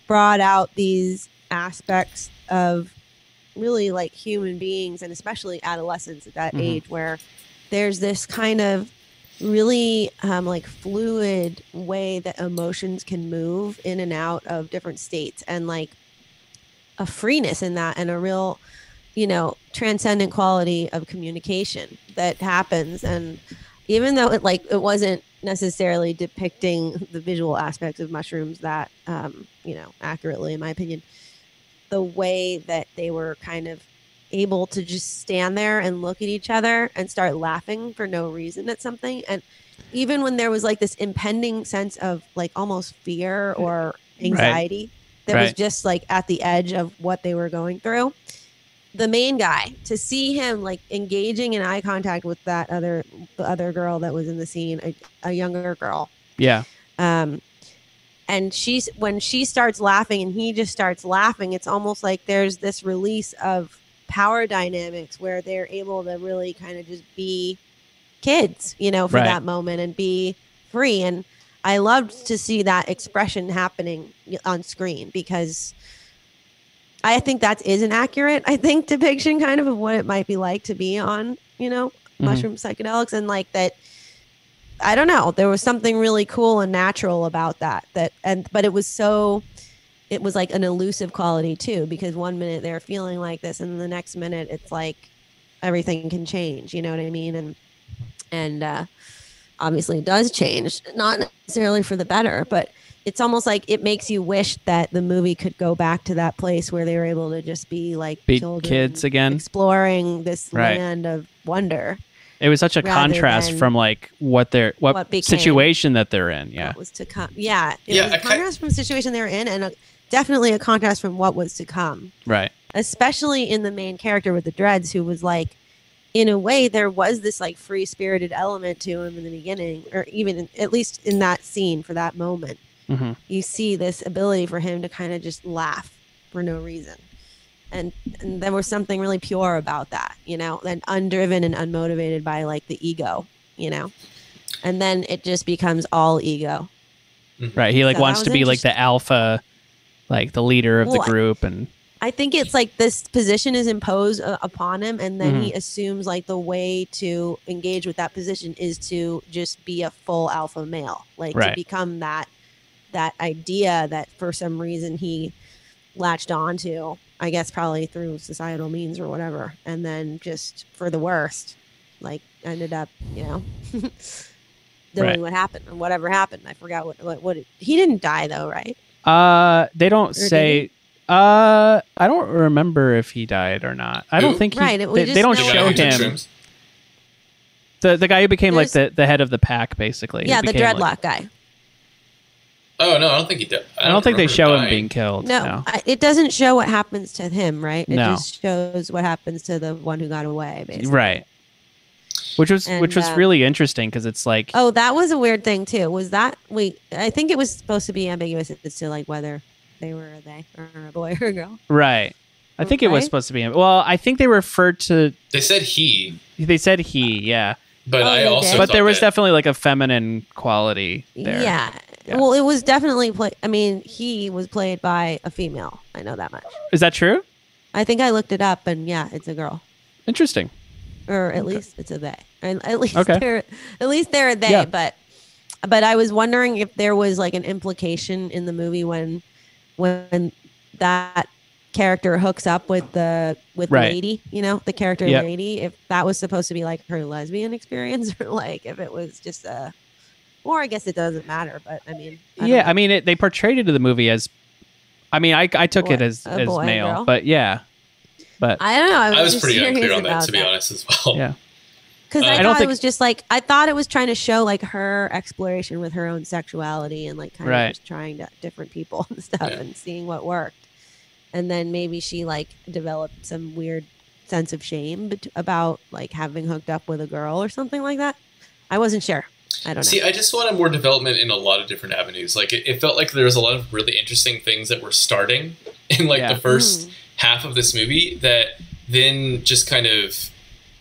Speaker 2: brought out these aspects of really like human beings and especially adolescents at that
Speaker 1: Mm-hmm.
Speaker 3: Mhm.
Speaker 2: age where there's this kind of really um, like fluid way that emotions can move in and out of different states and like a freeness in that and a real you know transcendent quality of communication that happens and even though it like it wasn't necessarily depicting the visual aspects of mushrooms that um, you know accurately in my opinion the way that they were kind of able to just stand there and look at each other and start laughing for no reason at something and even when there was like this impending sense of like almost fear or anxiety that was
Speaker 3: Right.
Speaker 2: just like at the edge of what they were going through the main guy to see him like engaging in eye contact with that other the other girl that was in the scene a, a younger girl
Speaker 3: Yeah.
Speaker 2: um and she's when she starts laughing and he just starts laughing it's almost like there's this release of power dynamics where they're able to really kind of just be kids you know for
Speaker 3: Right.
Speaker 2: that moment and be free and i loved to see that expression happening on screen because i think that is an accurate i think depiction kind of of what it might be like to be on you know
Speaker 3: Mhm.
Speaker 2: mushroom psychedelics and like that I don't know. There was something really cool and natural about that. That and but it was so it was like an elusive quality too because one minute they're feeling like this and the next minute it's like everything can change, you know what I mean? And and uh obviously it does change, not necessarily for the better, but it's almost like it makes you wish that the movie could go back to that place where they were able to just be like
Speaker 3: Be
Speaker 2: children
Speaker 3: kids again.
Speaker 2: exploring this
Speaker 3: Right.
Speaker 2: land of wonder
Speaker 3: It was such a
Speaker 2: Rather
Speaker 3: contrast
Speaker 2: than
Speaker 3: from like what they're what,
Speaker 2: what became.
Speaker 3: situation that they're in. Yeah.
Speaker 2: what was to come. Yeah, it
Speaker 1: Yeah,
Speaker 2: was a
Speaker 1: I ki-
Speaker 2: contrast from the situation they were in, and a, definitely a contrast from what was to come.
Speaker 3: Right.
Speaker 2: especially in the main character with the dreads who was like in a way there was this like free spirited element to him in the beginning or even in, at least in that scene for that moment
Speaker 3: Mhm.
Speaker 2: you see this ability for him to kind of just laugh for no reason and, and there was something really pure about that you know and undriven and unmotivated by like the ego you know and then it just becomes all ego
Speaker 3: Right. He like
Speaker 2: So that
Speaker 3: wants
Speaker 2: was
Speaker 3: to be like the alpha, like the leader of
Speaker 2: Well, I-
Speaker 3: the group, and
Speaker 2: I think it's like this position is imposed uh, upon him, and then
Speaker 3: Mm-hmm.
Speaker 2: he assumes like the way to engage with that position is to just be a full alpha male, like to
Speaker 3: Right.
Speaker 2: become that that idea that for some reason he latched onto. I guess probably through societal means or whatever, and then just for the worst, like ended up, you know, doing
Speaker 3: Right.
Speaker 2: what happened and whatever happened. I forgot what what, what it, he didn't die though, right?
Speaker 3: uh, they don't
Speaker 2: did
Speaker 3: say. Uh, I don't remember if he died or not. I don't
Speaker 1: Who?
Speaker 3: think he,
Speaker 2: Right, it- we
Speaker 3: they,
Speaker 2: just
Speaker 3: they don't
Speaker 2: know-
Speaker 1: The guy
Speaker 3: show
Speaker 1: who took
Speaker 3: him.
Speaker 1: shrooms?
Speaker 3: The the guy who became like the, the head of the pack, basically. who
Speaker 2: yeah, the
Speaker 3: became,
Speaker 2: dreadlock
Speaker 3: like-
Speaker 2: guy.
Speaker 1: Oh no, I don't think he did.
Speaker 3: I don't think they
Speaker 1: remember
Speaker 3: show him
Speaker 1: dying.
Speaker 3: being killed.
Speaker 2: No,
Speaker 3: No.
Speaker 2: I, it doesn't show what happens to him, right? It
Speaker 3: No.
Speaker 2: just shows what happens to the one who got away, basically.
Speaker 3: Right. Which was which
Speaker 2: And,
Speaker 3: was
Speaker 2: uh,
Speaker 3: really interesting because it's like
Speaker 2: Oh, that was a weird thing too. Was that wait? I think it was supposed to be ambiguous as to like whether they were a they or a boy or a girl.
Speaker 3: right. I think it was
Speaker 2: Right?
Speaker 3: supposed to be him. Well, I think they referred to
Speaker 1: They said he,
Speaker 3: they said he, yeah.
Speaker 1: but
Speaker 2: Oh,
Speaker 1: I
Speaker 2: they
Speaker 1: also
Speaker 2: did?
Speaker 3: But there was
Speaker 1: that
Speaker 3: definitely like a feminine quality there.
Speaker 2: Yeah.
Speaker 3: Yeah.
Speaker 2: Well, it was definitely play. I mean, he was played by a female. I know that much.
Speaker 3: Is that true?
Speaker 2: I think I looked it up, and yeah, it's a girl,
Speaker 3: Interesting.
Speaker 2: or at least it's a they. And at least
Speaker 3: Okay.
Speaker 2: they're at least they're a they.
Speaker 3: Yeah.
Speaker 2: But but I was wondering if there was like an implication in the movie when when that character hooks up with the with
Speaker 3: Right.
Speaker 2: the lady, you know, the character
Speaker 3: Yep.
Speaker 2: lady, if that was supposed to be like her lesbian experience or like if it was just a or I guess it doesn't matter, but I mean, I
Speaker 3: yeah, I mean, it, they portrayed it in the movie as. I mean, I, I took
Speaker 2: Boy-
Speaker 3: it as
Speaker 2: a
Speaker 3: as
Speaker 2: boy and
Speaker 3: male,
Speaker 2: girl.
Speaker 3: but yeah, but
Speaker 2: I don't know. I was,
Speaker 1: I was
Speaker 2: just
Speaker 1: pretty unclear
Speaker 2: curious
Speaker 1: on that,
Speaker 2: about
Speaker 1: to be honest, as well.
Speaker 3: yeah,
Speaker 2: Because
Speaker 1: Uh,
Speaker 2: I,
Speaker 1: I
Speaker 2: thought
Speaker 3: don't
Speaker 2: it
Speaker 3: think-
Speaker 2: was just like I thought it was trying to show like her exploration with her own sexuality and like kind
Speaker 3: Right.
Speaker 2: of just trying to different people and stuff
Speaker 1: Yeah.
Speaker 2: and seeing what worked. And then maybe she like developed some weird sense of shame bet- about like having hooked up with a girl or something like that. I wasn't sure. I don't know.
Speaker 1: See, I just wanted more development in a lot of different avenues. Like it, it felt like there was a lot of really interesting things that were starting in like
Speaker 3: Yeah.
Speaker 1: the
Speaker 2: Hmm.
Speaker 1: first half of this movie that then just kind of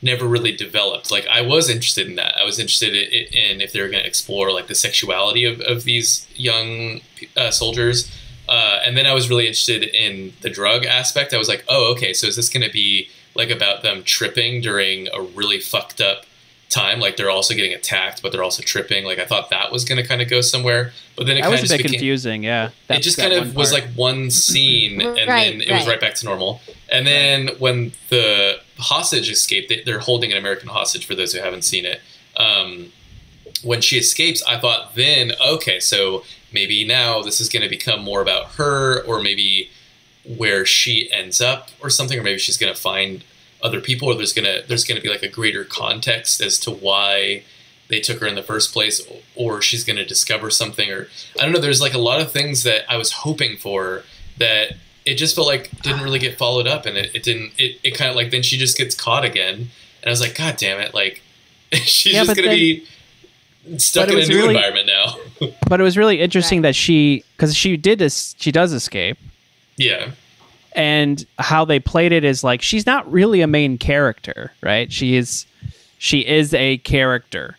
Speaker 1: never really developed. Like I was interested in that. I was interested in, in if they were going to explore like the sexuality of, of these young uh, soldiers. Uh, and then I was really interested in the drug aspect. I was like, oh, okay, so is this going to be like about them tripping during a really fucked up time? Like they're also getting attacked, but they're also tripping. Like I thought that was going to kind of go somewhere, but then it
Speaker 3: I
Speaker 1: kind
Speaker 3: was
Speaker 1: of
Speaker 3: a
Speaker 1: just
Speaker 3: bit
Speaker 1: became.
Speaker 3: confusing. Yeah,
Speaker 1: It
Speaker 3: That-
Speaker 1: just
Speaker 3: that
Speaker 1: kind of
Speaker 3: one
Speaker 1: was
Speaker 3: part.
Speaker 1: like one scene, and
Speaker 2: Right,
Speaker 1: then it was
Speaker 2: right.
Speaker 1: right back to normal. And then when the hostage escaped, they, they're holding an American hostage. For those who haven't seen it, um, when she escapes, I thought then, okay, so maybe now this is going to become more about her, or maybe where she ends up, or something, or maybe she's going to find other people, or there's gonna there's gonna be like a greater context as to why they took her in the first place, or she's gonna discover something, or I don't know. There's like a lot of things that I was hoping for that it just felt like didn't really get followed up, and it, it didn't. It, it kind of like then she just gets caught again, and I was like, God damn it! Like she's
Speaker 3: Yeah,
Speaker 1: just
Speaker 3: but
Speaker 1: gonna
Speaker 3: then-
Speaker 1: be stuck
Speaker 3: but
Speaker 1: in
Speaker 3: it
Speaker 1: a
Speaker 3: was
Speaker 1: new
Speaker 3: really-
Speaker 1: environment now.
Speaker 3: but it was really interesting that she because she did this, she does escape,
Speaker 1: yeah,
Speaker 3: and how they played it is like she's not really a main character, right? She is she is a character.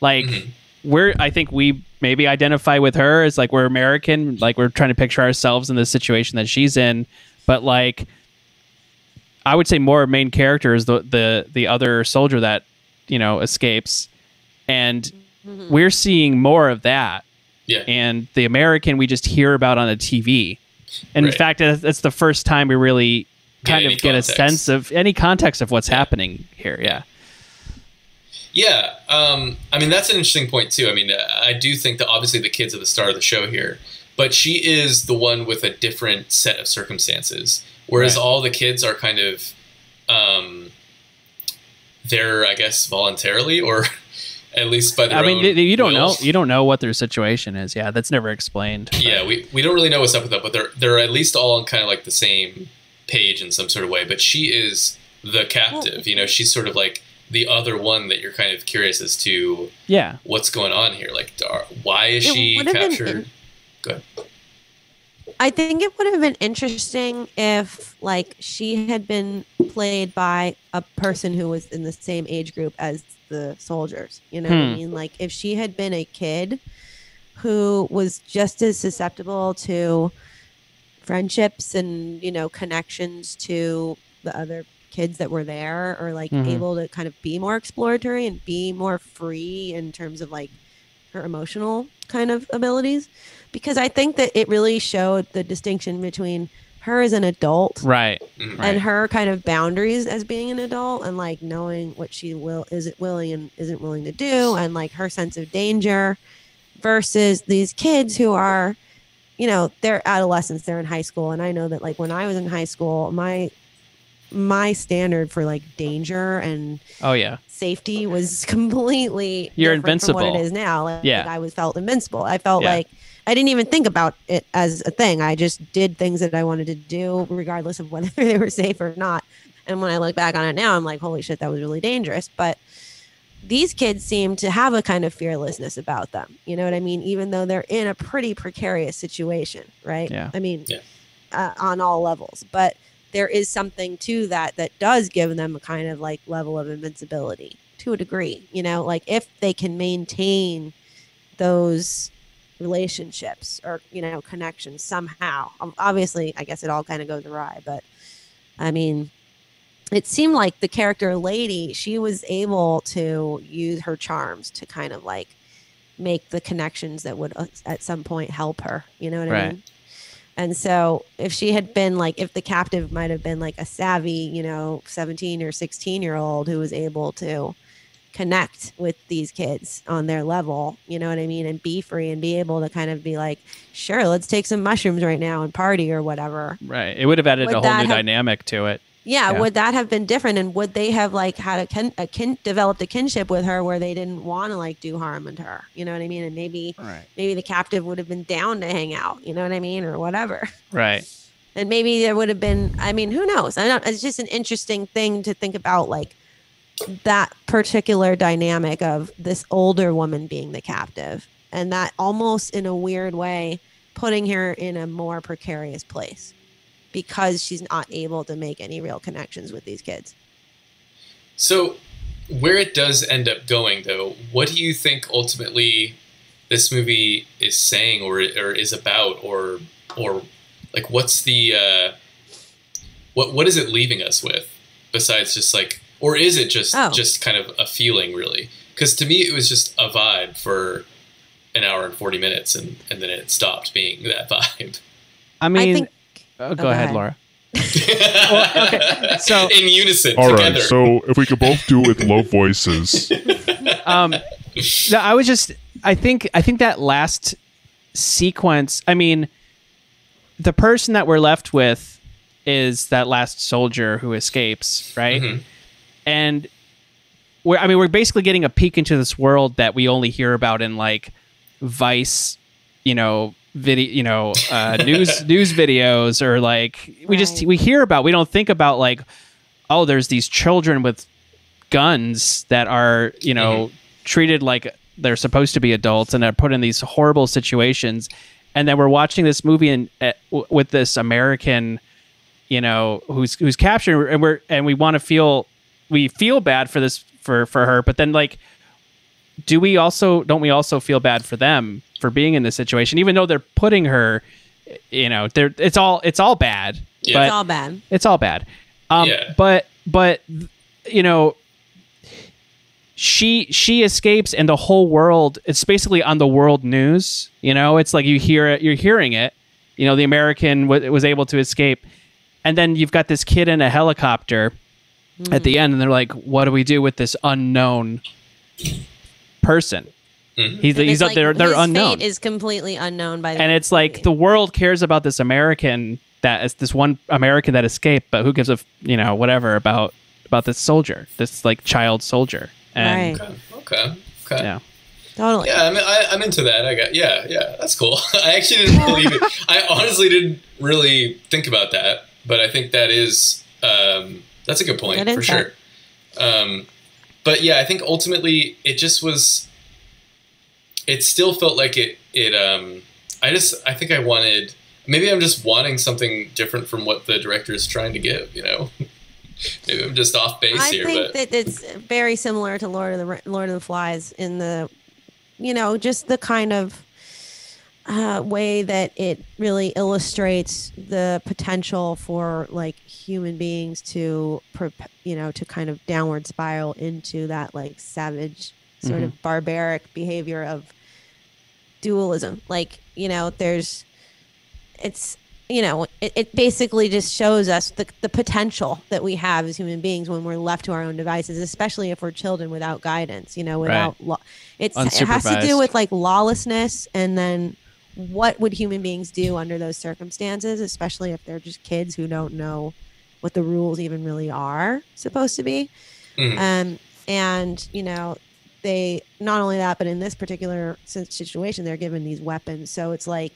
Speaker 3: Like
Speaker 1: Mhm.
Speaker 3: we're I think we maybe identify with her as like we're American, like we're trying to picture ourselves in the situation that she's in, but like I would say more main character is the the the other soldier that, you know, escapes and
Speaker 2: Mhm.
Speaker 3: we're seeing more of that
Speaker 1: yeah.
Speaker 3: and the American we just hear about on the TV. And
Speaker 1: Right.
Speaker 3: in fact, that's, that's the first time we really
Speaker 1: Get
Speaker 3: kind
Speaker 1: any
Speaker 3: of get a
Speaker 1: context.
Speaker 3: sense of any context of what's happening here. Yeah.
Speaker 1: Yeah, um, I mean that's an interesting point too. I mean, uh, I do think that obviously the kids are the star of the show here, but she is the one with a different set of circumstances, whereas
Speaker 3: Right.
Speaker 1: all the kids are kind of um, there, I guess, voluntarily or at least by their
Speaker 3: I mean,
Speaker 1: own
Speaker 3: th- th- you don't know.
Speaker 1: wills.
Speaker 3: You don't know what their situation is. Yeah, that's never explained.
Speaker 1: yeah, we, we don't really know what's up with that, but they're they're at least all on kind of like the same page in some sort of way. But she is the captive, you know. She's sort of like the other one that you're kind of curious as to
Speaker 3: Yeah,
Speaker 1: what's going on here. Like, are, why is
Speaker 2: It
Speaker 1: she
Speaker 2: would've been-
Speaker 1: captured?
Speaker 2: I think it would have been interesting if, like, she had been played by a person who was in the same age group as the soldiers. You know what I
Speaker 3: Hmm.
Speaker 2: mean? Like, if she had been a kid who was just as susceptible to friendships and, you know, connections to the other kids that were there or, like,
Speaker 3: Mhm.
Speaker 2: able to kind of be more exploratory and be more free in terms of, like, her emotional kind of abilities because I think that it really showed the distinction between her as an adult
Speaker 3: right.
Speaker 1: Mhm.
Speaker 3: right.
Speaker 2: and her kind of boundaries as being an adult and like knowing what she will isn't willing and isn't willing to do and like her sense of danger versus these kids who are you know they're adolescents they're in high school and I know that like when I was in high school my my standard for like danger and
Speaker 3: Oh yeah,
Speaker 2: safety was completely
Speaker 3: You're
Speaker 2: different from what
Speaker 3: invincible.
Speaker 2: it is now like,
Speaker 3: Yeah.
Speaker 2: i was felt invincible i felt
Speaker 3: Yeah.
Speaker 2: like i didn't even think about it as a thing i just did things that i wanted to do regardless of whether they were safe or not and when i look back on it now i'm like holy shit that was really dangerous but these kids seem to have a kind of fearlessness about them you know what i mean even though they're in a pretty precarious situation right
Speaker 3: Yeah.
Speaker 2: i mean
Speaker 1: Yeah.
Speaker 2: uh, on all levels but there is something to that that does give them a kind of like level of invincibility to a degree you know like if they can maintain those relationships or you know connections somehow Um, obviously i guess it all kind of goes awry but i mean it seemed like the character lady she was able to use her charms to kind of like make the connections that would uh, at some point help her you know what i
Speaker 3: Right.
Speaker 2: mean and so if she had been like if the captive might have been like a savvy you know 17 or 16 year old who was able to connect with these kids on their level you know what i mean and be free and be able to kind of be like sure let's take some mushrooms right now and party or whatever
Speaker 3: right. It would have added
Speaker 2: Would
Speaker 3: a whole
Speaker 2: that
Speaker 3: new
Speaker 2: have-
Speaker 3: dynamic to it.
Speaker 2: yeah,
Speaker 3: Yeah.
Speaker 2: would that have been different and would they have like had a kin, a kin developed a kinship with her where they didn't want to like do harm to her you know what i mean and maybe
Speaker 3: Right.
Speaker 2: maybe the captive would have been down to hang out you know what i mean or whatever
Speaker 3: Right.
Speaker 2: and maybe there would have been i mean who knows i don't it's just an interesting thing to think about like that particular dynamic of this older woman being the captive and that almost in a weird way putting her in a more precarious place because she's not able to make any real connections with these kids
Speaker 1: So, where it does end up going, though, what do you think ultimately this movie is saying, or or is about, or or like what's the uh, what what is it leaving us with besides just like, or is it just
Speaker 2: Oh.
Speaker 1: just kind of a feeling really? Because to me, it was just a vibe for an hour and forty minutes, and and then it stopped being that vibe.
Speaker 3: I mean,
Speaker 2: i think
Speaker 3: oh,
Speaker 2: oh,
Speaker 3: go ahead,
Speaker 2: go
Speaker 3: Laura.
Speaker 1: okay,
Speaker 3: so-
Speaker 1: in unison,
Speaker 4: All right.
Speaker 1: together.
Speaker 4: So if we could both do it with low voices,
Speaker 3: Um, no, I was just. I think. I think that last sequence. I mean, the person that we're left with is that last soldier who escapes, right?
Speaker 1: Mhm.
Speaker 3: and we're I mean we're basically getting a peek into this world that we only hear about in like Vice, you know, video, you know, uh, news news videos or like we just
Speaker 2: Right.
Speaker 3: we hear about we don't think about like oh there's these children with guns that are you know treated like they're supposed to be adults and are put in these horrible situations and then we're watching this movie and uh, w- with this American you know who's who's captured and we're and we want to feel we feel bad for this for for her but then like do we also don't we also feel bad for them for being in this situation even though they're putting her you know they're it's all it's all bad
Speaker 1: Yeah.
Speaker 3: but
Speaker 2: it's all bad
Speaker 3: it's all bad. Um,
Speaker 1: Yeah.
Speaker 3: But but you know, she she escapes, and the whole world. It's basically on the world news. You know, it's like you hear it, you're hearing it. You know, the American w- was able to escape, and then you've got this kid in a helicopter at the end, and they're like, "What do we do with this unknown person?"
Speaker 1: Mhm.
Speaker 3: He's
Speaker 2: And
Speaker 3: he's
Speaker 2: it's
Speaker 3: up
Speaker 2: like
Speaker 3: there. They're
Speaker 2: his
Speaker 3: unknown
Speaker 2: fate is completely unknown by the
Speaker 3: and it's like the
Speaker 2: movie.
Speaker 3: world cares about this American that is this one American that escaped, but who gives a f- you know whatever about about this soldier, this like child soldier. And
Speaker 2: right.
Speaker 1: Okay. Okay.
Speaker 3: yeah.
Speaker 2: Totally.
Speaker 1: Yeah, I mean, I, I'm into that. I got yeah, yeah. That's cool. I actually didn't believe it. I honestly didn't really think about that, but I think that is um, that's a good point
Speaker 2: That is
Speaker 1: for
Speaker 2: that.
Speaker 1: sure. Um, but yeah, I think ultimately it just was. It still felt like it. It. Um, I just. I think I wanted. Maybe I'm just wanting something different from what the director is trying to give. You know. maybe I'm just off base
Speaker 2: I
Speaker 1: here, but
Speaker 2: think that it's very similar to Lord of the Ri- Lord of the Flies in the, you know, just the kind of uh, way that it really illustrates the potential for like human beings to, prop- you know, to kind of downward spiral into that like savage
Speaker 1: Mm-hmm.
Speaker 2: sort of barbaric behavior of dualism. Like, you know, there's, it's you know, it, it basically just shows us the, the potential that we have as human beings when we're left to our own devices, especially if we're children without guidance, you know, without law. It's, it has to do
Speaker 3: Unsupervised.
Speaker 2: with like lawlessness and then what would human beings do under those circumstances, especially if they're just kids who don't know what the rules even really are supposed to be.
Speaker 1: Mhm.
Speaker 2: Um, and, you know, they not only that, but in this particular si- situation, they're given these weapons. So it's like,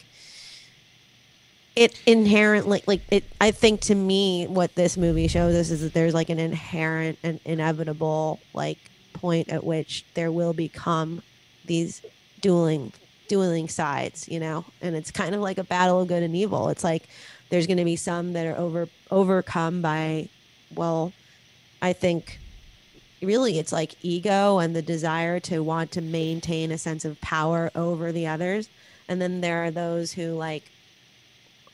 Speaker 2: it inherently like it i think to me what this movie shows us is that there's like an inherent and inevitable like point at which there will become these dueling dueling sides you know and it's kind of like a battle of good and evil it's like there's going to be some that are over overcome by well i think really it's like ego and the desire to want to maintain a sense of power over the others and then there are those who like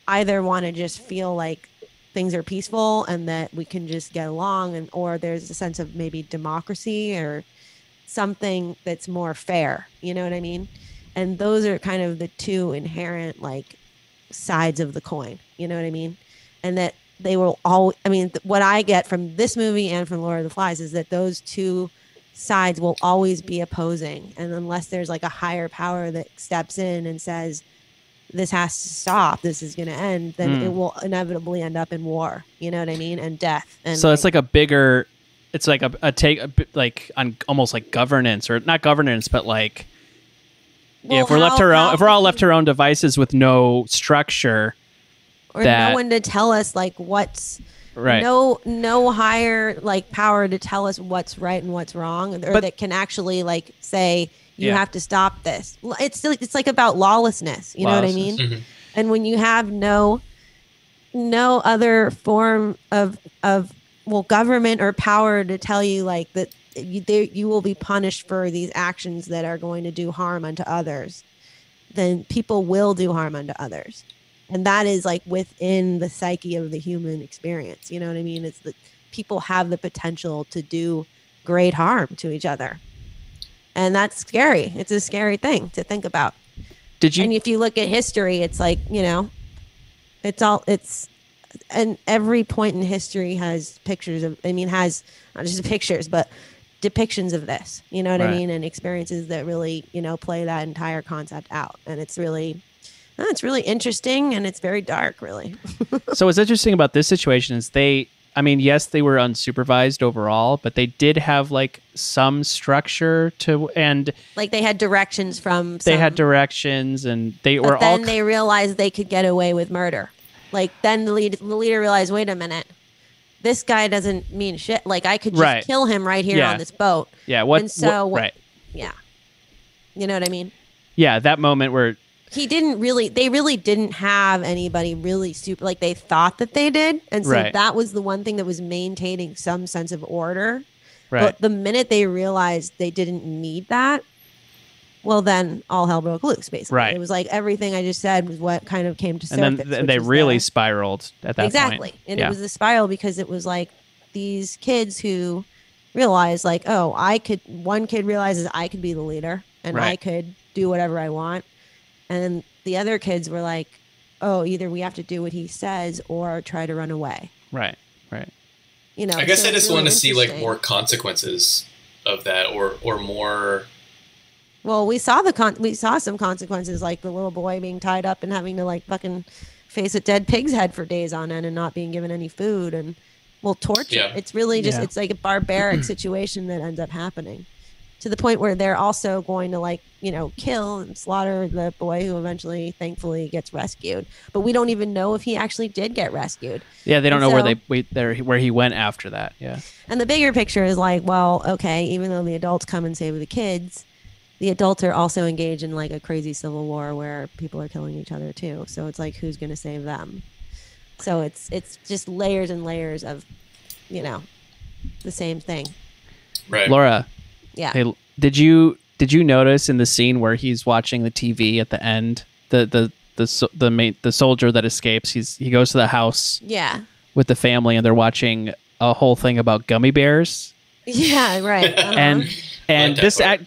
Speaker 2: either want to just feel like things are peaceful and that we can just get along and or there's a sense of maybe democracy or something that's more fair you know what i mean and those are kind of the two inherent like sides of the coin you know what i mean and that they will all i mean th- what i get from this movie and from lord of the flies is that those two sides will always be opposing and unless there's like a higher power that steps in and says this has to stop this is going to end then
Speaker 3: Hmm.
Speaker 2: it will inevitably end up in war you know what i mean and death and
Speaker 3: so it's like a bigger it's like a, a take a bit like on almost like governance or not governance but like yeah,
Speaker 2: well,
Speaker 3: if we're left
Speaker 2: how-
Speaker 3: to our own
Speaker 2: how
Speaker 3: if we're all
Speaker 2: can-
Speaker 3: left to our own devices with no structure
Speaker 2: or
Speaker 3: that-
Speaker 2: no one to tell us like what's
Speaker 3: right
Speaker 2: no no higher like power to tell us what's right and what's wrong or
Speaker 3: But-
Speaker 2: that can actually like say you
Speaker 3: Yeah.
Speaker 2: have to stop this L- it's still- it's like about lawlessness you know what i mean
Speaker 3: Lawlessness.
Speaker 1: Mhm.
Speaker 2: and when you have no no other form of of well government or power to tell you like that you, there, you will be punished for these actions that are going to do harm unto others then people will do harm unto others and that is like within the psyche of the human experience you know what i mean it's that people have the potential to do great harm to each other and that's scary it's a scary thing to think about
Speaker 3: did you
Speaker 2: and if you look at history it's like you know it's all it's and every point in history has pictures of i mean has not just pictures but depictions of this you know what i
Speaker 3: Right.
Speaker 2: mean and experiences that really you know play that entire concept out and it's really uh, it's really interesting and it's very dark really
Speaker 3: so what's interesting about this situation is they i mean yes they were unsupervised overall but they did have like some structure to and
Speaker 2: like they had directions from
Speaker 3: they
Speaker 2: some-
Speaker 3: had directions and they were
Speaker 2: but
Speaker 3: all
Speaker 2: then they realized they could get away with murder. Like then the, lead, the leader realized, wait a minute, this guy doesn't mean shit. Like I could just
Speaker 3: Right.
Speaker 2: kill him right here
Speaker 3: Yeah.
Speaker 2: on this boat.
Speaker 3: yeah what,
Speaker 2: and so
Speaker 3: what-
Speaker 2: what-
Speaker 3: right
Speaker 2: Yeah, you know what I mean.
Speaker 3: yeah that moment where
Speaker 2: He didn't really. They really didn't have anybody really super. Like they thought that they did, and so
Speaker 3: Right.
Speaker 2: that was the one thing that was maintaining some sense of order.
Speaker 3: right
Speaker 2: But the minute they realized they didn't need that, well, then all hell broke loose. Basically,
Speaker 3: Right.
Speaker 2: it was like everything I just said was what kind of came to
Speaker 3: and
Speaker 2: surface.
Speaker 3: then th-
Speaker 2: which
Speaker 3: they
Speaker 2: is
Speaker 3: really
Speaker 2: the-
Speaker 3: spiraled at that
Speaker 2: exactly
Speaker 3: point
Speaker 2: and
Speaker 3: yeah
Speaker 2: it was a spiral because it was like these kids who realized like oh i could one kid realizes i could be the leader and i
Speaker 3: Right.
Speaker 2: could do whatever i want and the other kids were like oh either we have to do what he says or try to run away
Speaker 3: right right
Speaker 2: you know
Speaker 1: I guess
Speaker 2: so
Speaker 1: I
Speaker 2: it's
Speaker 1: just
Speaker 2: really
Speaker 1: want to see like
Speaker 2: interesting.
Speaker 1: more consequences of that, or or more.
Speaker 2: well we saw the con we saw some consequences like the little boy being tied up and having to like fucking face a dead pig's head for days on end and not being given any food and will torture.
Speaker 1: Yeah.
Speaker 2: It's really just
Speaker 3: Yeah.
Speaker 2: it's like a barbaric situation that ends up happening to the point where they're also going to like you know kill and slaughter the boy who eventually thankfully gets rescued but we don't even know if he actually did get rescued
Speaker 3: Yeah, they don't know
Speaker 2: And
Speaker 3: where
Speaker 2: so-
Speaker 3: they we, there where he went after that. Yeah,
Speaker 2: and the bigger picture is like, well, okay, even though the adults come and save the kids, the adults are also engaged in like a crazy civil war where people are killing each other too. So it's like who's going to save them? So it's it's just layers and layers of, you know, the same thing.
Speaker 1: Right.
Speaker 3: Laura.
Speaker 2: Yeah.
Speaker 3: Hey, did you did you notice in the scene where he's watching the TV at the end the the the so- the main, the soldier that escapes he's he goes to the house
Speaker 2: Yeah.
Speaker 3: with the family and they're watching a whole thing about gummy bears
Speaker 2: Yeah, right. uh-huh.
Speaker 3: and and
Speaker 1: that
Speaker 3: this
Speaker 1: part.
Speaker 3: act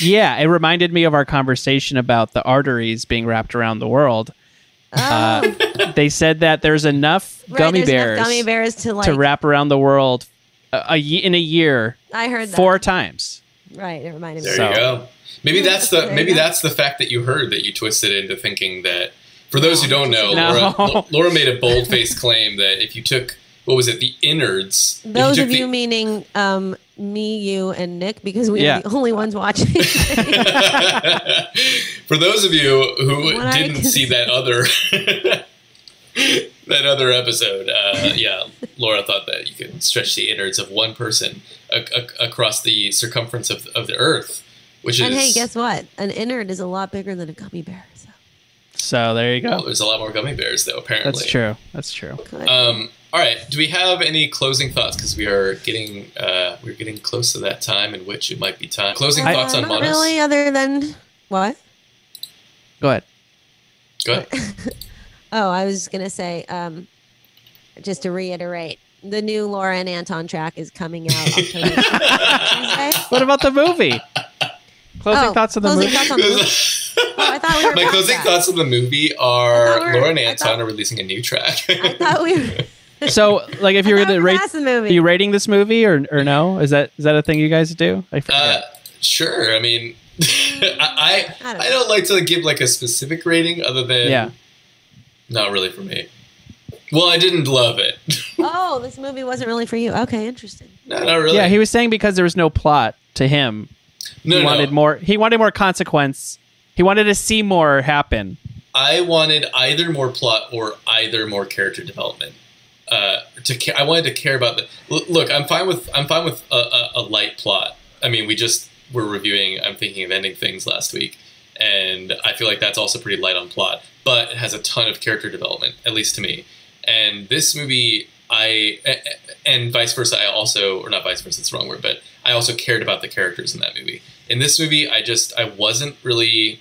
Speaker 3: yeah it reminded me of our conversation about the arteries being wrapped around the world uh, they said that there's enough
Speaker 2: Oh. Right,
Speaker 3: gummy
Speaker 2: there's enough
Speaker 3: bears
Speaker 2: Gummy bears to like
Speaker 3: to wrap around the world a, a ye- in a year
Speaker 2: I heard that.
Speaker 3: four times
Speaker 2: Right, it reminded me.
Speaker 1: There
Speaker 3: So-
Speaker 1: you go. Maybe that's
Speaker 2: Hmm, There
Speaker 1: the
Speaker 2: you
Speaker 1: maybe
Speaker 2: go.
Speaker 1: that's the fact that you heard that you twisted into thinking that. For those who
Speaker 2: Oh,
Speaker 1: don't know,
Speaker 3: No.
Speaker 1: Laura, Lo- Laura made a bold faced claim that if you took what was it the innards, if
Speaker 2: Those
Speaker 1: took
Speaker 2: of you
Speaker 1: the-
Speaker 2: meaning um, me, you, and Nick, because we
Speaker 3: Yeah.
Speaker 2: are the only ones watching.
Speaker 1: For those of you who
Speaker 2: What I
Speaker 1: didn't
Speaker 2: can
Speaker 1: see that other that other episode, uh, yeah, Laura thought that you could stretch the innards of one person ac- ac- across the circumference of, of the Earth, which
Speaker 2: And
Speaker 1: is
Speaker 2: hey, guess what? An innard is a lot bigger than a gummy bear. So
Speaker 3: so there you
Speaker 1: well,
Speaker 3: go
Speaker 1: oh, there's a lot more gummy bears though. Apparently,
Speaker 3: that's true that's true
Speaker 2: good.
Speaker 1: Um, all right. Do we have any closing thoughts? Because we are getting uh, we're getting close to that time in which it might be time. Closing
Speaker 3: I-
Speaker 1: thoughts on
Speaker 2: not
Speaker 1: Monos?
Speaker 2: really, other than what?
Speaker 3: go ahead
Speaker 1: Go ahead.
Speaker 2: Oh, I was gonna say, um, just to reiterate, the new Laura and Anton track is coming out October Tuesday.
Speaker 3: what about the movie closing
Speaker 2: Oh,
Speaker 3: thoughts of the
Speaker 2: closing
Speaker 3: movie
Speaker 2: thoughts on the movie. Oh, I thought we were
Speaker 1: My
Speaker 2: past
Speaker 1: closing
Speaker 2: that.
Speaker 1: thoughts of the movie
Speaker 2: I
Speaker 1: are
Speaker 2: thought we were-
Speaker 1: Laura and
Speaker 2: I
Speaker 1: Anton
Speaker 2: thought-
Speaker 1: are releasing a new track.
Speaker 2: I thought we were.
Speaker 3: so like if
Speaker 2: I
Speaker 3: you were
Speaker 2: thought we
Speaker 3: to
Speaker 2: were
Speaker 3: rate
Speaker 2: past the
Speaker 3: are
Speaker 2: movie.
Speaker 3: you rating this movie or, or no is that is that a thing you guys do i forget
Speaker 1: uh, sure. I mean, I I,
Speaker 2: I
Speaker 1: I,
Speaker 2: don't
Speaker 1: don't like to give like a specific rating other than
Speaker 3: yeah
Speaker 1: not really for me. Well, I didn't love it.
Speaker 2: oh, this movie wasn't really for you. Okay, interesting.
Speaker 1: no, not really.
Speaker 3: yeah he was saying because there was no plot to him
Speaker 1: no,
Speaker 3: he
Speaker 1: no.
Speaker 3: wanted more he wanted more consequence he wanted to see more happen
Speaker 1: I wanted either more plot or either more character development. Uh, to ca- I wanted to care about the L- look. I'm fine with I'm fine with a, a, a light plot. I mean, we just were reviewing. I'm thinking of ending things last week, and I feel like that's also pretty light on plot, but it has a ton of character development, at least to me. And this movie, I a- a- and vice versa. I also or not vice versa. It's the wrong word, but I also cared about the characters in that movie. In this movie, I just I wasn't really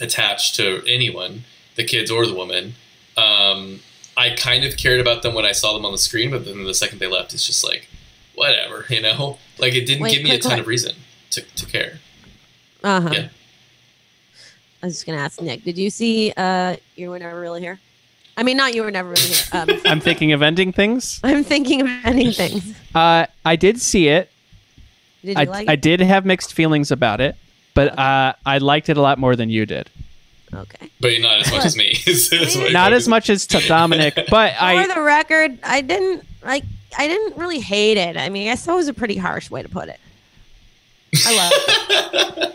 Speaker 1: attached to anyone, the kids or the woman. Um, I kind of cared about them when I saw them on the screen, but then the second they left, it's just like, whatever, you know? Like, it didn't
Speaker 2: Wait,
Speaker 1: give me
Speaker 2: quick,
Speaker 1: a ton
Speaker 2: quick.
Speaker 1: of reason to, to care.
Speaker 2: Uh huh.
Speaker 1: Yeah.
Speaker 2: I was just gonna ask Nick. Did you see? Uh, you were never really here. I mean, not you were never really here. Um,
Speaker 3: i'm thinking of ending things
Speaker 2: I'm thinking of anything.
Speaker 3: uh, i did see it
Speaker 2: Did you
Speaker 3: I,
Speaker 2: like?
Speaker 3: I
Speaker 2: it?
Speaker 3: did have mixed feelings about it but uh, i liked it a lot more than you did
Speaker 2: Okay.
Speaker 1: But not as much as me. Is- is what
Speaker 3: not
Speaker 1: it
Speaker 3: as
Speaker 1: is.
Speaker 3: much as to dominic but i
Speaker 2: For the record, I didn't like. I didn't really hate it. I mean, I guess that was a pretty harsh way to put it. I love.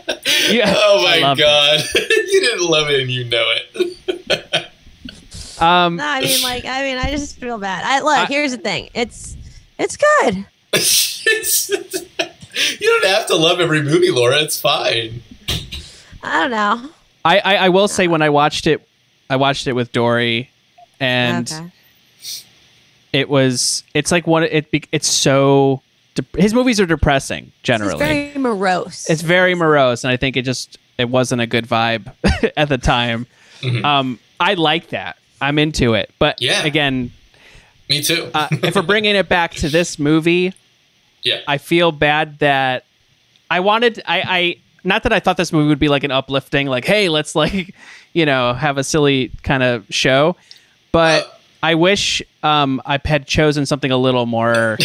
Speaker 2: it.
Speaker 3: yeah,
Speaker 1: Oh
Speaker 3: I
Speaker 1: my
Speaker 3: loved it.
Speaker 1: god. you didn't love it and you know it.
Speaker 3: um,
Speaker 2: No, I mean, like, I mean, I just feel bad. I look.
Speaker 3: I-
Speaker 2: here's the thing. It's, it's good.
Speaker 1: It's- you don't have to love every movie, Laura. It's fine.
Speaker 2: I don't know.
Speaker 3: I, I, I will say when I watched it, I watched it with Dory, and
Speaker 2: okay.
Speaker 3: it was it's like one it be- it's so de- his movies are depressing
Speaker 2: It's
Speaker 3: generally.
Speaker 2: very morose.
Speaker 3: It's very morose, and I think it just it wasn't a good vibe at the time.
Speaker 1: Mhm.
Speaker 3: Um, I like that. I'm into it, but
Speaker 1: Yeah.
Speaker 3: again,
Speaker 1: Me too.
Speaker 3: uh, if we're bringing it back to this movie,
Speaker 1: yeah.
Speaker 3: I feel bad that I wanted I I not that I thought this movie would be like an uplifting like hey let's like you know have a silly kind of show but
Speaker 1: Uh.
Speaker 3: I wish um I had chosen something a little more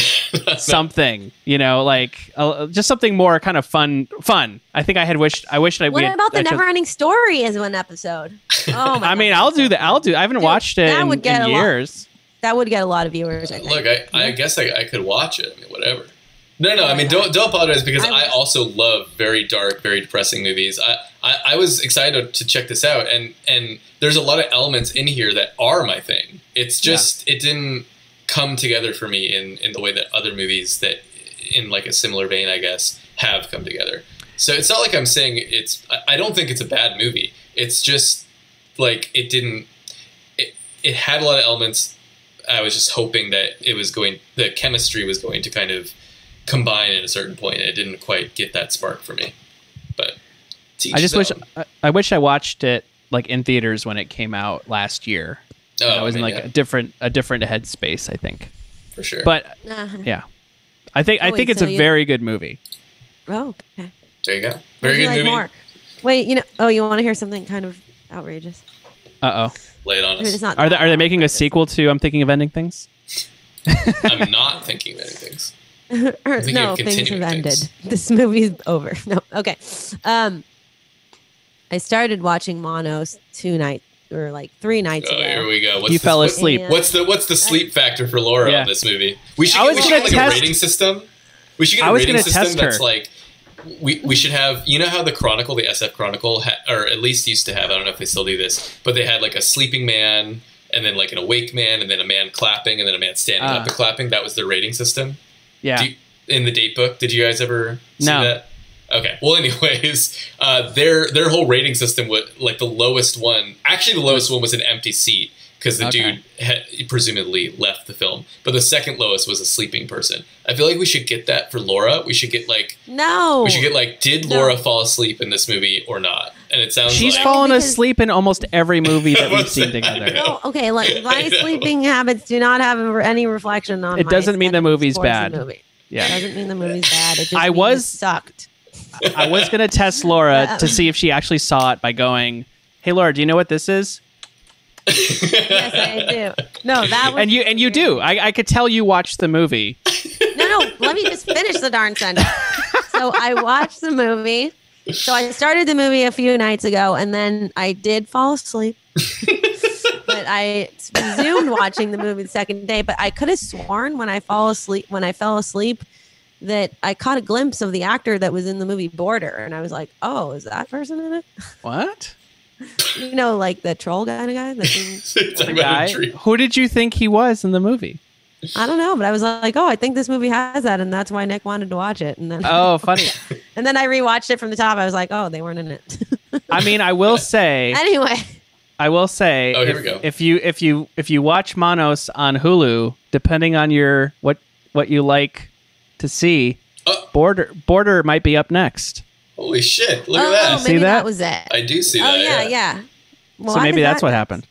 Speaker 3: something you know like uh, just something more kind of fun fun I think I had wished I wished I
Speaker 2: What
Speaker 3: we had-
Speaker 2: about the
Speaker 3: I chose-
Speaker 2: never-ending story? Is one episode. Oh my.
Speaker 3: I mean
Speaker 2: God.
Speaker 3: I'll do that I'll do I haven't watched it
Speaker 2: that
Speaker 3: in,
Speaker 2: would get
Speaker 3: in
Speaker 2: a lot.
Speaker 3: years
Speaker 2: that would get a lot of viewers. I think.
Speaker 1: Look, I, I guess I, I could watch it. I mean, whatever. No, no. I mean, don't don't apologize because I,
Speaker 2: I will.
Speaker 1: also love very dark, very depressing movies. I, I I was excited to check this out, and and there's a lot of elements in here that are my thing. It's just it didn't come together for me in in the way that other movies that in like a similar vein, I guess, have come together. So it's not like I'm saying it's. I- I don't think it's a bad movie. It's just like it didn't. It it had a lot of elements. I was just hoping that it was going. The chemistry was going to kind of combine at a certain point. and It didn't quite get that spark for me. But to each
Speaker 3: I just
Speaker 1: his
Speaker 3: wish
Speaker 1: own.
Speaker 3: I, I wish I watched it like in theaters when it came out last year.
Speaker 1: Oh,
Speaker 3: I was in
Speaker 1: mean,
Speaker 3: like a
Speaker 1: yeah,
Speaker 3: different a different headspace, I think.
Speaker 1: for sure.
Speaker 3: But
Speaker 2: Uh-huh.
Speaker 3: yeah. I think I
Speaker 2: I'll
Speaker 3: think
Speaker 2: Oh, wait
Speaker 3: it's a
Speaker 2: till you-
Speaker 3: very good movie.
Speaker 2: Oh, okay.
Speaker 1: there you go.
Speaker 2: Would
Speaker 1: Very
Speaker 2: you
Speaker 1: good
Speaker 2: like
Speaker 1: movie.
Speaker 2: more? Wait, you know. Oh, you want to hear something kind of outrageous?
Speaker 3: Uh oh.
Speaker 1: Lay it on
Speaker 2: I mean, it's
Speaker 1: us.
Speaker 2: not.
Speaker 3: Are they
Speaker 2: that
Speaker 3: are they making a
Speaker 2: outrageous.
Speaker 3: sequel to I'm Thinking of Ending Things?
Speaker 1: I'm not thinking of anything.
Speaker 2: Or-
Speaker 1: thinking
Speaker 2: no,
Speaker 1: of
Speaker 2: things have
Speaker 1: continuing
Speaker 2: ended.
Speaker 1: things.
Speaker 2: This movie's over. No, okay. Um, I started watching Monos two nights or like three nights
Speaker 1: Oh, here
Speaker 2: ago.
Speaker 1: we go. What's
Speaker 3: you
Speaker 1: the-
Speaker 3: fell
Speaker 1: what-
Speaker 3: asleep.
Speaker 2: Yeah.
Speaker 1: What's the what's the sleep factor for Laura
Speaker 3: Yeah.
Speaker 1: on this movie? We should,
Speaker 3: I was
Speaker 1: we should
Speaker 3: gonna
Speaker 1: get like
Speaker 3: test-
Speaker 1: a rating system. We should get
Speaker 3: I
Speaker 1: a
Speaker 3: was
Speaker 1: rating
Speaker 3: gonna
Speaker 1: system
Speaker 3: test
Speaker 1: that's
Speaker 3: her.
Speaker 1: like we, we should have you know how the Chronicle, the SF Chronicle, ha- or at least used to have. I don't know if they still do this, but they had like a sleeping man and then like an awake man and then a man clapping and then a man standing
Speaker 3: Ah.
Speaker 1: up and clapping. That was their rating system.
Speaker 3: Yeah.
Speaker 1: Do you- in the date book. Did you guys ever see
Speaker 3: No.
Speaker 1: that? Okay. Well, anyways, uh, their their whole rating system was like the lowest one. Actually, the lowest one was an empty seat because the
Speaker 3: Okay.
Speaker 1: dude had, presumably left the film. But the second lowest was a sleeping person. I feel like we should get that for Laura. We should get like
Speaker 2: No.
Speaker 1: we should get like did
Speaker 2: Oh. No.
Speaker 1: Laura fall asleep in this movie or not? And it sounds
Speaker 3: She's
Speaker 1: like
Speaker 3: fallen
Speaker 2: Because-
Speaker 3: asleep in almost every movie that we've seen
Speaker 1: What's that?
Speaker 3: together.
Speaker 1: I know.
Speaker 2: No, okay, like my
Speaker 1: I know.
Speaker 2: sleeping habits do not have a- any reflection on.
Speaker 3: It
Speaker 2: my
Speaker 3: doesn't mean the
Speaker 2: aesthetic
Speaker 3: movie's
Speaker 2: towards
Speaker 3: bad.
Speaker 2: The movie. It
Speaker 3: Yeah.
Speaker 2: doesn't mean the movie's bad. It just
Speaker 3: I
Speaker 2: means it
Speaker 3: was-
Speaker 2: sucked.
Speaker 3: I was gonna test Laura to see if she actually saw it by going, Hey Laura, do you know what this is?
Speaker 2: Yes, I do. No, that was
Speaker 3: And you and you do. I, I could tell you watched the movie.
Speaker 2: No, no, let me just finish the darn sentence. So I watched the movie. So I started the movie a few nights ago and then I did fall asleep. but I resumed watching the movie the second day, but I could have sworn when I fall asleep when I fell asleep that I caught a glimpse of the actor that was in the movie Border and I was like, "Oh, is that person in it?"
Speaker 3: What?
Speaker 2: You know, like the troll kind of guy. That
Speaker 1: talking about
Speaker 3: Guy?
Speaker 1: a dream.
Speaker 3: Who did you think he was in the movie?
Speaker 2: I don't know, but I was like, "Oh, I think this movie has that," and that's why Nick wanted to watch it. And then
Speaker 3: Oh, funny.
Speaker 2: And then I rewatched it from the top. I was like, oh, they weren't in it.
Speaker 3: I mean, I will say,
Speaker 2: anyway,
Speaker 3: I will say,
Speaker 1: Oh, here
Speaker 3: if,
Speaker 1: we go.
Speaker 3: if you if you if you watch Monos on Hulu, depending on your what what you like to see,
Speaker 1: Oh.
Speaker 3: Border Border might be up next.
Speaker 1: Holy shit! Look
Speaker 2: oh,
Speaker 1: at that.
Speaker 2: maybe that?
Speaker 3: that?
Speaker 2: was it.
Speaker 1: I do see
Speaker 2: oh
Speaker 1: that.
Speaker 2: yeah, yeah. Well,
Speaker 3: so
Speaker 2: I
Speaker 3: maybe
Speaker 2: did
Speaker 3: that's
Speaker 2: that.
Speaker 3: what happened.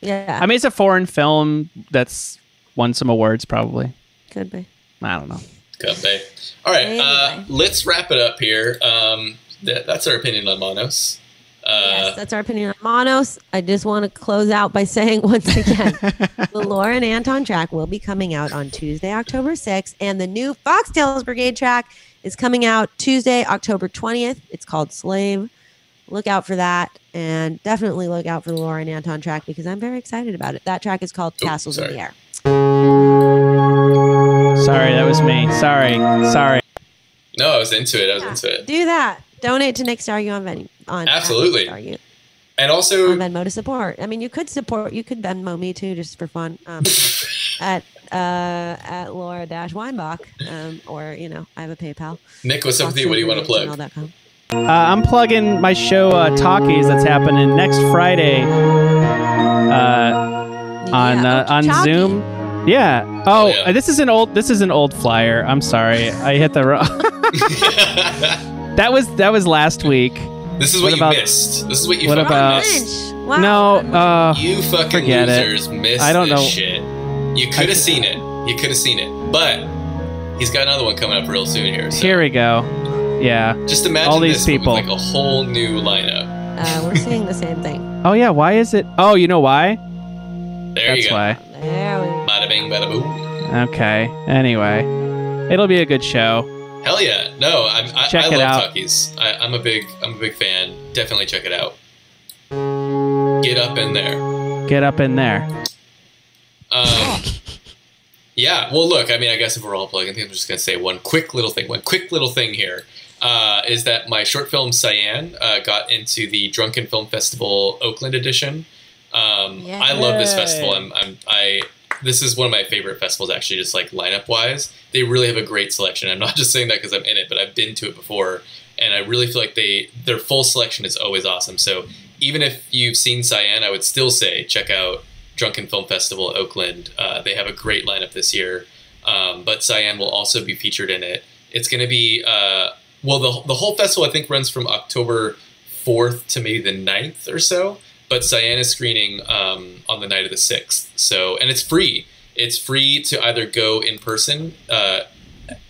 Speaker 2: Yeah,
Speaker 3: I mean, it's a foreign film that's won some awards, probably.
Speaker 2: could be.
Speaker 3: I don't know.
Speaker 1: Come back. All right, uh,
Speaker 2: Anyway.
Speaker 1: let's wrap it up here. Um, that, that's our opinion on Monos. Uh,
Speaker 2: yes, that's our opinion on Monos. I just want to close out by saying once again, the Laura and Anton track will be coming out on Tuesday, October 6th, and the new Foxtails Brigade track is coming out Tuesday, October 20th. It's called Slave. Look out for that, and definitely look out for the Laura and Anton track because I'm very excited about it. That track is called
Speaker 1: Oh,
Speaker 2: Castles
Speaker 1: sorry.
Speaker 2: in the Air.
Speaker 3: Sorry, that was me. Sorry, sorry.
Speaker 1: No, I was into it. I was
Speaker 2: Yeah,
Speaker 1: into it.
Speaker 2: Do that. Donate to Nick Star You on Venmo. On
Speaker 1: Absolutely.
Speaker 2: Star You
Speaker 1: And
Speaker 2: on
Speaker 1: also,
Speaker 2: Venmo to support. I mean, you could support. You could Venmo me too, just for fun. Um, at uh, at Laura Dash Weinbach, um, or you know, I have a PayPal.
Speaker 1: Nick, what's up with you? What do you want to plug?
Speaker 2: Foxintegrity@gmail.com.
Speaker 3: Uh, I'm plugging my show uh, Talkies that's happening next Friday. Uh, on
Speaker 2: Yeah, oh,
Speaker 3: uh, on
Speaker 2: Chalky.
Speaker 3: Zoom. Yeah. Oh,
Speaker 1: Oh, yeah.
Speaker 3: uh, this is an old this is an old flyer. I'm sorry, I hit the wrong. that was that was last week.
Speaker 1: this is
Speaker 3: What
Speaker 1: what, you
Speaker 3: about-
Speaker 1: missed. This is what you
Speaker 3: what
Speaker 1: fucking
Speaker 3: about-
Speaker 1: missed.
Speaker 2: Lynch. Wow.
Speaker 3: uh, No, uh,
Speaker 1: You fucking
Speaker 3: forget it.
Speaker 1: losers missed
Speaker 3: I don't
Speaker 1: this
Speaker 3: know.
Speaker 1: shit. You could have seen it. You could have seen it. But he's got another one coming up real soon here. So
Speaker 3: here we go. Yeah.
Speaker 1: just imagine
Speaker 3: all these
Speaker 1: this, but with,
Speaker 3: people.
Speaker 1: like a whole new lineup.
Speaker 2: Uh, we're seeing the same thing.
Speaker 3: Oh yeah. Why is it? Oh, you know why?
Speaker 1: There
Speaker 3: That's
Speaker 1: you go.
Speaker 3: why.
Speaker 2: There we go.
Speaker 1: Bada bing, bada boom.
Speaker 3: Okay. Anyway, it'll be a good show.
Speaker 1: Hell yeah! No, I'm, I,
Speaker 3: Check
Speaker 1: I
Speaker 3: it
Speaker 1: love
Speaker 3: out.
Speaker 1: Talkies. I, I'm a big, I'm a big fan. Definitely check it out. Get up in there.
Speaker 3: Get up in there.
Speaker 1: Um, yeah. Well, look. I mean, I guess if we're all plugging, I think I'm just gonna say one quick little thing. One quick little thing here uh, is that my short film Cyan uh, got into the Drunken Film Festival Oakland edition. Um, I love this festival. I'm, I'm I. This is one of my favorite festivals, actually, just like lineup wise. They really have a great selection. I'm not just saying that because I'm in it, but I've been to it before, and I really feel like they their full selection is always awesome. So even if you've seen Cyan, I would still say check out Drunken Film Festival Oakland. Uh, they have a great lineup this year, um, but Cyan will also be featured in it. It's going to be uh, well the the whole festival I think runs from October fourth to maybe the 9th or so. But Cyan is screening um, on the night of the sixth. So and it's free. It's free to either go in person uh,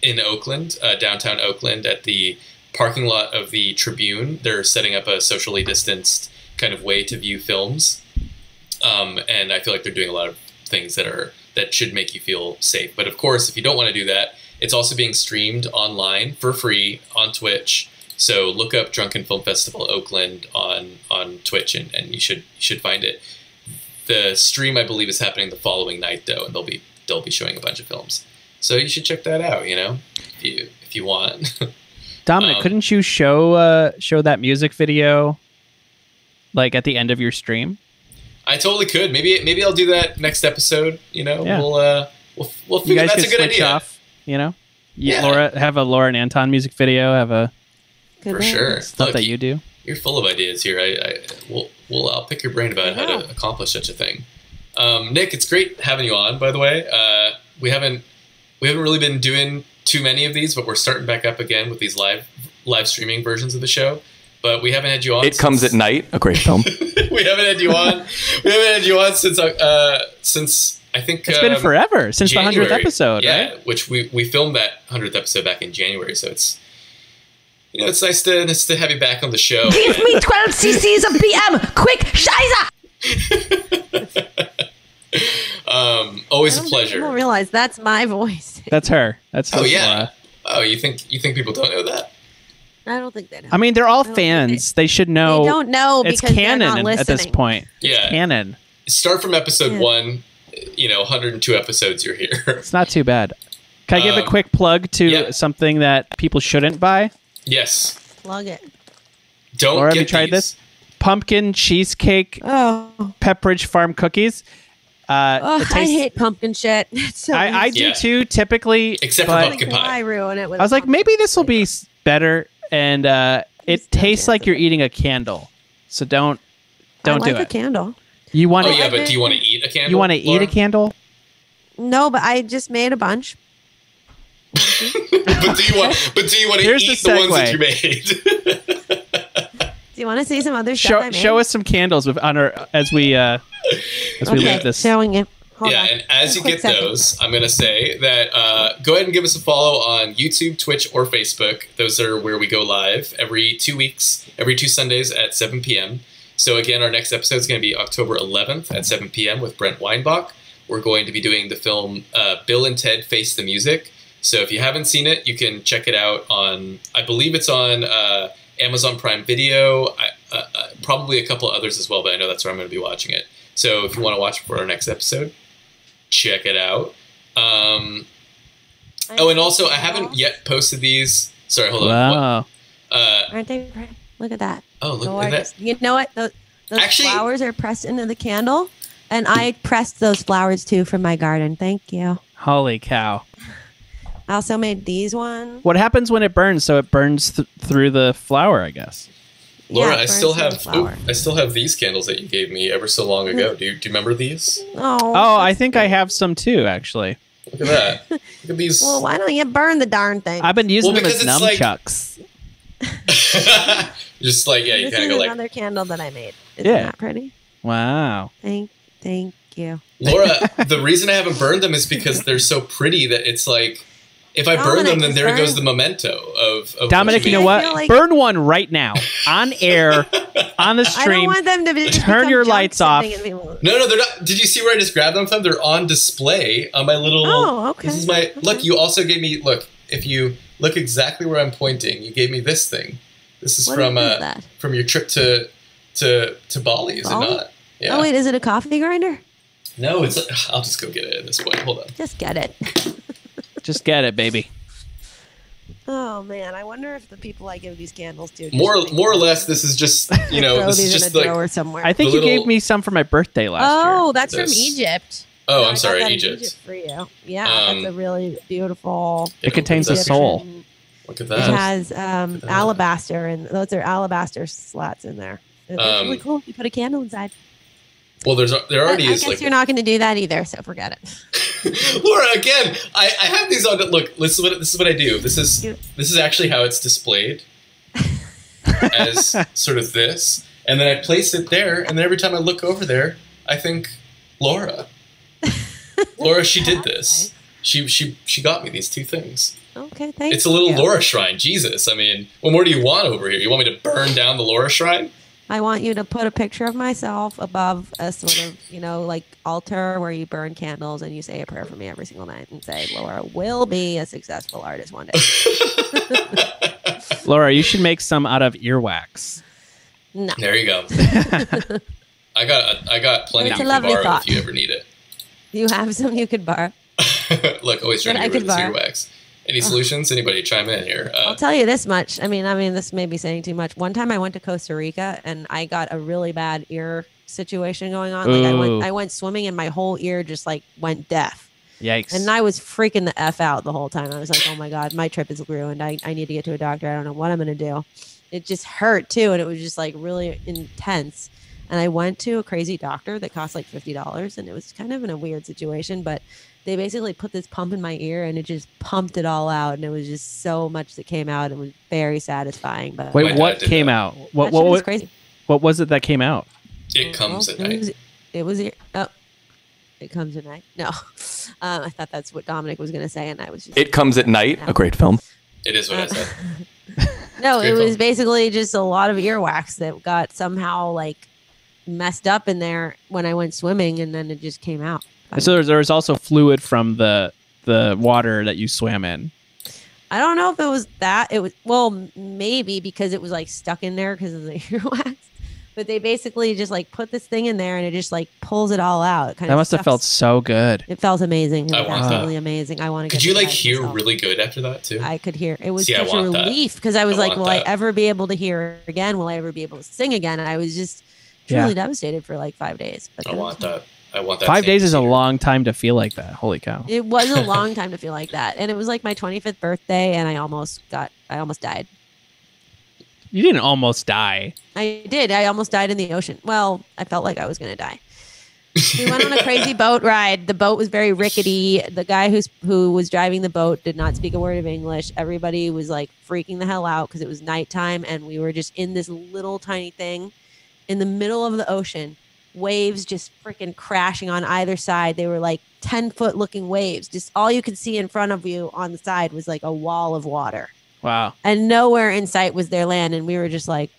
Speaker 1: in Oakland, uh, downtown Oakland, at the parking lot of the Tribune. They're setting up a socially distanced kind of way to view films, um, and I feel like they're doing a lot of things that are that should make you feel safe. But of course, if you don't want to do that, it's also being streamed online for free on Twitch. So look up Drunken Film Festival Oakland on on Twitch, and, and you should you should find it. The stream I believe is happening the following night though, and they'll be they'll be showing a bunch of films. So you should check that out. You know, if you if you want.
Speaker 3: Dominic,
Speaker 1: Um,
Speaker 3: couldn't you show uh, show that music video like at the end of your stream?
Speaker 1: I totally could. Maybe maybe I'll do that next episode. You know,
Speaker 3: Yeah.
Speaker 1: we'll uh, we'll we'll
Speaker 3: You
Speaker 1: figure
Speaker 3: guys
Speaker 1: that's
Speaker 3: could
Speaker 1: a good
Speaker 3: switch
Speaker 1: idea
Speaker 3: off, you know? You-
Speaker 1: Yeah.
Speaker 3: Laura have a Laura and Anton music video, have a
Speaker 1: for sure.
Speaker 3: stuff
Speaker 1: Look,
Speaker 3: that you do.
Speaker 1: you're full of ideas here. I, I we'll, we'll I'll pick your brain about how to accomplish such a thing. Um, Nick, it's great having you on. By the way, uh, we haven't we haven't really been doing too many of these, but we're starting back up again with these live live streaming versions of the show. But we haven't had you on.
Speaker 7: It comes
Speaker 1: since-
Speaker 7: at night. A great film.
Speaker 1: we haven't had you on. we haven't had you on since uh, since I think
Speaker 3: It's
Speaker 1: um,
Speaker 3: been forever since the hundredth
Speaker 1: January.
Speaker 3: episode,
Speaker 1: yeah,
Speaker 3: right?
Speaker 1: Which we we filmed that hundredth episode back in January, so it's you know it's nice to nice to have you back on the show.
Speaker 6: Give me 12 cc's of BM. Quick, Scheiße.
Speaker 1: um, always a
Speaker 2: People
Speaker 1: pleasure.
Speaker 2: realize that's my voice.
Speaker 3: That's her. That's
Speaker 1: Oh
Speaker 3: that's
Speaker 1: yeah.
Speaker 3: Laura.
Speaker 1: Oh, you think you think people don't know that?
Speaker 2: I don't think they know.
Speaker 3: I mean, they're all
Speaker 2: don't
Speaker 3: fans. They should know.
Speaker 2: Oh, they don't know
Speaker 3: it's
Speaker 2: because they're not
Speaker 3: canon
Speaker 2: listening.
Speaker 3: at this point.
Speaker 1: Yeah.
Speaker 3: Canon.
Speaker 1: Start from episode
Speaker 2: Yeah.
Speaker 1: one. You know, 102 episodes. You're here.
Speaker 3: It's not too bad. Can I give
Speaker 1: Um,
Speaker 3: a quick plug to
Speaker 1: yeah.
Speaker 3: something that people shouldn't buy?
Speaker 1: yes.
Speaker 2: Plug it.
Speaker 1: Don't
Speaker 3: Laura, have
Speaker 1: get
Speaker 3: you tried
Speaker 1: these.
Speaker 3: this? Pumpkin cheesecake
Speaker 2: Oh,
Speaker 3: Pepperidge Farm cookies. Uh,
Speaker 2: oh
Speaker 3: it
Speaker 2: I
Speaker 3: tastes-
Speaker 2: hate pumpkin shit. It's so
Speaker 3: I, I do
Speaker 1: Yeah.
Speaker 3: too. Typically,
Speaker 1: Except for
Speaker 3: but
Speaker 1: pumpkin pie.
Speaker 2: I ruin it with.
Speaker 3: I was like,
Speaker 2: pumpkin.
Speaker 3: maybe this will be s- better, and uh,
Speaker 2: Please
Speaker 3: it
Speaker 2: don't
Speaker 3: tastes
Speaker 2: do it.
Speaker 3: like you're eating a candle. So don't don't
Speaker 2: I
Speaker 3: do
Speaker 2: like a
Speaker 3: it.
Speaker 2: candle.
Speaker 3: You want
Speaker 1: Oh
Speaker 3: to
Speaker 1: yeah,
Speaker 2: I've
Speaker 1: but do you want to
Speaker 2: been-
Speaker 1: eat a candle?
Speaker 3: you want to eat
Speaker 1: Laura?
Speaker 3: a candle?
Speaker 2: No, but I just made a bunch.
Speaker 1: but do you want? But do you want to
Speaker 3: Here's
Speaker 1: eat the,
Speaker 3: the
Speaker 1: ones that
Speaker 3: segue.
Speaker 1: you made?
Speaker 2: Do you want to see some other stuff I
Speaker 3: Show
Speaker 2: made?
Speaker 3: show us some candles with on our as we uh, as we
Speaker 2: Okay,
Speaker 3: leave this.
Speaker 2: showing it. Hold
Speaker 1: yeah,
Speaker 2: on.
Speaker 1: and as you
Speaker 2: Quick
Speaker 1: get
Speaker 2: second.
Speaker 1: those, I'm going to say that uh, go ahead and give us a follow on YouTube, Twitch, or Facebook. Those are where we go live every two weeks, every two Sundays at 7 p.m. So, again, our next episode is going to be October 11th at 7 p.m. with Brent Weinbach. We're going to be doing the film uh, Bill and Ted Face the Music. So, if you haven't seen it, you can check it out on, I believe it's on uh, Amazon Prime Video, I, uh, uh, probably a couple others as well, but I know that's where I'm going to be watching it. So, if you want to watch it for our next episode, check it out. Um, oh, and also, I haven't yet posted these. Sorry, hold on.
Speaker 3: Wow.
Speaker 1: What- Uh,
Speaker 2: Aren't they? pretty? Look at that.
Speaker 1: oh,
Speaker 2: The
Speaker 1: look at that.
Speaker 2: largest- You know what? Those, those
Speaker 1: Actually-
Speaker 2: flowers are pressed into the candle, and I pressed those flowers too from my garden. Thank you.
Speaker 3: Holy cow!
Speaker 2: I also made these ones.
Speaker 3: What happens when it burns? So it burns th- through the flower, I guess.
Speaker 1: Laura,
Speaker 2: Yeah,
Speaker 1: I still
Speaker 2: burns into
Speaker 1: have
Speaker 2: flower.
Speaker 1: oop, I still have these candles that you gave me ever so long ago. Do you, do you remember these?
Speaker 2: Oh,
Speaker 3: Oh, I think I have some too, actually.
Speaker 1: Look at that. Look at these.
Speaker 2: Well, why don't you burn the darn thing?
Speaker 3: I've been using
Speaker 1: Well,
Speaker 3: them as
Speaker 1: because it's like-
Speaker 3: nunchucks.
Speaker 1: Just like yeah, you
Speaker 2: this
Speaker 1: kind
Speaker 2: is
Speaker 1: of go like
Speaker 2: another candle that I made. Isn't
Speaker 3: Yeah.
Speaker 2: that pretty?
Speaker 3: Wow.
Speaker 2: Thank, thank you.
Speaker 1: Laura. the reason I haven't burned them is because they're so pretty that it's like if I burn
Speaker 2: Dominic,
Speaker 1: them, then
Speaker 2: just
Speaker 1: there
Speaker 2: burn
Speaker 1: goes
Speaker 2: them.
Speaker 1: the memento of, of what
Speaker 3: Dominic, you know
Speaker 1: made.
Speaker 2: I
Speaker 3: what?
Speaker 2: feel like-
Speaker 3: Burn one right now on air, on the
Speaker 2: I don't
Speaker 3: stream.
Speaker 2: want them to be. just
Speaker 3: Turn
Speaker 2: become
Speaker 3: your
Speaker 2: junk
Speaker 3: lights off.
Speaker 2: sitting in people-
Speaker 1: No, no, they're not. Did you see where I just grabbed them from? They're on display on my little.
Speaker 2: Oh, okay.
Speaker 1: This is my
Speaker 2: Okay.
Speaker 1: look. You also gave me look. If you look exactly where I'm pointing, you gave me this thing. This is
Speaker 2: What
Speaker 1: from
Speaker 2: is
Speaker 1: uh,
Speaker 2: that?
Speaker 1: from your trip to to to Bali, is
Speaker 2: Bali?
Speaker 1: it not? Yeah.
Speaker 2: Oh wait, is it a coffee grinder?
Speaker 1: No, it's. I'll just go get it at this point. Hold on.
Speaker 2: Just get it.
Speaker 3: Just get it, baby.
Speaker 2: Oh man, I wonder if the people I give these candles do. just
Speaker 1: More,
Speaker 2: think-
Speaker 1: more or less, this is just you know,
Speaker 2: throw
Speaker 1: this is
Speaker 2: these in
Speaker 1: just
Speaker 2: a
Speaker 1: like.
Speaker 2: drawer somewhere.
Speaker 3: I think
Speaker 1: The
Speaker 3: you gave
Speaker 1: little-
Speaker 3: me some for my birthday last
Speaker 2: oh,
Speaker 3: year.
Speaker 2: that's from
Speaker 1: This.
Speaker 2: Egypt.
Speaker 1: Oh,
Speaker 2: I
Speaker 1: I'm
Speaker 2: got
Speaker 1: sorry,
Speaker 2: that in
Speaker 1: Egypt.
Speaker 2: for you. Yeah,
Speaker 1: Um,
Speaker 2: that's a really beautiful.
Speaker 3: It contains a
Speaker 1: opens up.
Speaker 3: soul.
Speaker 2: Egyptian-
Speaker 1: Look at
Speaker 2: It
Speaker 1: that.
Speaker 2: has um,
Speaker 1: that.
Speaker 2: alabaster, and those are alabaster slats in there. It's really
Speaker 1: Um,
Speaker 2: cool. You put a candle inside.
Speaker 1: Well, there's there
Speaker 2: But I
Speaker 1: already is
Speaker 2: guess
Speaker 1: like
Speaker 2: you're not going to do that either, so forget it.
Speaker 1: Laura, again, I, I have these on. Look, this is what this is what I do. This is
Speaker 2: You-
Speaker 1: this is actually how it's displayed, as sort of this, and then I place it there, and then every time I look over there, I think Laura, Laura, she did this. She she she got me these two things.
Speaker 2: Okay, thanks.
Speaker 1: It's a little
Speaker 2: you.
Speaker 1: Laura shrine. Jesus, I mean, what more do you want over here? You want me to burn down the Laura shrine?
Speaker 2: I want you to put a picture of myself above a sort of, you know, like altar where you burn candles and you say a prayer for me every single night and say, Laura will be a successful artist one day.
Speaker 3: Laura, you should make some out of earwax.
Speaker 2: No.
Speaker 1: There you go. I got I got plenty
Speaker 2: It's a
Speaker 1: to
Speaker 2: lovely
Speaker 1: borrow
Speaker 2: thought.
Speaker 1: if you ever need it.
Speaker 2: You have some you could borrow.
Speaker 1: Look, always trying to
Speaker 2: That
Speaker 1: get rid
Speaker 2: I
Speaker 1: of
Speaker 2: could
Speaker 1: this
Speaker 2: borrow.
Speaker 1: earwax. Any solutions? Anybody chime in here?
Speaker 2: I'll
Speaker 1: Uh,
Speaker 2: tell you this much. I mean, I mean, this may be saying too much. One time I went to Costa Rica and I got a really bad ear situation going on. Like I
Speaker 3: Ooh.
Speaker 2: went, I went swimming and my whole ear just like went deaf.
Speaker 3: Yikes.
Speaker 2: And I was freaking the F out the whole time. I was like, oh my God, my trip is ruined. I, I need to get to a doctor. I don't know what I'm going to do. It just hurt too. And it was just like really intense. And I went to a crazy doctor that cost like $50. And it was kind of in a weird situation, but they basically put this pump in my ear and it just pumped it all out. And it was just so much that came out. It was very satisfying. But
Speaker 1: My
Speaker 3: Wait,
Speaker 1: dad
Speaker 3: what
Speaker 1: did
Speaker 3: came
Speaker 1: that.
Speaker 3: out?
Speaker 2: that
Speaker 3: What
Speaker 2: shit
Speaker 3: what,
Speaker 2: was
Speaker 3: what,
Speaker 2: crazy.
Speaker 3: what was it that came out?
Speaker 1: it comes at
Speaker 2: Well, It
Speaker 1: night.
Speaker 2: was, it was ear- oh, it comes at night. No, um, I thought that's what Dominic was going to say. And I was just
Speaker 7: It comes at night. A great film.
Speaker 1: It is what I
Speaker 2: Uh,
Speaker 1: said.
Speaker 2: no, it
Speaker 1: Grateful.
Speaker 2: was basically just a lot of earwax that got somehow like messed up in there when I went swimming, and then it just came out.
Speaker 3: So there's, there's also fluid from the the water that you swam in.
Speaker 2: I don't know if it was that. It was well, m- maybe because it was like stuck in there because of the earwax. But they basically just like put this thing in there, and it just like pulls it all out. It kind
Speaker 3: That
Speaker 2: of
Speaker 3: must have felt
Speaker 2: sucks-
Speaker 3: so good.
Speaker 2: It felt amazing. It
Speaker 1: I
Speaker 2: was
Speaker 1: want
Speaker 3: that.
Speaker 2: absolutely amazing. I want to.
Speaker 1: Could you like hear really good after that too?
Speaker 2: I could hear. It was
Speaker 1: See, I
Speaker 2: such a
Speaker 1: want that.
Speaker 2: relief because I was
Speaker 1: I
Speaker 2: like,
Speaker 1: want
Speaker 2: "Will
Speaker 1: that.
Speaker 2: I ever be able to hear again? Will I ever be able to sing again?" And I was just
Speaker 3: Yeah.
Speaker 2: truly devastated for like five days. But
Speaker 1: I
Speaker 2: then-
Speaker 1: want that. I want that.
Speaker 3: Five days is a
Speaker 1: lot.
Speaker 3: long time to feel like that. Holy cow.
Speaker 2: It was a long time to feel like that, and it was like my 25th birthday, and I almost got, I almost died.
Speaker 3: You didn't almost die.
Speaker 2: I did. I almost died in the ocean. Well, I felt like I was going to die. We went on a crazy boat ride. The boat was very rickety. The guy who's who was driving the boat did not speak a word of English. Everybody was like freaking the hell out because it was nighttime and we were just in this little tiny thing in the middle of the ocean. Waves just freaking crashing on either side. They were like 10 foot looking waves. Just all you could see in front of you on the side was like a wall of water
Speaker 3: Wow.
Speaker 2: and nowhere in sight was their land and we were just like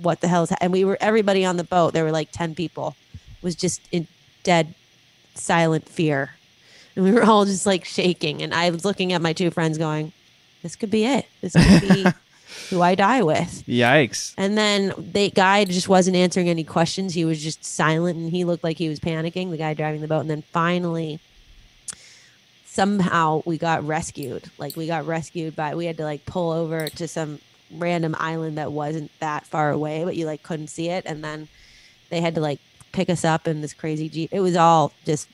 Speaker 2: what the hell is ha-? and we were everybody on the boat there were like 10 people was just in dead silent fear and we were all just like shaking and i was looking at my two friends going this could be it this could be who i die with
Speaker 3: Yikes.
Speaker 2: and then the guy just wasn't answering any questions. He was just silent and he looked like he was panicking, the guy driving the boat. And then finally, somehow we got rescued. Like we got rescued by, we had to like pull over to some random island that wasn't that far away, but you like couldn't see it. And then they had to like pick us up in this crazy Jeep. It was all just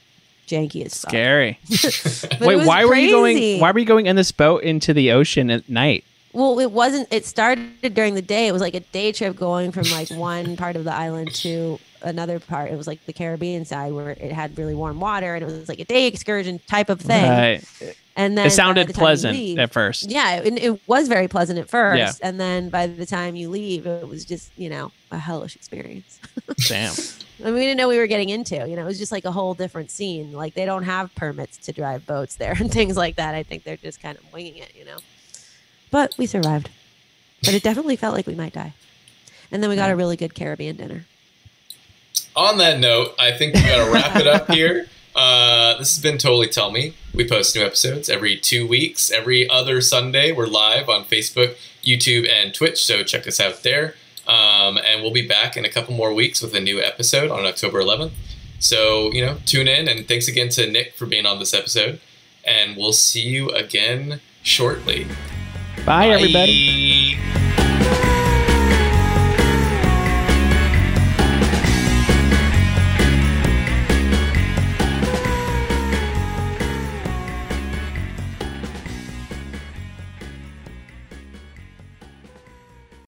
Speaker 2: janky as fuck.
Speaker 3: Scary.
Speaker 2: But it
Speaker 3: Wait,
Speaker 2: was
Speaker 3: why were you
Speaker 2: crazy.
Speaker 3: going why were you going in this boat into the ocean at night?
Speaker 2: Well, it wasn't. It started during the day. It was like a day trip going from like one part of the island to another part. It was like the Caribbean side where it had really warm water, and it was like a day excursion type of thing.
Speaker 3: Right.
Speaker 2: And
Speaker 3: It
Speaker 2: then by
Speaker 3: Uh, sounded
Speaker 2: the time you
Speaker 3: pleasant
Speaker 2: leave-
Speaker 3: at first.
Speaker 2: yeah, it, it was very pleasant at first,
Speaker 3: Yeah.
Speaker 2: and then by the time you leave, it was just you know a hellish experience.
Speaker 3: Damn.
Speaker 2: I mean, we didn't know we were getting into. You know, it was just like a whole different scene. Like they don't have permits to drive boats there and things like that. I think they're just kind of winging it. You know, but we survived. But it definitely felt like we might die. And then we got a really good Caribbean dinner.
Speaker 1: on that note, I think we gotta wrap it up here. Uh, this has been Totally Tell Me. We post new episodes every two weeks. Every other Sunday, we're live on Facebook, YouTube, and Twitch, so check us out there. Um, and we'll be back in a couple more weeks with a new episode on October 11th. So, you know, tune in and thanks again to Nick for being on this episode. And we'll see you again shortly.
Speaker 3: Bye, everybody.
Speaker 1: Bye.